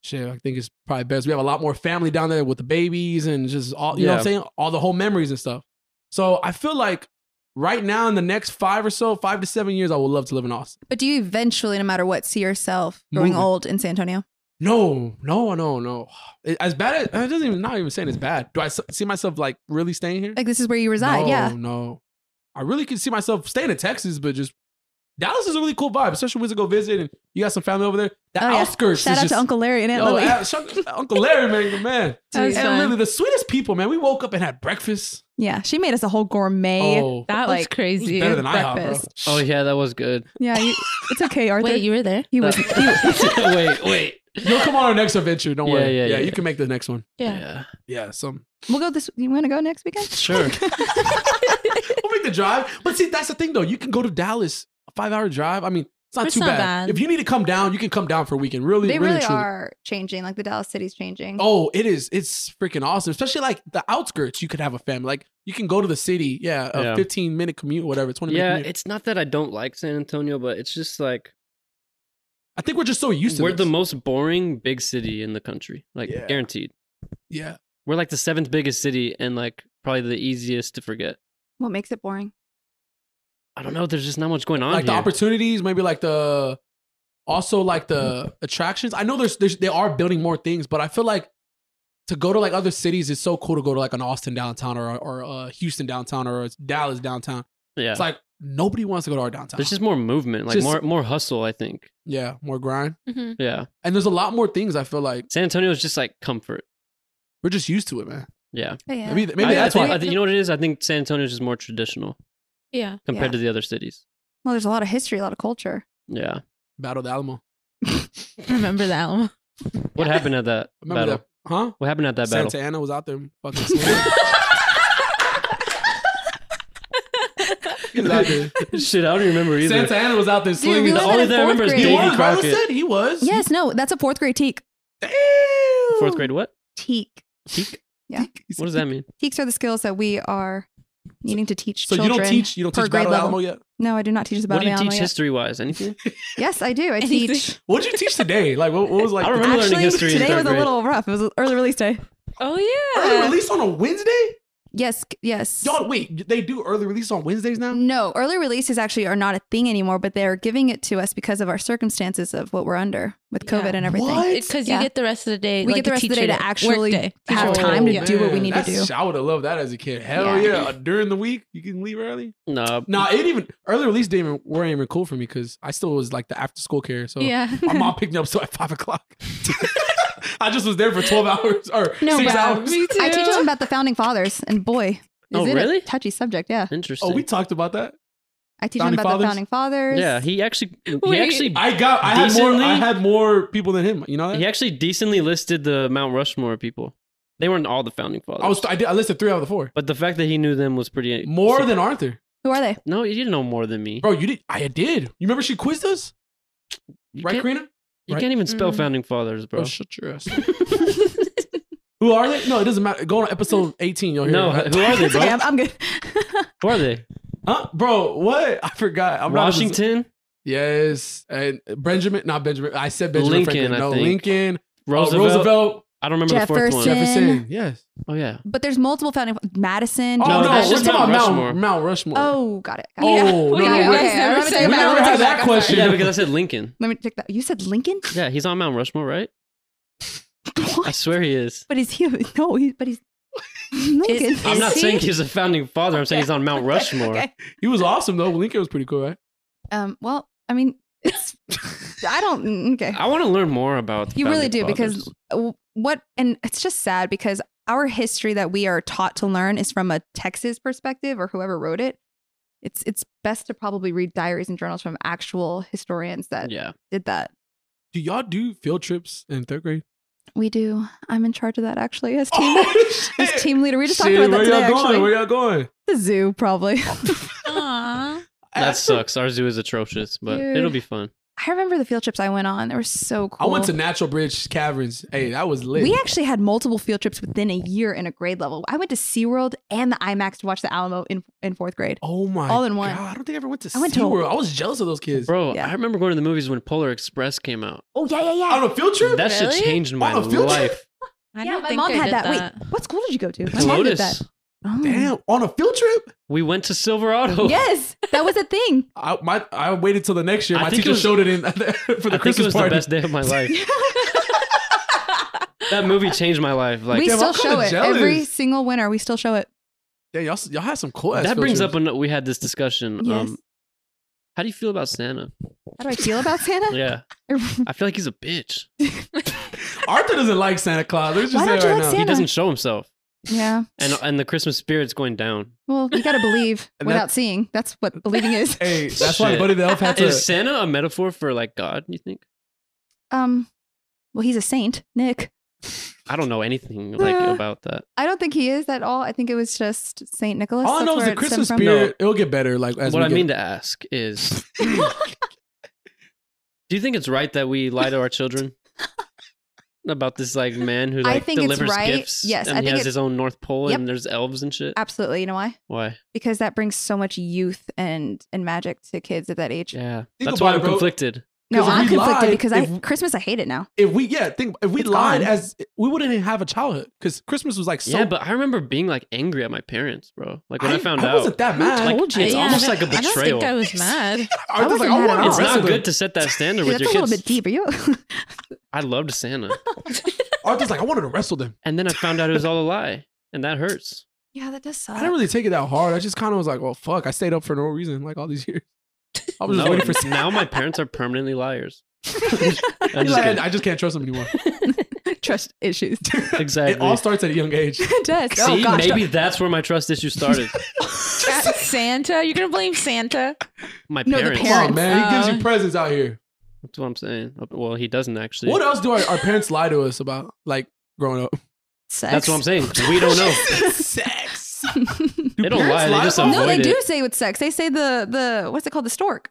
[SPEAKER 1] "Shit, I think it's probably best." We have a lot more family down there with the babies and just all you know what I'm saying, all the whole memories and stuff. So I feel like right now in the next five or so, five to seven years, I would love to live in Austin.
[SPEAKER 3] But do you eventually, no matter what, see yourself growing
[SPEAKER 1] Moving.
[SPEAKER 3] old in San Antonio?
[SPEAKER 1] No, no, no, no. As bad as it doesn't even not even saying it's bad. Do I s- see myself like really staying here?
[SPEAKER 3] Like this is where you reside.
[SPEAKER 1] no,
[SPEAKER 3] Yeah.
[SPEAKER 1] no. I really could see myself staying in Texas, but just Dallas is a really cool vibe, especially when we go visit and you got some family over there. The
[SPEAKER 3] Oh, yeah.
[SPEAKER 1] outskirts.
[SPEAKER 3] Shout
[SPEAKER 1] is
[SPEAKER 3] out
[SPEAKER 1] just,
[SPEAKER 3] to Uncle Larry and Aunt
[SPEAKER 1] Yo,
[SPEAKER 3] Lily.
[SPEAKER 1] uh, shout- Uncle Larry, man, the man.
[SPEAKER 4] That was
[SPEAKER 1] and
[SPEAKER 4] fun.
[SPEAKER 1] Lily, the sweetest people, man. We woke up and had breakfast.
[SPEAKER 3] <laughs> yeah, she made us a whole gourmet.
[SPEAKER 1] oh,
[SPEAKER 4] That was
[SPEAKER 3] Like,
[SPEAKER 1] it was
[SPEAKER 4] crazy.
[SPEAKER 1] better than IHOP, bro.
[SPEAKER 3] breakfast.
[SPEAKER 2] Oh yeah, that was good.
[SPEAKER 3] Yeah, you, it's <laughs> okay, Arthur.
[SPEAKER 4] Wait, you were there?
[SPEAKER 3] he was. he was-
[SPEAKER 1] <laughs>
[SPEAKER 2] wait,
[SPEAKER 3] <laughs>
[SPEAKER 2] wait.
[SPEAKER 1] You'll come on our next adventure. Don't
[SPEAKER 2] Yeah,
[SPEAKER 1] worry.
[SPEAKER 2] yeah,
[SPEAKER 1] yeah,
[SPEAKER 2] yeah.
[SPEAKER 1] you can make the next one.
[SPEAKER 2] Yeah.
[SPEAKER 4] Yeah.
[SPEAKER 1] Yeah, some.
[SPEAKER 3] we'll go this. You want to go
[SPEAKER 1] <laughs>
[SPEAKER 3] next weekend? <laughs>
[SPEAKER 2] Sure.
[SPEAKER 1] We'll make the drive. But see, that's the thing though. You can go to Dallas, a five hour drive. I mean, it's not
[SPEAKER 4] It's
[SPEAKER 1] too
[SPEAKER 4] not
[SPEAKER 1] bad.
[SPEAKER 4] bad.
[SPEAKER 1] If you need to come down, you can come down for a weekend. Really,
[SPEAKER 3] they
[SPEAKER 1] really,
[SPEAKER 3] really
[SPEAKER 1] truly.
[SPEAKER 3] are changing. Like the Dallas city's changing.
[SPEAKER 1] Oh, it is. It's freaking awesome. Especially like the outskirts, you could have a family. Like you can go to the city. Yeah, a
[SPEAKER 2] Yeah.
[SPEAKER 1] 15 minute commute, whatever, 20 minute
[SPEAKER 2] yeah,
[SPEAKER 1] commute.
[SPEAKER 2] it's not that I don't like San Antonio, but it's just like
[SPEAKER 1] I think we're just so used to
[SPEAKER 2] we're
[SPEAKER 1] this.
[SPEAKER 2] the most boring big city in the country. Like
[SPEAKER 1] Yeah.
[SPEAKER 2] guaranteed.
[SPEAKER 1] Yeah.
[SPEAKER 2] We're like the seventh biggest city and like probably the easiest to forget.
[SPEAKER 3] What makes it boring?
[SPEAKER 2] I don't know, there's just not much going on
[SPEAKER 1] like the
[SPEAKER 2] here.
[SPEAKER 1] opportunities, maybe like the also like the attractions. I know there's, there's they are building more things, but I feel like to go to like other cities is so cool to go to like an Austin downtown or or uh, Houston downtown or Dallas downtown.
[SPEAKER 2] yeah.
[SPEAKER 1] It's like nobody wants to go to our downtown.
[SPEAKER 2] there's just more movement, like
[SPEAKER 1] Just-
[SPEAKER 2] more more hustle, I think.
[SPEAKER 1] yeah, more grind,
[SPEAKER 4] Mm-hmm.
[SPEAKER 2] Yeah.
[SPEAKER 1] and there's a lot more things. I feel like
[SPEAKER 2] San Antonio is just like comfort.
[SPEAKER 1] we're just used to it, man.
[SPEAKER 2] Yeah.
[SPEAKER 3] Oh, yeah.
[SPEAKER 1] Maybe maybe
[SPEAKER 2] I- I
[SPEAKER 1] that's
[SPEAKER 2] think-
[SPEAKER 1] why.
[SPEAKER 2] I think- you know what it is? I think San Antonio is just more traditional
[SPEAKER 4] Yeah.
[SPEAKER 2] compared
[SPEAKER 3] Yeah.
[SPEAKER 2] to the other cities.
[SPEAKER 3] well, there's a lot of history, a lot of
[SPEAKER 1] <laughs>
[SPEAKER 3] culture. <laughs>
[SPEAKER 2] Yeah.
[SPEAKER 1] Battle of the Alamo.
[SPEAKER 4] Remember that one.
[SPEAKER 2] What happened at that
[SPEAKER 1] Remember
[SPEAKER 2] battle?
[SPEAKER 1] that? Huh?
[SPEAKER 2] What happened at that battle?
[SPEAKER 1] Santa Ana was out there fucking.
[SPEAKER 2] <laughs>
[SPEAKER 1] slaying.
[SPEAKER 4] <laughs>
[SPEAKER 1] He was out <laughs> there.
[SPEAKER 2] <laughs> Shit, I don't remember either.
[SPEAKER 1] Santa Ana was out there
[SPEAKER 3] we
[SPEAKER 1] slinging.
[SPEAKER 3] live
[SPEAKER 2] the
[SPEAKER 3] in
[SPEAKER 1] the-
[SPEAKER 2] only
[SPEAKER 3] a
[SPEAKER 2] thing I
[SPEAKER 3] fourth
[SPEAKER 2] remember is
[SPEAKER 1] He
[SPEAKER 3] grade.
[SPEAKER 2] Davy
[SPEAKER 1] was. Riley
[SPEAKER 2] Crockett.
[SPEAKER 1] said he was.
[SPEAKER 3] yes, no, that's a fourth grade teak.
[SPEAKER 1] Damn.
[SPEAKER 2] Fourth grade what?
[SPEAKER 3] Teak.
[SPEAKER 2] Teak?
[SPEAKER 3] Yeah.
[SPEAKER 2] What does that mean?
[SPEAKER 3] Teaks are the skills that we are needing to teach
[SPEAKER 1] So you
[SPEAKER 3] children.
[SPEAKER 1] don't teach you don't
[SPEAKER 3] per
[SPEAKER 1] teach
[SPEAKER 3] grade
[SPEAKER 1] Battle of the
[SPEAKER 3] level.
[SPEAKER 1] Alamo yet?
[SPEAKER 3] No, I do not teach about
[SPEAKER 2] What do you
[SPEAKER 3] Alamo
[SPEAKER 2] teach
[SPEAKER 3] yet.
[SPEAKER 2] history wise?
[SPEAKER 3] <laughs>
[SPEAKER 2] Anything?
[SPEAKER 3] Yes, I do. I
[SPEAKER 4] Anything.
[SPEAKER 3] teach.
[SPEAKER 1] What did you teach today? Like what, what was like
[SPEAKER 2] I remember learning
[SPEAKER 3] Actually,
[SPEAKER 2] history in
[SPEAKER 3] today
[SPEAKER 2] third
[SPEAKER 3] was a
[SPEAKER 2] grade.
[SPEAKER 3] little rough. It was early release day.
[SPEAKER 4] Oh
[SPEAKER 1] early
[SPEAKER 4] yeah.
[SPEAKER 1] release on a Wednesday?
[SPEAKER 3] Yes, yes.
[SPEAKER 1] Y'all wait, they do early release on Wednesdays now?
[SPEAKER 3] Um, No, early releases actually are not a thing anymore, but they're giving it to us because of our circumstances of what we're under with
[SPEAKER 4] Yeah.
[SPEAKER 3] COVID and everything.
[SPEAKER 1] What?
[SPEAKER 4] Because
[SPEAKER 3] Yeah.
[SPEAKER 4] you get the rest of the day.
[SPEAKER 3] We get
[SPEAKER 4] like
[SPEAKER 3] the rest of the
[SPEAKER 4] teacher
[SPEAKER 3] day to
[SPEAKER 4] work
[SPEAKER 3] actually
[SPEAKER 4] day.
[SPEAKER 3] have
[SPEAKER 4] Teacher
[SPEAKER 3] time
[SPEAKER 4] work.
[SPEAKER 3] to do what we need to
[SPEAKER 1] Oh, that's-
[SPEAKER 3] do.
[SPEAKER 1] I would have loved that as a kid. Hell yeah.
[SPEAKER 3] Yeah.
[SPEAKER 1] Uh, During the week, you can leave early.
[SPEAKER 2] No.
[SPEAKER 1] Nah, it even early release didn't even, weren't even cool for me because I still was like the after school care. So
[SPEAKER 4] Yeah.
[SPEAKER 1] my
[SPEAKER 3] <laughs>
[SPEAKER 1] mom picked me up still at five o'clock. <laughs> I just was there for twelve <laughs> hours or
[SPEAKER 3] No,
[SPEAKER 1] six
[SPEAKER 3] but
[SPEAKER 1] hours.
[SPEAKER 4] Me too.
[SPEAKER 3] I teach them about the founding fathers, and boy, is
[SPEAKER 2] Oh,
[SPEAKER 3] it
[SPEAKER 2] really?
[SPEAKER 3] a touchy subject. Yeah,
[SPEAKER 2] Interesting.
[SPEAKER 1] Oh, we talked about that.
[SPEAKER 3] I teach
[SPEAKER 1] Founding
[SPEAKER 3] them about
[SPEAKER 1] fathers?
[SPEAKER 3] the founding fathers.
[SPEAKER 2] yeah, he actually he
[SPEAKER 4] Wait.
[SPEAKER 2] actually
[SPEAKER 1] I got. I had more.
[SPEAKER 2] Decently?
[SPEAKER 1] I had more people than him. You know that.
[SPEAKER 2] he actually decently listed the Mount Rushmore people. They weren't all the founding fathers.
[SPEAKER 1] I was. I did. I listed three out of the four.
[SPEAKER 2] but the fact that he knew them was pretty
[SPEAKER 1] More than Arthur,
[SPEAKER 3] who are they?
[SPEAKER 2] No, you didn't know more than me.
[SPEAKER 1] bro. You did. I did. You remember she quizzed us,
[SPEAKER 2] you
[SPEAKER 1] right,
[SPEAKER 2] can't,
[SPEAKER 1] Karina?
[SPEAKER 2] you
[SPEAKER 1] Right.
[SPEAKER 2] can't even spell
[SPEAKER 3] Mm-hmm.
[SPEAKER 4] Mm.
[SPEAKER 2] founding fathers, bro.
[SPEAKER 1] Oh, shut your ass. Who are they? No, it doesn't matter. Go on episode eighteen. You'll hear.
[SPEAKER 2] No,
[SPEAKER 1] it.
[SPEAKER 2] who are
[SPEAKER 3] <laughs>
[SPEAKER 2] they,
[SPEAKER 3] It's okay,
[SPEAKER 2] bro?
[SPEAKER 3] I'm, I'm good.
[SPEAKER 2] <laughs> Who are they?
[SPEAKER 1] Huh? Bro, what? I forgot. I'm not-
[SPEAKER 2] Washington,
[SPEAKER 1] yes, and Benjamin. Not Benjamin. I said Benjamin
[SPEAKER 2] Lincoln,
[SPEAKER 1] Franklin.
[SPEAKER 2] I
[SPEAKER 1] No,
[SPEAKER 2] think.
[SPEAKER 1] Lincoln. uh,
[SPEAKER 2] Roosevelt.
[SPEAKER 1] Roosevelt.
[SPEAKER 2] I don't remember the fourth one.
[SPEAKER 3] Jefferson.
[SPEAKER 1] Jefferson. Yes. <laughs>
[SPEAKER 2] Oh yeah.
[SPEAKER 3] but there's multiple founding Madison.
[SPEAKER 1] Oh
[SPEAKER 2] No,
[SPEAKER 1] no,
[SPEAKER 2] that's
[SPEAKER 1] we're
[SPEAKER 2] just
[SPEAKER 1] talking about
[SPEAKER 2] Mount
[SPEAKER 1] Mount Mount
[SPEAKER 2] Rushmore.
[SPEAKER 1] Rushmore.
[SPEAKER 3] Oh, got it. Got
[SPEAKER 1] Oh,
[SPEAKER 3] it.
[SPEAKER 4] Yeah.
[SPEAKER 1] no,
[SPEAKER 4] We
[SPEAKER 1] no,
[SPEAKER 4] guys
[SPEAKER 1] wait.
[SPEAKER 4] never
[SPEAKER 3] Let me
[SPEAKER 4] said
[SPEAKER 3] take
[SPEAKER 1] we never
[SPEAKER 3] it back. Let me
[SPEAKER 1] had
[SPEAKER 3] take it
[SPEAKER 1] that
[SPEAKER 3] back. I'm
[SPEAKER 1] question.
[SPEAKER 3] sorry.
[SPEAKER 2] Yeah, because I said Lincoln.
[SPEAKER 3] Let me take that. You said Lincoln. <laughs>
[SPEAKER 2] Yeah, he's on Mount Rushmore, right? I
[SPEAKER 3] What?
[SPEAKER 2] swear he is.
[SPEAKER 3] But he's he? No, he, but he's Lincoln.
[SPEAKER 2] I'm
[SPEAKER 4] Is
[SPEAKER 2] not
[SPEAKER 4] he?
[SPEAKER 2] saying he's a founding father. I'm saying he's on Mount Rushmore.
[SPEAKER 3] <laughs> Okay.
[SPEAKER 1] He was awesome though. Lincoln was pretty cool, right? <laughs>
[SPEAKER 3] Um. Well, I mean, it's. I don't. mm, Okay.
[SPEAKER 2] I want to learn more about. the
[SPEAKER 3] You really
[SPEAKER 2] founding
[SPEAKER 3] do because
[SPEAKER 2] fathers.
[SPEAKER 3] w- what and it's just sad because our history that we are taught to learn is from a Texas perspective or whoever wrote it. It's it's best to probably read diaries and journals from actual historians that
[SPEAKER 2] yeah,
[SPEAKER 3] did that.
[SPEAKER 1] Do y'all do field trips in third grade?
[SPEAKER 3] We do. I'm in charge of that actually
[SPEAKER 1] <laughs>
[SPEAKER 3] as <laughs> team
[SPEAKER 1] Oh,
[SPEAKER 3] as team leader. We just
[SPEAKER 1] Shit,
[SPEAKER 3] talked about that
[SPEAKER 1] where
[SPEAKER 3] today.
[SPEAKER 1] y'all going?
[SPEAKER 3] Actually,
[SPEAKER 1] Where y'all going?
[SPEAKER 3] the zoo probably.
[SPEAKER 4] Aw.
[SPEAKER 2] <laughs> that sucks. Our zoo is atrocious, but
[SPEAKER 3] Dude.
[SPEAKER 2] it'll be fun.
[SPEAKER 3] I remember the field trips I went on. They were so
[SPEAKER 1] I
[SPEAKER 3] cool.
[SPEAKER 1] went to Natural Bridge Caverns. Hey, that was lit.
[SPEAKER 3] We actually had multiple field trips within a year in a grade level. I went to SeaWorld and the IMAX to watch the Alamo in, in fourth grade.
[SPEAKER 1] oh my!
[SPEAKER 3] all in one.
[SPEAKER 1] God, I don't think I ever went to
[SPEAKER 3] I went to-
[SPEAKER 1] SeaWorld. I was jealous of those kids.
[SPEAKER 2] Bro,
[SPEAKER 3] Yeah.
[SPEAKER 2] I remember going to the movies when Polar Express came out.
[SPEAKER 3] Oh, yeah, yeah, yeah.
[SPEAKER 1] On a field
[SPEAKER 3] Oh,
[SPEAKER 1] trip?
[SPEAKER 2] That
[SPEAKER 4] Really?
[SPEAKER 2] shit changed my
[SPEAKER 1] Oh, On a field trip?
[SPEAKER 2] life.
[SPEAKER 4] I
[SPEAKER 3] yeah,
[SPEAKER 4] don't
[SPEAKER 3] my
[SPEAKER 4] think
[SPEAKER 3] mom
[SPEAKER 4] I
[SPEAKER 3] had
[SPEAKER 4] did
[SPEAKER 3] that. Wait, <laughs> what school did you go to? My mom did that.
[SPEAKER 2] Lotus.
[SPEAKER 3] Oh.
[SPEAKER 1] Damn, on a field trip?
[SPEAKER 2] We went to
[SPEAKER 1] <laughs>
[SPEAKER 2] Silverado. <laughs>
[SPEAKER 3] <laughs> Yes, that was a thing.
[SPEAKER 1] I my I waited till the next year.
[SPEAKER 2] I
[SPEAKER 1] My
[SPEAKER 2] think
[SPEAKER 1] teacher
[SPEAKER 2] it was-
[SPEAKER 1] showed it in <laughs> for
[SPEAKER 2] I
[SPEAKER 1] the
[SPEAKER 2] think it
[SPEAKER 1] Christmas
[SPEAKER 2] was
[SPEAKER 1] party.
[SPEAKER 2] the best day of my
[SPEAKER 3] <laughs>
[SPEAKER 2] life. that movie changed my life. Like
[SPEAKER 3] we
[SPEAKER 1] Damn,
[SPEAKER 3] still
[SPEAKER 1] I'm kinda
[SPEAKER 3] show it every
[SPEAKER 1] jealous.
[SPEAKER 3] single winter. We still show it.
[SPEAKER 1] Damn, y'all, y'all had some cool ass
[SPEAKER 2] that brings
[SPEAKER 1] field
[SPEAKER 2] up when we had this discussion.
[SPEAKER 3] Yes.
[SPEAKER 2] Um, how do you feel about
[SPEAKER 3] <laughs>
[SPEAKER 2] Santa?
[SPEAKER 3] How do I feel about
[SPEAKER 1] <laughs>
[SPEAKER 3] Santa?
[SPEAKER 2] Yeah, I feel like he's a bitch.
[SPEAKER 1] trips. Arthur doesn't like Santa Claus. Let's just say
[SPEAKER 3] Why don't you
[SPEAKER 1] it right
[SPEAKER 3] like
[SPEAKER 1] now.
[SPEAKER 2] He
[SPEAKER 3] Santa?
[SPEAKER 2] doesn't show himself,
[SPEAKER 3] <laughs> yeah.
[SPEAKER 2] and and the Christmas spirit's going down.
[SPEAKER 3] Well, you got to believe
[SPEAKER 1] And that-
[SPEAKER 3] without seeing. That's what
[SPEAKER 1] <laughs>
[SPEAKER 3] believing is.
[SPEAKER 1] Hey, that's why
[SPEAKER 2] Shit.
[SPEAKER 1] Buddy the Elf had to.
[SPEAKER 2] Is Santa a metaphor for like God? You think?
[SPEAKER 3] Um, well, he's a saint, Nick.
[SPEAKER 2] I don't know anything like
[SPEAKER 3] Uh,
[SPEAKER 2] about that.
[SPEAKER 3] I don't think he is at all. I think it was just Saint Nicholas.
[SPEAKER 1] All I
[SPEAKER 3] That's
[SPEAKER 1] know is
[SPEAKER 3] where
[SPEAKER 1] the
[SPEAKER 3] it stemmed
[SPEAKER 1] Christmas
[SPEAKER 3] from.
[SPEAKER 1] spirit. It'll get better. Like as
[SPEAKER 2] What
[SPEAKER 1] we
[SPEAKER 2] I
[SPEAKER 1] get-
[SPEAKER 2] mean to ask is, do you think it's right that we lie to our children? About this like man who
[SPEAKER 3] I
[SPEAKER 2] like
[SPEAKER 3] think it's
[SPEAKER 2] delivers
[SPEAKER 3] right.
[SPEAKER 2] gifts,
[SPEAKER 3] Yes,
[SPEAKER 2] and
[SPEAKER 3] I
[SPEAKER 2] he
[SPEAKER 3] think
[SPEAKER 2] has
[SPEAKER 3] it-
[SPEAKER 2] his own North Pole,
[SPEAKER 3] Yep.
[SPEAKER 2] and there's elves and shit.
[SPEAKER 3] Absolutely. You know why?
[SPEAKER 2] Why?
[SPEAKER 3] Because that brings so much youth and and magic to kids at that age.
[SPEAKER 2] Yeah,
[SPEAKER 1] Think
[SPEAKER 2] that's why
[SPEAKER 1] about
[SPEAKER 2] I'm
[SPEAKER 1] it, bro.
[SPEAKER 2] conflicted.
[SPEAKER 3] No,
[SPEAKER 1] 'Cause if
[SPEAKER 3] I'm
[SPEAKER 1] we
[SPEAKER 3] conflicted
[SPEAKER 1] lied,
[SPEAKER 3] because I
[SPEAKER 1] if-
[SPEAKER 3] Christmas I hate it now.
[SPEAKER 1] if we yeah think if we
[SPEAKER 3] It's
[SPEAKER 1] lied
[SPEAKER 3] gone.
[SPEAKER 1] as we wouldn't have a childhood because Christmas was like so.
[SPEAKER 2] yeah, but I remember being like angry at my parents, bro. Like when I, found out,
[SPEAKER 1] wasn't that mad.
[SPEAKER 2] Like,
[SPEAKER 3] told you?
[SPEAKER 2] It's
[SPEAKER 4] Yeah,
[SPEAKER 2] almost
[SPEAKER 4] that-
[SPEAKER 2] like a
[SPEAKER 4] I don't
[SPEAKER 2] betrayal.
[SPEAKER 4] think I was mad.
[SPEAKER 1] I was
[SPEAKER 3] wasn't
[SPEAKER 1] like,
[SPEAKER 3] mad
[SPEAKER 1] I
[SPEAKER 3] at
[SPEAKER 1] want
[SPEAKER 3] all.
[SPEAKER 1] to
[SPEAKER 2] it's not
[SPEAKER 1] wrestle
[SPEAKER 2] good
[SPEAKER 1] good.
[SPEAKER 2] to set that standard
[SPEAKER 3] Dude,
[SPEAKER 2] with
[SPEAKER 3] that's
[SPEAKER 2] your
[SPEAKER 3] a
[SPEAKER 2] kids.
[SPEAKER 3] little bit deep. Are you?
[SPEAKER 2] I loved Santa,
[SPEAKER 1] Arthur's like, I wanted to wrestle them.
[SPEAKER 2] and then I found out it was all a lie, and that hurts.
[SPEAKER 3] <laughs> yeah, that does suck.
[SPEAKER 1] I didn't really take it that hard. I just kind of was like, well, fuck. I stayed up for no reason, like all these years. <laughs> I was just
[SPEAKER 2] No,
[SPEAKER 1] waiting for.
[SPEAKER 2] <laughs> now my parents are permanently liars. I'm
[SPEAKER 1] He's
[SPEAKER 2] just
[SPEAKER 1] like,
[SPEAKER 2] kidding.
[SPEAKER 1] I just can't trust them anymore.
[SPEAKER 3] <laughs> trust issues.
[SPEAKER 2] Exactly.
[SPEAKER 1] It all starts at a young <laughs> age.
[SPEAKER 3] it does.
[SPEAKER 2] See,
[SPEAKER 3] oh gosh.
[SPEAKER 2] maybe that's where my trust issue started.
[SPEAKER 4] At Santa? You're gonna blame Santa?
[SPEAKER 2] My
[SPEAKER 3] No, the
[SPEAKER 2] parents.
[SPEAKER 1] Come on,
[SPEAKER 3] Parents.
[SPEAKER 1] man. He gives
[SPEAKER 4] Oh.
[SPEAKER 1] you presents out here.
[SPEAKER 2] That's what I'm saying. Oh, Well, he doesn't actually.
[SPEAKER 1] What else do our, our parents lie to us about, like growing up?
[SPEAKER 3] Sex.
[SPEAKER 2] that's what I'm saying. We don't know.
[SPEAKER 1] Sex.
[SPEAKER 3] saying.
[SPEAKER 2] They don't
[SPEAKER 1] parents
[SPEAKER 2] lie. They
[SPEAKER 1] lie
[SPEAKER 2] just
[SPEAKER 1] about-
[SPEAKER 2] avoid
[SPEAKER 3] <laughs> no, they
[SPEAKER 2] it.
[SPEAKER 3] do say with sex. They say the the what's it called? The stork.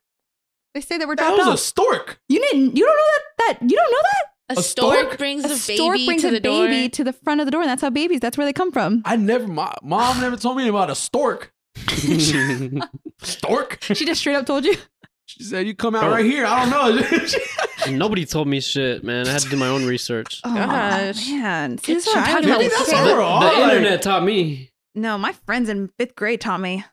[SPEAKER 3] They say that we're
[SPEAKER 1] That
[SPEAKER 3] dropped
[SPEAKER 1] was a
[SPEAKER 3] off.
[SPEAKER 1] stork.
[SPEAKER 3] you didn't. You don't know that. That you don't know that.
[SPEAKER 4] A,
[SPEAKER 1] A
[SPEAKER 4] stork,
[SPEAKER 1] stork?
[SPEAKER 4] brings
[SPEAKER 3] a
[SPEAKER 4] a,
[SPEAKER 3] stork
[SPEAKER 4] baby
[SPEAKER 3] brings
[SPEAKER 4] to the
[SPEAKER 3] a baby
[SPEAKER 4] door.
[SPEAKER 3] to the front of the door, and that's how babies. That's where they come <laughs> from.
[SPEAKER 1] I never. My mom never told me about a stork. Stork.
[SPEAKER 3] She just straight up told you.
[SPEAKER 1] She said, "You come out
[SPEAKER 2] Oh.
[SPEAKER 1] right here." I don't know. <laughs>
[SPEAKER 2] <laughs> Nobody told me shit, man. I had to do my own
[SPEAKER 3] <laughs>
[SPEAKER 2] research.
[SPEAKER 3] Oh
[SPEAKER 4] Gosh.
[SPEAKER 3] man, See,
[SPEAKER 4] Good
[SPEAKER 3] this is what I'm
[SPEAKER 4] try,
[SPEAKER 3] talking
[SPEAKER 4] Maybe
[SPEAKER 3] about.
[SPEAKER 4] that's
[SPEAKER 3] Okay,
[SPEAKER 1] how
[SPEAKER 2] The,
[SPEAKER 1] we're all
[SPEAKER 2] the
[SPEAKER 1] like-
[SPEAKER 2] internet taught me.
[SPEAKER 3] No, my friends in fifth grade taught me.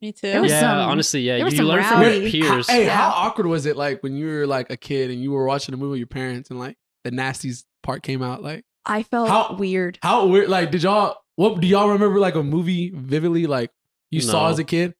[SPEAKER 4] Me
[SPEAKER 3] There
[SPEAKER 4] too.
[SPEAKER 3] was
[SPEAKER 2] yeah,
[SPEAKER 3] some-
[SPEAKER 2] honestly, yeah.
[SPEAKER 3] there
[SPEAKER 2] You
[SPEAKER 3] was some
[SPEAKER 2] learn from your
[SPEAKER 3] rowdy-
[SPEAKER 2] peers.
[SPEAKER 1] Hey,
[SPEAKER 3] Yeah.
[SPEAKER 1] how awkward was it like when you were like a kid and you were watching a movie with your parents and like the nasties part came out? Like
[SPEAKER 3] I felt
[SPEAKER 1] How-
[SPEAKER 3] weird.
[SPEAKER 1] how weird? Like did y'all? What do y'all remember? Like a movie vividly? Like you saw
[SPEAKER 2] No.
[SPEAKER 1] as a kid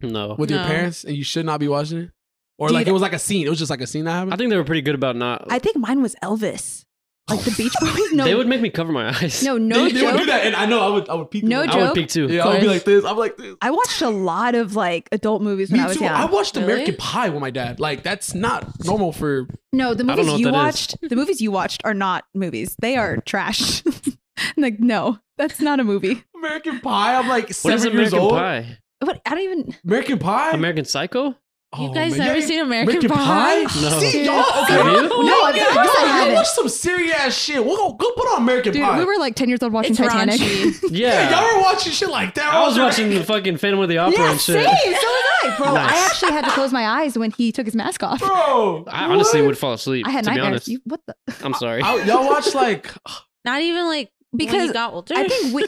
[SPEAKER 2] no.
[SPEAKER 1] with your
[SPEAKER 4] No.
[SPEAKER 1] parents and you should not be watching it, or
[SPEAKER 3] Dude.
[SPEAKER 1] like it was like a scene. It was just like a scene that
[SPEAKER 2] I
[SPEAKER 1] happened.
[SPEAKER 2] think they were pretty good about not.
[SPEAKER 3] I think mine was Elvis, like the
[SPEAKER 2] <laughs>
[SPEAKER 3] Beach Boys. No,
[SPEAKER 2] they would make me cover my <laughs> eyes.
[SPEAKER 3] no, no
[SPEAKER 1] they, they would do
[SPEAKER 3] joke.
[SPEAKER 1] that, and I know I would. I would peek.
[SPEAKER 3] No
[SPEAKER 1] them.
[SPEAKER 2] I
[SPEAKER 1] I
[SPEAKER 2] would
[SPEAKER 3] joke.
[SPEAKER 2] peek too.
[SPEAKER 1] would, yeah, I would be like this. I'm like this.
[SPEAKER 3] I watched a lot of like adult movies when
[SPEAKER 1] Me
[SPEAKER 3] I was
[SPEAKER 1] too.
[SPEAKER 3] young.
[SPEAKER 1] I watched
[SPEAKER 4] Really?
[SPEAKER 1] American Pie with my dad. Like that's not normal for.
[SPEAKER 3] no, the
[SPEAKER 2] I don't know
[SPEAKER 3] movies
[SPEAKER 2] what
[SPEAKER 3] you
[SPEAKER 2] that is.
[SPEAKER 3] watched, the movies you watched are not movies. They are trash. <laughs> like no, that's not a movie.
[SPEAKER 1] American Pie. I'm like
[SPEAKER 2] What
[SPEAKER 1] seven
[SPEAKER 2] is
[SPEAKER 1] years
[SPEAKER 2] American
[SPEAKER 1] old.
[SPEAKER 2] Pie?
[SPEAKER 3] What I don't even.
[SPEAKER 1] American Pie.
[SPEAKER 2] American
[SPEAKER 3] <laughs>
[SPEAKER 2] Psycho?
[SPEAKER 1] Oh,
[SPEAKER 4] You guys
[SPEAKER 1] man.
[SPEAKER 4] never
[SPEAKER 1] Yeah.
[SPEAKER 4] seen American, Pie?
[SPEAKER 2] No.
[SPEAKER 1] See,
[SPEAKER 3] Dude.
[SPEAKER 1] y'all, okay.
[SPEAKER 2] Have
[SPEAKER 3] <laughs>
[SPEAKER 2] you?
[SPEAKER 1] Y'all-
[SPEAKER 3] No, of
[SPEAKER 1] y'all-
[SPEAKER 3] course I
[SPEAKER 1] y'all
[SPEAKER 3] haven't.
[SPEAKER 1] Watch some serious ass shit. We'll go, go put on American
[SPEAKER 3] Dude,
[SPEAKER 1] Pie.
[SPEAKER 3] we were like ten years old watching
[SPEAKER 4] It's
[SPEAKER 3] Titanic.
[SPEAKER 4] raunchy.
[SPEAKER 1] yeah,
[SPEAKER 2] Yeah.
[SPEAKER 1] y'all were watching shit like that.
[SPEAKER 2] I was watching the fucking Phantom of the Opera
[SPEAKER 3] yeah,
[SPEAKER 2] and
[SPEAKER 3] same. So
[SPEAKER 2] shit.
[SPEAKER 3] was
[SPEAKER 2] <laughs>
[SPEAKER 3] I, <laughs> bro.
[SPEAKER 2] Nice.
[SPEAKER 3] I actually had to close my eyes when he took his mask off.
[SPEAKER 1] Bro,
[SPEAKER 2] I honestly
[SPEAKER 1] what?
[SPEAKER 2] would fall asleep,
[SPEAKER 3] I had
[SPEAKER 2] to be
[SPEAKER 3] nightmares.
[SPEAKER 2] honest.
[SPEAKER 3] You, what the?
[SPEAKER 2] I'm <laughs> sorry.
[SPEAKER 1] I- y'all watch like <laughs>
[SPEAKER 4] Not even like because when
[SPEAKER 3] Because
[SPEAKER 4] you got older.
[SPEAKER 3] I think we,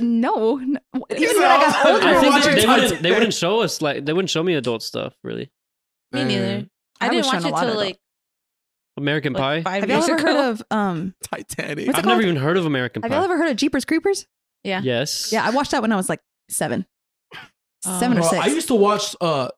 [SPEAKER 2] <laughs>
[SPEAKER 3] no, no. even
[SPEAKER 1] said
[SPEAKER 3] when I
[SPEAKER 1] I
[SPEAKER 3] got
[SPEAKER 1] was-
[SPEAKER 3] older,
[SPEAKER 1] I
[SPEAKER 2] I
[SPEAKER 1] were
[SPEAKER 2] think
[SPEAKER 1] watching
[SPEAKER 2] they, they wouldn't,
[SPEAKER 1] Titanic.
[SPEAKER 2] they wouldn't show us, like, they wouldn't show me adult stuff, really.
[SPEAKER 4] me neither.
[SPEAKER 1] Man,
[SPEAKER 4] I,
[SPEAKER 3] I was shown
[SPEAKER 4] didn't watch
[SPEAKER 3] a
[SPEAKER 4] it
[SPEAKER 3] lot
[SPEAKER 4] till
[SPEAKER 3] of
[SPEAKER 4] like,
[SPEAKER 2] American
[SPEAKER 4] like
[SPEAKER 2] Pie?
[SPEAKER 4] five
[SPEAKER 3] have y'all
[SPEAKER 4] years
[SPEAKER 3] ever
[SPEAKER 4] ago.
[SPEAKER 3] heard of um?
[SPEAKER 1] Titanic.
[SPEAKER 3] What's
[SPEAKER 2] I've
[SPEAKER 3] it
[SPEAKER 2] never
[SPEAKER 3] called?
[SPEAKER 2] even heard of American
[SPEAKER 3] Have
[SPEAKER 2] Pie.
[SPEAKER 3] y'all ever heard of Jeepers Creepers?
[SPEAKER 4] Yeah.
[SPEAKER 2] Yes.
[SPEAKER 3] Yeah, I watched that when I was like seven,
[SPEAKER 4] Oh.
[SPEAKER 3] seven or
[SPEAKER 1] Bro,
[SPEAKER 3] six.
[SPEAKER 1] I used to watch uh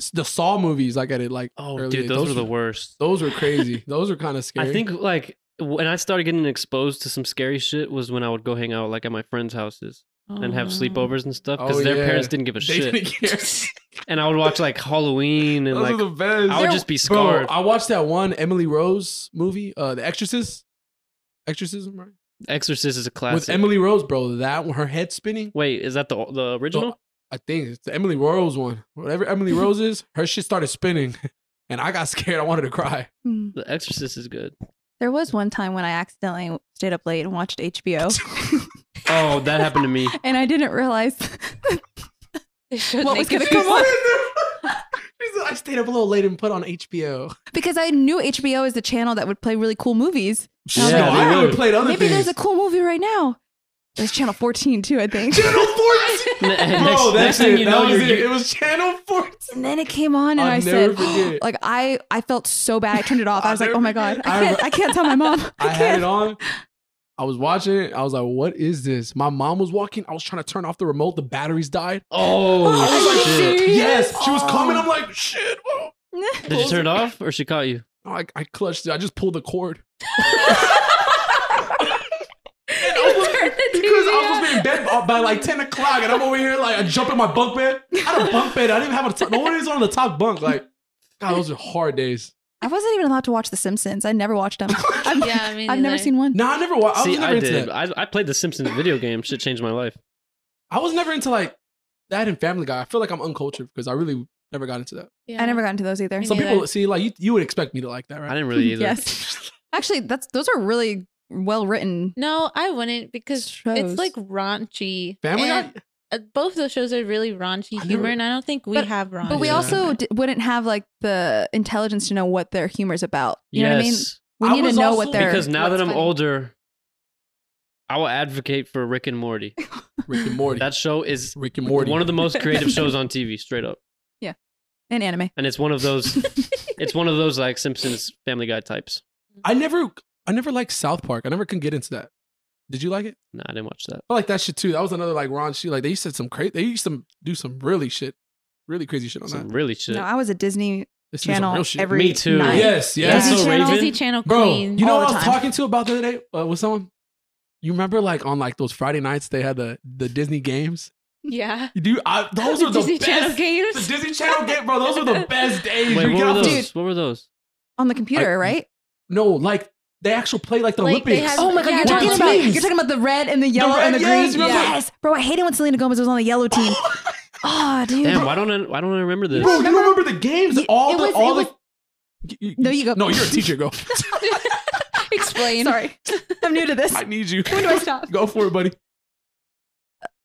[SPEAKER 1] s- the Saw movies. Like I did. Like
[SPEAKER 2] Oh,
[SPEAKER 1] early days.
[SPEAKER 2] dude, those were the worst.
[SPEAKER 1] Those were
[SPEAKER 2] <laughs>
[SPEAKER 1] crazy. Those were kind of scary. <laughs>
[SPEAKER 2] I think like when I started getting exposed to some scary shit was when I would go hang out like at my friends' houses and have sleepovers and stuff because
[SPEAKER 1] Oh,
[SPEAKER 2] their
[SPEAKER 1] yeah.
[SPEAKER 2] parents didn't give a
[SPEAKER 1] they
[SPEAKER 2] shit.
[SPEAKER 1] didn't
[SPEAKER 2] <laughs>
[SPEAKER 1] care. <laughs>
[SPEAKER 2] And I would watch like Halloween and
[SPEAKER 1] Those
[SPEAKER 2] like
[SPEAKER 1] are the best.
[SPEAKER 2] I would just be scarred.
[SPEAKER 1] Bro, I watched that one Emily Rose movie, uh, The Exorcist. Exorcism, right?
[SPEAKER 2] Exorcist is a classic.
[SPEAKER 1] With Emily Rose, bro. That one, her head spinning.
[SPEAKER 2] Wait, is that the the original?
[SPEAKER 3] Oh.
[SPEAKER 1] I think it's the Emily Rose one. Whatever <laughs> Emily Rose is, her shit started spinning. <laughs> And I got scared. I wanted to
[SPEAKER 3] <laughs>
[SPEAKER 1] cry.
[SPEAKER 3] Hmm.
[SPEAKER 2] The Exorcist is good.
[SPEAKER 3] There was one time when I accidentally stayed up late and
[SPEAKER 1] <laughs>
[SPEAKER 3] watched HBO,
[SPEAKER 2] Oh, that happened to <laughs> me.
[SPEAKER 3] and I didn't realize <laughs> what was going to come
[SPEAKER 1] <laughs>
[SPEAKER 3] on
[SPEAKER 1] She said, I stayed up a little late and put on <laughs> HBO.
[SPEAKER 3] because I knew HBO is the channel that would play really cool movies.
[SPEAKER 1] no,
[SPEAKER 3] Yeah, they
[SPEAKER 1] I
[SPEAKER 2] would.
[SPEAKER 1] haven't played other
[SPEAKER 3] Maybe
[SPEAKER 1] things. <laughs>
[SPEAKER 3] <laughs> there's a cool movie right now. There's channel 14 too, I think.
[SPEAKER 1] Channel 14.
[SPEAKER 2] next, next thing
[SPEAKER 1] Oh,
[SPEAKER 2] you
[SPEAKER 1] That
[SPEAKER 2] know,
[SPEAKER 1] was
[SPEAKER 2] you're,
[SPEAKER 1] it. It was Channel 14.
[SPEAKER 3] And then it came on, and
[SPEAKER 1] I'll
[SPEAKER 3] i
[SPEAKER 1] never
[SPEAKER 3] said,
[SPEAKER 1] forget.
[SPEAKER 3] like I, I felt so bad. I turned it off. I
[SPEAKER 1] I'll
[SPEAKER 3] was like,
[SPEAKER 1] never
[SPEAKER 3] oh my god,
[SPEAKER 1] forget.
[SPEAKER 3] I
[SPEAKER 1] I
[SPEAKER 3] can't, I can't tell my mom.
[SPEAKER 1] <laughs> I
[SPEAKER 3] I
[SPEAKER 1] had it
[SPEAKER 3] can't.
[SPEAKER 1] on. I was watching it. I was like, what is this? My mom was walking. I was trying to turn off the remote. The batteries died.
[SPEAKER 3] Are you
[SPEAKER 2] oh, shit.
[SPEAKER 3] serious?
[SPEAKER 1] Yes. She was
[SPEAKER 3] Oh.
[SPEAKER 1] coming. I'm like, shit. Oh.
[SPEAKER 2] Did you turn it off or she caught you?
[SPEAKER 1] I, I clutched it. I just pulled the cord.
[SPEAKER 4] turned the
[SPEAKER 1] Because
[SPEAKER 4] TV
[SPEAKER 1] I was supposed to be in bed by- by like 10 o'clock and I'm over here like I jump in my bunk bed. I
[SPEAKER 2] <laughs>
[SPEAKER 1] had a bunk bed. I didn't even have a top. No one is on the top bunk. Like, God, those are hard
[SPEAKER 2] <laughs>
[SPEAKER 1] days.
[SPEAKER 3] I wasn't even allowed to watch The Simpsons. I never watched
[SPEAKER 1] <laughs>
[SPEAKER 3] them. I've,
[SPEAKER 4] Yeah, me
[SPEAKER 3] I've never
[SPEAKER 4] neither.
[SPEAKER 3] seen one.
[SPEAKER 1] No, I never watched. I
[SPEAKER 2] See,
[SPEAKER 1] was never
[SPEAKER 2] I
[SPEAKER 1] into
[SPEAKER 2] did.
[SPEAKER 1] that.
[SPEAKER 2] I, I played the Simpsons video game. Shit changed my life.
[SPEAKER 1] I was never into like that and Family Guy. I feel like I'm uncultured because I really never got into that.
[SPEAKER 4] Yeah.
[SPEAKER 3] I never got into those either.
[SPEAKER 4] Me
[SPEAKER 1] Some
[SPEAKER 4] neither.
[SPEAKER 3] <laughs>
[SPEAKER 1] people see like you, you would expect me to like that,
[SPEAKER 2] I
[SPEAKER 1] right?
[SPEAKER 2] didn't really either.
[SPEAKER 3] Yes, actually, that's those are really well written.
[SPEAKER 4] No, I wouldn't because
[SPEAKER 3] Shows.
[SPEAKER 4] it's like raunchy.
[SPEAKER 1] Family
[SPEAKER 4] And,
[SPEAKER 2] <laughs>
[SPEAKER 1] Guy.
[SPEAKER 4] uh, both those shows are really raunchy
[SPEAKER 1] I
[SPEAKER 4] humor,
[SPEAKER 1] never-
[SPEAKER 4] and I don't think we
[SPEAKER 3] But-
[SPEAKER 4] have raunchy.
[SPEAKER 3] But we
[SPEAKER 1] Yeah.
[SPEAKER 3] also d- wouldn't have like the intelligence to know what their humor's about. You know what I mean?
[SPEAKER 2] Yes.
[SPEAKER 3] We
[SPEAKER 1] I
[SPEAKER 3] need to
[SPEAKER 1] was
[SPEAKER 3] know
[SPEAKER 1] also-
[SPEAKER 3] what their
[SPEAKER 2] Because now that
[SPEAKER 3] what's
[SPEAKER 2] I'm
[SPEAKER 3] funny.
[SPEAKER 2] older, I will advocate for Rick and Morty.
[SPEAKER 1] Rick and Morty.
[SPEAKER 2] That show is
[SPEAKER 1] Rick and Morty.
[SPEAKER 2] one of the most
[SPEAKER 3] <laughs>
[SPEAKER 2] creative shows on TV, straight up.
[SPEAKER 3] in anime.
[SPEAKER 2] And it's one of
[SPEAKER 3] <laughs>
[SPEAKER 2] those. it's one of those like Simpsons Family Guy types.
[SPEAKER 1] I never, I never liked South Park. I never can get into that. Did you like it?
[SPEAKER 2] No, I didn't watch that.
[SPEAKER 1] I like that shit too. That was another like Ron. She like they used to some crazy. They used to do some really shit, really crazy shit on that.
[SPEAKER 2] Some really shit.
[SPEAKER 3] No, I was a Disney
[SPEAKER 1] They used to do some
[SPEAKER 3] Channel
[SPEAKER 1] real shit.
[SPEAKER 3] every
[SPEAKER 2] Me too.
[SPEAKER 3] night.
[SPEAKER 1] Yes,
[SPEAKER 3] Yeah.
[SPEAKER 1] yes.
[SPEAKER 3] Disney
[SPEAKER 2] Also
[SPEAKER 3] Channel.
[SPEAKER 2] Raven.
[SPEAKER 4] Disney Channel
[SPEAKER 1] Bro,
[SPEAKER 4] queen.
[SPEAKER 1] you know
[SPEAKER 3] all
[SPEAKER 1] what I
[SPEAKER 3] the
[SPEAKER 1] was
[SPEAKER 3] time.
[SPEAKER 1] talking to about the other day uh, with someone? You remember like on like those Friday nights they had the the Disney games?
[SPEAKER 4] yeah,
[SPEAKER 1] You do
[SPEAKER 3] <laughs>
[SPEAKER 1] I, those are <laughs> the
[SPEAKER 4] Disney
[SPEAKER 1] best.
[SPEAKER 4] Channel
[SPEAKER 1] The
[SPEAKER 4] games.
[SPEAKER 1] Disney Channel game, bro. Those were the best days.
[SPEAKER 2] Wait,
[SPEAKER 1] You
[SPEAKER 2] what
[SPEAKER 1] get
[SPEAKER 2] were
[SPEAKER 1] off
[SPEAKER 2] those?
[SPEAKER 1] the-
[SPEAKER 3] Dude.
[SPEAKER 2] What were those?
[SPEAKER 3] on the computer,
[SPEAKER 1] I-
[SPEAKER 3] right?
[SPEAKER 1] No, like they actually play like the
[SPEAKER 4] Like, they
[SPEAKER 1] Olympics.
[SPEAKER 4] had-
[SPEAKER 3] Oh my god,
[SPEAKER 4] Yeah,
[SPEAKER 3] you're
[SPEAKER 4] the
[SPEAKER 3] talking
[SPEAKER 4] teams.
[SPEAKER 3] about you're talking about the red and the yellow
[SPEAKER 1] red-
[SPEAKER 3] and the
[SPEAKER 1] yes,
[SPEAKER 3] green.
[SPEAKER 1] remember?
[SPEAKER 3] Yes, bro, I hated when Selena Gomez was on the yellow team. oh, dude.
[SPEAKER 2] Damn, why don't I? Why don't I remember this?
[SPEAKER 1] Bro, you don't remember the games?
[SPEAKER 3] You-
[SPEAKER 1] all
[SPEAKER 3] it
[SPEAKER 1] the
[SPEAKER 3] was-
[SPEAKER 1] all
[SPEAKER 3] it
[SPEAKER 1] the. You-
[SPEAKER 3] No, you go.
[SPEAKER 1] No, you're a teacher.
[SPEAKER 3] <laughs>
[SPEAKER 1] Go.
[SPEAKER 4] Explain.
[SPEAKER 3] Sorry, <laughs> I'm new to this.
[SPEAKER 1] I need you.
[SPEAKER 3] <laughs> When do I stop?
[SPEAKER 1] <laughs> Go for it, buddy.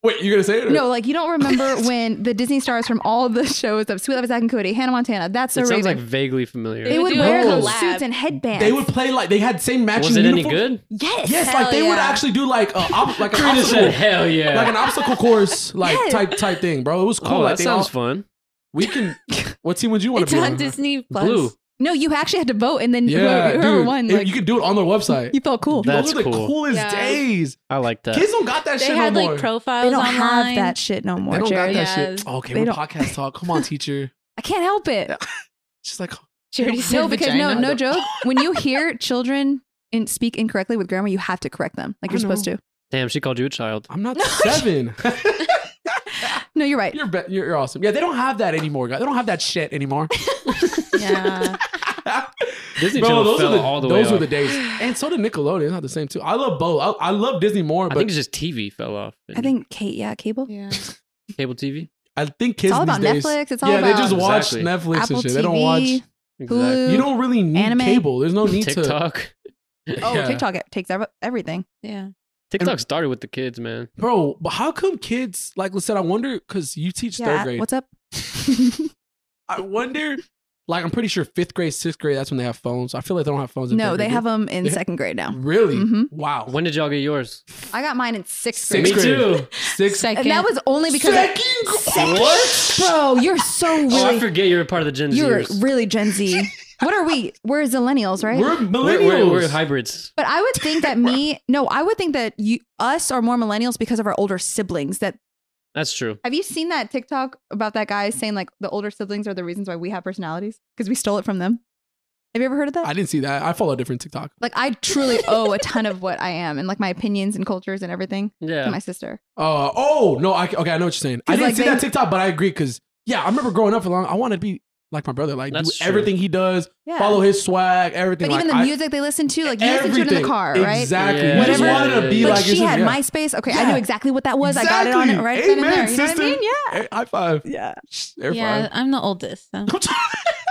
[SPEAKER 1] Wait, you're gonna say it? Or?
[SPEAKER 3] No, like you don't remember <laughs> when the Disney stars from all the shows of Sweet Love Zack and Cody, Hannah Montana, that's so
[SPEAKER 2] it sounds
[SPEAKER 3] Raven.
[SPEAKER 2] like vaguely familiar.
[SPEAKER 3] they
[SPEAKER 4] would
[SPEAKER 3] would
[SPEAKER 4] do
[SPEAKER 3] wear
[SPEAKER 1] a
[SPEAKER 3] those
[SPEAKER 4] collab.
[SPEAKER 3] suits and headbands.
[SPEAKER 1] They would play like they had same matching.
[SPEAKER 2] was it any
[SPEAKER 1] uniforms. <laughs>
[SPEAKER 2] good?
[SPEAKER 3] Yes.
[SPEAKER 1] Yes,
[SPEAKER 4] Hell
[SPEAKER 1] like they would
[SPEAKER 4] yeah.
[SPEAKER 1] actually do like a ob-
[SPEAKER 2] <laughs>
[SPEAKER 1] like an
[SPEAKER 2] Karina said,
[SPEAKER 1] obstacle,
[SPEAKER 2] "Hell
[SPEAKER 1] <laughs>
[SPEAKER 2] yeah!"
[SPEAKER 1] like an obstacle course, like
[SPEAKER 3] Yeah.
[SPEAKER 1] type type thing, bro. It was cool.
[SPEAKER 2] oh,
[SPEAKER 1] like
[SPEAKER 2] that
[SPEAKER 1] they
[SPEAKER 2] sounds
[SPEAKER 1] all-
[SPEAKER 2] fun.
[SPEAKER 1] We
[SPEAKER 4] <laughs>
[SPEAKER 1] can. What team would you want
[SPEAKER 4] It's
[SPEAKER 1] to be
[SPEAKER 4] on
[SPEAKER 1] on?
[SPEAKER 4] Disney Plus.
[SPEAKER 2] Blue.
[SPEAKER 3] No, you actually had to vote, and then
[SPEAKER 1] Yeah,
[SPEAKER 3] whoever, whoever
[SPEAKER 1] dude.
[SPEAKER 3] won,
[SPEAKER 1] If
[SPEAKER 3] like,
[SPEAKER 1] you
[SPEAKER 3] you,
[SPEAKER 1] could do it on
[SPEAKER 4] <laughs>
[SPEAKER 1] their website.
[SPEAKER 3] felt cool.
[SPEAKER 2] That- That's
[SPEAKER 1] Those are the
[SPEAKER 2] cool.
[SPEAKER 1] coolest
[SPEAKER 4] Yeah.
[SPEAKER 1] days.
[SPEAKER 2] I like that.
[SPEAKER 1] Kids don't got that
[SPEAKER 4] They
[SPEAKER 1] shit
[SPEAKER 4] had
[SPEAKER 1] no more.
[SPEAKER 4] like profiles
[SPEAKER 3] they don't
[SPEAKER 4] online.
[SPEAKER 3] have that shit no more,
[SPEAKER 1] they don't
[SPEAKER 3] Jerry.
[SPEAKER 1] got that shit.
[SPEAKER 4] Yes.
[SPEAKER 1] Okay,
[SPEAKER 3] They
[SPEAKER 1] we're
[SPEAKER 3] don't-
[SPEAKER 4] <laughs>
[SPEAKER 1] podcast talk. Come on, teacher.
[SPEAKER 3] I can't
[SPEAKER 1] <laughs>
[SPEAKER 3] help it.
[SPEAKER 1] She's like,
[SPEAKER 4] <laughs> Charity
[SPEAKER 3] No,
[SPEAKER 4] said
[SPEAKER 3] because no,
[SPEAKER 4] vagina.
[SPEAKER 1] <laughs>
[SPEAKER 3] no joke. When you hear children in, speak incorrectly with grammar, you have to correct them. Like
[SPEAKER 1] I
[SPEAKER 3] you're supposed to.
[SPEAKER 2] Damn, she called you a child.
[SPEAKER 1] I'm
[SPEAKER 4] <laughs>
[SPEAKER 1] not
[SPEAKER 3] No.
[SPEAKER 1] seven. <laughs>
[SPEAKER 3] No, you're right.
[SPEAKER 1] you're, be- you're you're awesome. Yeah, they don't have that anymore, guys. They don't have that shit
[SPEAKER 2] <laughs>
[SPEAKER 1] anymore.
[SPEAKER 4] Yeah.
[SPEAKER 2] Disney
[SPEAKER 1] Bro,
[SPEAKER 2] Channel
[SPEAKER 1] those
[SPEAKER 2] fell
[SPEAKER 1] are the,
[SPEAKER 2] all the way
[SPEAKER 1] those were
[SPEAKER 2] off.
[SPEAKER 1] the
[SPEAKER 2] <gasps>
[SPEAKER 1] days. And so did Nickelodeon. It's not the same too. I love both. I, I love Disney more,
[SPEAKER 2] I
[SPEAKER 1] but
[SPEAKER 2] think it's just TV fell off.
[SPEAKER 3] I think Kate, yeah, cable.
[SPEAKER 4] yeah.
[SPEAKER 2] cable TV.
[SPEAKER 1] kids
[SPEAKER 3] It's all
[SPEAKER 1] these
[SPEAKER 3] about
[SPEAKER 1] days.
[SPEAKER 3] Netflix. It's all
[SPEAKER 1] Yeah,
[SPEAKER 3] about
[SPEAKER 1] they just watch
[SPEAKER 2] Exactly.
[SPEAKER 1] Netflix
[SPEAKER 3] Apple
[SPEAKER 1] and shit.
[SPEAKER 3] TV.
[SPEAKER 1] They don't watch.
[SPEAKER 2] Exactly.
[SPEAKER 1] You don't really need
[SPEAKER 3] Anime.
[SPEAKER 1] cable. There's
[SPEAKER 2] <laughs>
[SPEAKER 1] no need to.
[SPEAKER 2] TikTok.
[SPEAKER 3] Oh,
[SPEAKER 1] Yeah.
[SPEAKER 3] TikTok it takes ev- everything.
[SPEAKER 4] Yeah.
[SPEAKER 2] TikTok started with the kids, man.
[SPEAKER 1] Bro, but how come kids like Listen, I wonder because you teach third
[SPEAKER 3] Yeah,
[SPEAKER 1] grade.
[SPEAKER 3] what's up?
[SPEAKER 1] I wonder, like, I'm pretty sure fifth grade, sixth grade. That's when they have phones. I feel like they don't have phones. In
[SPEAKER 3] no,
[SPEAKER 1] third
[SPEAKER 3] they
[SPEAKER 1] grade.
[SPEAKER 3] have them in
[SPEAKER 1] They-
[SPEAKER 3] second grade now.
[SPEAKER 1] Really?
[SPEAKER 3] Mhm.
[SPEAKER 1] Wow.
[SPEAKER 2] When did y'all get yours?
[SPEAKER 3] I got mine in sixth grade.
[SPEAKER 1] Sixth
[SPEAKER 2] Me
[SPEAKER 1] grade. <laughs>
[SPEAKER 2] too.
[SPEAKER 1] Sixth.
[SPEAKER 4] Second.
[SPEAKER 3] And that was only because
[SPEAKER 1] Second.
[SPEAKER 3] Second-
[SPEAKER 2] What?
[SPEAKER 3] Bro, you're so really
[SPEAKER 2] Oh, I forget you're a part of the Gen
[SPEAKER 3] You're
[SPEAKER 2] Zers.
[SPEAKER 3] really Gen Z.
[SPEAKER 1] <laughs>
[SPEAKER 3] what are we? We're zillennials, right?
[SPEAKER 1] We're
[SPEAKER 2] We're,
[SPEAKER 1] millennials.
[SPEAKER 2] we're, we're hybrids.
[SPEAKER 3] but I would
[SPEAKER 1] <laughs>
[SPEAKER 3] think that me, no, I would think that you, us are more millennials because of our older siblings. That
[SPEAKER 2] That's true.
[SPEAKER 3] have you seen that TikTok about that guy saying like the older siblings are the reasons why we have personalities because we stole it from them. Have you ever heard of that?
[SPEAKER 1] I didn't see that. I follow a different TikTok.
[SPEAKER 3] like I truly owe a ton of what I am and like my opinions and cultures and everything
[SPEAKER 2] Yeah.
[SPEAKER 3] to my sister.
[SPEAKER 1] Uh oh no. I, okay, I know what you're saying. I
[SPEAKER 3] 'Cause,
[SPEAKER 1] didn't
[SPEAKER 3] like,
[SPEAKER 1] see
[SPEAKER 3] they-
[SPEAKER 1] that TikTok, but I agree because yeah, I remember growing up for long. I wanted to be like my brother. Like
[SPEAKER 2] That's
[SPEAKER 1] do
[SPEAKER 2] true.
[SPEAKER 1] everything he does,
[SPEAKER 3] Yeah.
[SPEAKER 1] follow his swag, everything.
[SPEAKER 3] but
[SPEAKER 1] like,
[SPEAKER 3] even the
[SPEAKER 1] I-
[SPEAKER 3] music they listen to, like you listen to it in
[SPEAKER 1] everything.
[SPEAKER 3] the car, right?
[SPEAKER 1] Exactly.
[SPEAKER 2] Yeah.
[SPEAKER 1] You just
[SPEAKER 3] Whatever.
[SPEAKER 1] wanted to be
[SPEAKER 3] But
[SPEAKER 1] like
[SPEAKER 3] she
[SPEAKER 1] this is-
[SPEAKER 3] had
[SPEAKER 1] yeah.
[SPEAKER 3] MySpace. Okay, I
[SPEAKER 1] Yeah.
[SPEAKER 3] knew exactly what that was. I got it on it
[SPEAKER 1] Exactly.
[SPEAKER 3] right then and
[SPEAKER 1] Amen,
[SPEAKER 3] there. You know
[SPEAKER 1] sister.
[SPEAKER 3] what I mean? Yeah.
[SPEAKER 1] Hey, High five.
[SPEAKER 3] Yeah.
[SPEAKER 1] Air
[SPEAKER 4] yeah,
[SPEAKER 1] five. <laughs>
[SPEAKER 4] I'm the oldest. So.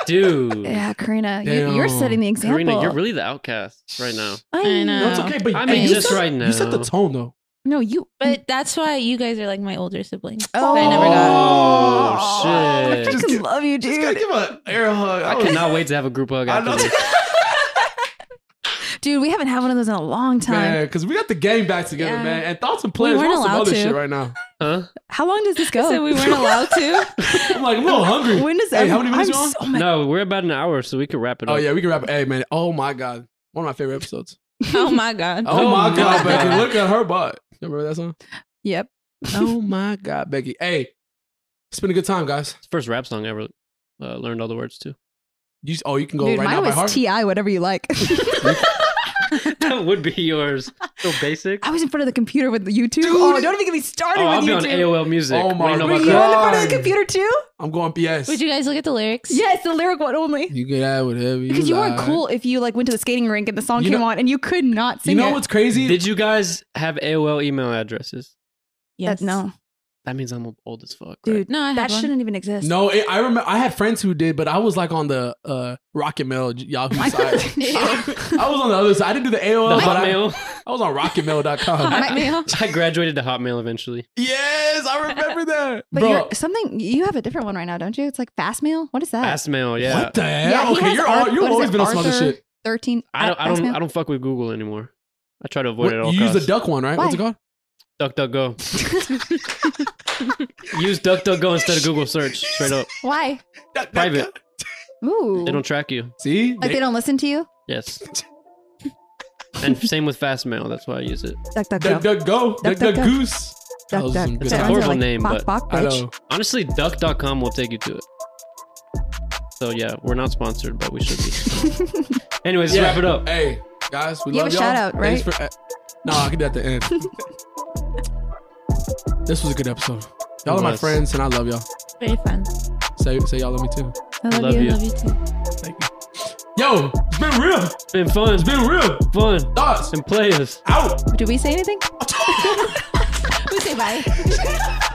[SPEAKER 2] Dude.
[SPEAKER 3] Yeah, Karina, you, you're
[SPEAKER 1] Damn.
[SPEAKER 3] setting the example.
[SPEAKER 2] Karina, you're really the outcast right now.
[SPEAKER 4] I know.
[SPEAKER 1] No, it's okay, but
[SPEAKER 2] I'm
[SPEAKER 1] hey,
[SPEAKER 2] in
[SPEAKER 1] you
[SPEAKER 2] this
[SPEAKER 1] set-
[SPEAKER 2] right now.
[SPEAKER 1] You set the tone though.
[SPEAKER 3] No, you.
[SPEAKER 4] But that's why you guys are like my older siblings.
[SPEAKER 3] oh,
[SPEAKER 4] I never got.
[SPEAKER 2] Oh, shit.
[SPEAKER 3] I
[SPEAKER 1] Just
[SPEAKER 3] freaking
[SPEAKER 1] give-
[SPEAKER 3] love you,
[SPEAKER 1] Just gotta
[SPEAKER 3] dude.
[SPEAKER 1] give a air hug.
[SPEAKER 2] I
[SPEAKER 1] was-
[SPEAKER 2] cannot wait to have a group hug
[SPEAKER 1] I
[SPEAKER 2] after
[SPEAKER 1] know.
[SPEAKER 2] this.
[SPEAKER 3] Dude, we haven't had one of those in a long time.
[SPEAKER 1] Man, because we got the game back together,
[SPEAKER 4] Yeah.
[SPEAKER 1] man. And thoughts and plans.
[SPEAKER 3] weren't
[SPEAKER 1] We want some
[SPEAKER 3] allowed
[SPEAKER 1] other
[SPEAKER 3] to.
[SPEAKER 1] shit right now. <laughs>
[SPEAKER 2] Huh?
[SPEAKER 3] How long does this go?
[SPEAKER 4] <laughs> So we weren't allowed to.
[SPEAKER 1] I'm like, I'm a little hungry.
[SPEAKER 3] <laughs> when does
[SPEAKER 1] Hey, how many minutes
[SPEAKER 3] I'm
[SPEAKER 1] you on?
[SPEAKER 3] so mad-
[SPEAKER 2] No, we're about an hour, so we can wrap it up.
[SPEAKER 1] Oh yeah, we can wrap. Hey man, oh my god, one of my favorite episodes.
[SPEAKER 4] <laughs>
[SPEAKER 3] <laughs>
[SPEAKER 4] Oh my god.
[SPEAKER 1] Oh,
[SPEAKER 2] Oh
[SPEAKER 1] my god,
[SPEAKER 2] my God.
[SPEAKER 1] Becky, look at her butt. You remember that
[SPEAKER 3] <laughs>
[SPEAKER 1] song?
[SPEAKER 3] Yep.
[SPEAKER 1] oh my god, Becky. Hey, it's been a good time, guys.
[SPEAKER 2] It's the first rap song I ever uh, learned all the words to.
[SPEAKER 1] You, oh, you can go
[SPEAKER 3] Dude,
[SPEAKER 1] right now
[SPEAKER 3] mine
[SPEAKER 1] by heart.
[SPEAKER 3] was TI, whatever
[SPEAKER 1] <laughs>
[SPEAKER 3] you like. <laughs>
[SPEAKER 2] that would be yours. So basic.
[SPEAKER 3] I was in front of the computer with YouTube.
[SPEAKER 1] Dude.
[SPEAKER 3] Oh, don't even get me started
[SPEAKER 2] Oh, I'll
[SPEAKER 3] with
[SPEAKER 2] be on
[SPEAKER 3] YouTube.
[SPEAKER 2] AOL Music.
[SPEAKER 1] Oh
[SPEAKER 2] What do
[SPEAKER 1] my
[SPEAKER 2] you know
[SPEAKER 3] Were
[SPEAKER 2] about
[SPEAKER 3] you
[SPEAKER 2] that?
[SPEAKER 3] on the front of the
[SPEAKER 1] God.
[SPEAKER 3] computer too?
[SPEAKER 1] I'm going PS.
[SPEAKER 4] Would you guys look at the lyrics?
[SPEAKER 3] Yes, the lyric one only.
[SPEAKER 1] You get out whatever you
[SPEAKER 3] Because you
[SPEAKER 1] like.
[SPEAKER 3] weren't cool if you like went to the skating rink and the song
[SPEAKER 1] You
[SPEAKER 3] came
[SPEAKER 1] know-
[SPEAKER 3] on and you could not
[SPEAKER 1] You
[SPEAKER 3] sing
[SPEAKER 1] know
[SPEAKER 3] it.
[SPEAKER 1] what's crazy?
[SPEAKER 2] Did you guys have AOL email addresses?
[SPEAKER 3] That- no,
[SPEAKER 2] That means I'm old as fuck. right?
[SPEAKER 3] dude,
[SPEAKER 4] No, I had
[SPEAKER 3] that
[SPEAKER 4] one.
[SPEAKER 3] shouldn't even exist. <laughs>
[SPEAKER 1] no, it, I remember I had friends who did, but I was like on the uh, Rocket Mail Yahoo
[SPEAKER 3] My-
[SPEAKER 1] side. <laughs> I, was on the other side. I didn't do the AOL,
[SPEAKER 2] The
[SPEAKER 1] but I,
[SPEAKER 2] Hotmail.
[SPEAKER 1] I was on RocketMail.com.
[SPEAKER 2] <laughs>
[SPEAKER 3] <laughs> My-
[SPEAKER 2] I graduated to Hotmail eventually.
[SPEAKER 1] yes, I remember that,
[SPEAKER 3] <laughs> But
[SPEAKER 1] bro.
[SPEAKER 3] you're, something you have a different one right now, don't you? It's like fast mail. What is that?
[SPEAKER 2] Fastmail, yeah.
[SPEAKER 1] What the hell?
[SPEAKER 3] Yeah, he
[SPEAKER 1] okay,
[SPEAKER 3] has
[SPEAKER 1] you're
[SPEAKER 3] Ar-
[SPEAKER 1] all, you've
[SPEAKER 3] what is
[SPEAKER 1] always
[SPEAKER 3] it,
[SPEAKER 1] been on some other
[SPEAKER 3] Arthur?
[SPEAKER 1] shit.
[SPEAKER 3] Thirteen.
[SPEAKER 2] I don't. I
[SPEAKER 3] fast
[SPEAKER 2] don't.
[SPEAKER 3] mail?
[SPEAKER 2] I don't fuck with Google anymore. I try to avoid
[SPEAKER 1] What-
[SPEAKER 2] it at all
[SPEAKER 1] you
[SPEAKER 2] costs.
[SPEAKER 1] use the duck one, right? What's it
[SPEAKER 3] Why?
[SPEAKER 1] called?
[SPEAKER 2] duck, duck, go. use duck, duck, go instead of Google search. Straight up,
[SPEAKER 3] Why?
[SPEAKER 1] Duck, duck,
[SPEAKER 2] Private.
[SPEAKER 1] duck.
[SPEAKER 3] Ooh.
[SPEAKER 2] they don't track you.
[SPEAKER 1] See,
[SPEAKER 3] like
[SPEAKER 1] They-
[SPEAKER 3] they don't listen to you.
[SPEAKER 2] Yes. and same with Fastmail. That's why I use it.
[SPEAKER 3] Duck
[SPEAKER 1] Duck,
[SPEAKER 3] duck duck
[SPEAKER 1] duck, go. Duck,
[SPEAKER 3] Duck,
[SPEAKER 1] duck,
[SPEAKER 3] duck, go.
[SPEAKER 1] goose. That
[SPEAKER 3] duck
[SPEAKER 1] was
[SPEAKER 3] duck.
[SPEAKER 1] some good
[SPEAKER 3] That
[SPEAKER 2] stuff.
[SPEAKER 3] sounds
[SPEAKER 2] Horrible
[SPEAKER 3] like
[SPEAKER 2] name,
[SPEAKER 3] bok,
[SPEAKER 2] but-
[SPEAKER 3] bok,
[SPEAKER 1] I
[SPEAKER 3] bitch.
[SPEAKER 1] know.
[SPEAKER 2] Honestly, duck.com will take you to it. So yeah, we're not sponsored, but we should be. <laughs> Anyways,
[SPEAKER 1] Yeah.
[SPEAKER 2] let's wrap it up.
[SPEAKER 1] Hey, guys, we
[SPEAKER 3] You have
[SPEAKER 1] love
[SPEAKER 3] a
[SPEAKER 1] y'all.
[SPEAKER 3] shout-out,
[SPEAKER 1] Thanks for- uh, no, I can do that at the
[SPEAKER 3] <laughs>
[SPEAKER 1] end. this was a good episode. Y'all are my
[SPEAKER 2] was.
[SPEAKER 1] friends, and I love y'all.
[SPEAKER 4] Very fun.
[SPEAKER 1] Say, say y'all love me too.
[SPEAKER 3] I
[SPEAKER 2] I
[SPEAKER 3] love,
[SPEAKER 2] love
[SPEAKER 3] you.
[SPEAKER 2] you.
[SPEAKER 4] Love you too.
[SPEAKER 1] Thank you. Yo, it's been real.
[SPEAKER 2] It's been fun. It's
[SPEAKER 1] It's
[SPEAKER 2] been
[SPEAKER 1] been real.
[SPEAKER 2] fun.
[SPEAKER 1] Thoughts
[SPEAKER 2] And players.
[SPEAKER 1] out. <laughs>
[SPEAKER 3] Do we say anything? we say bye.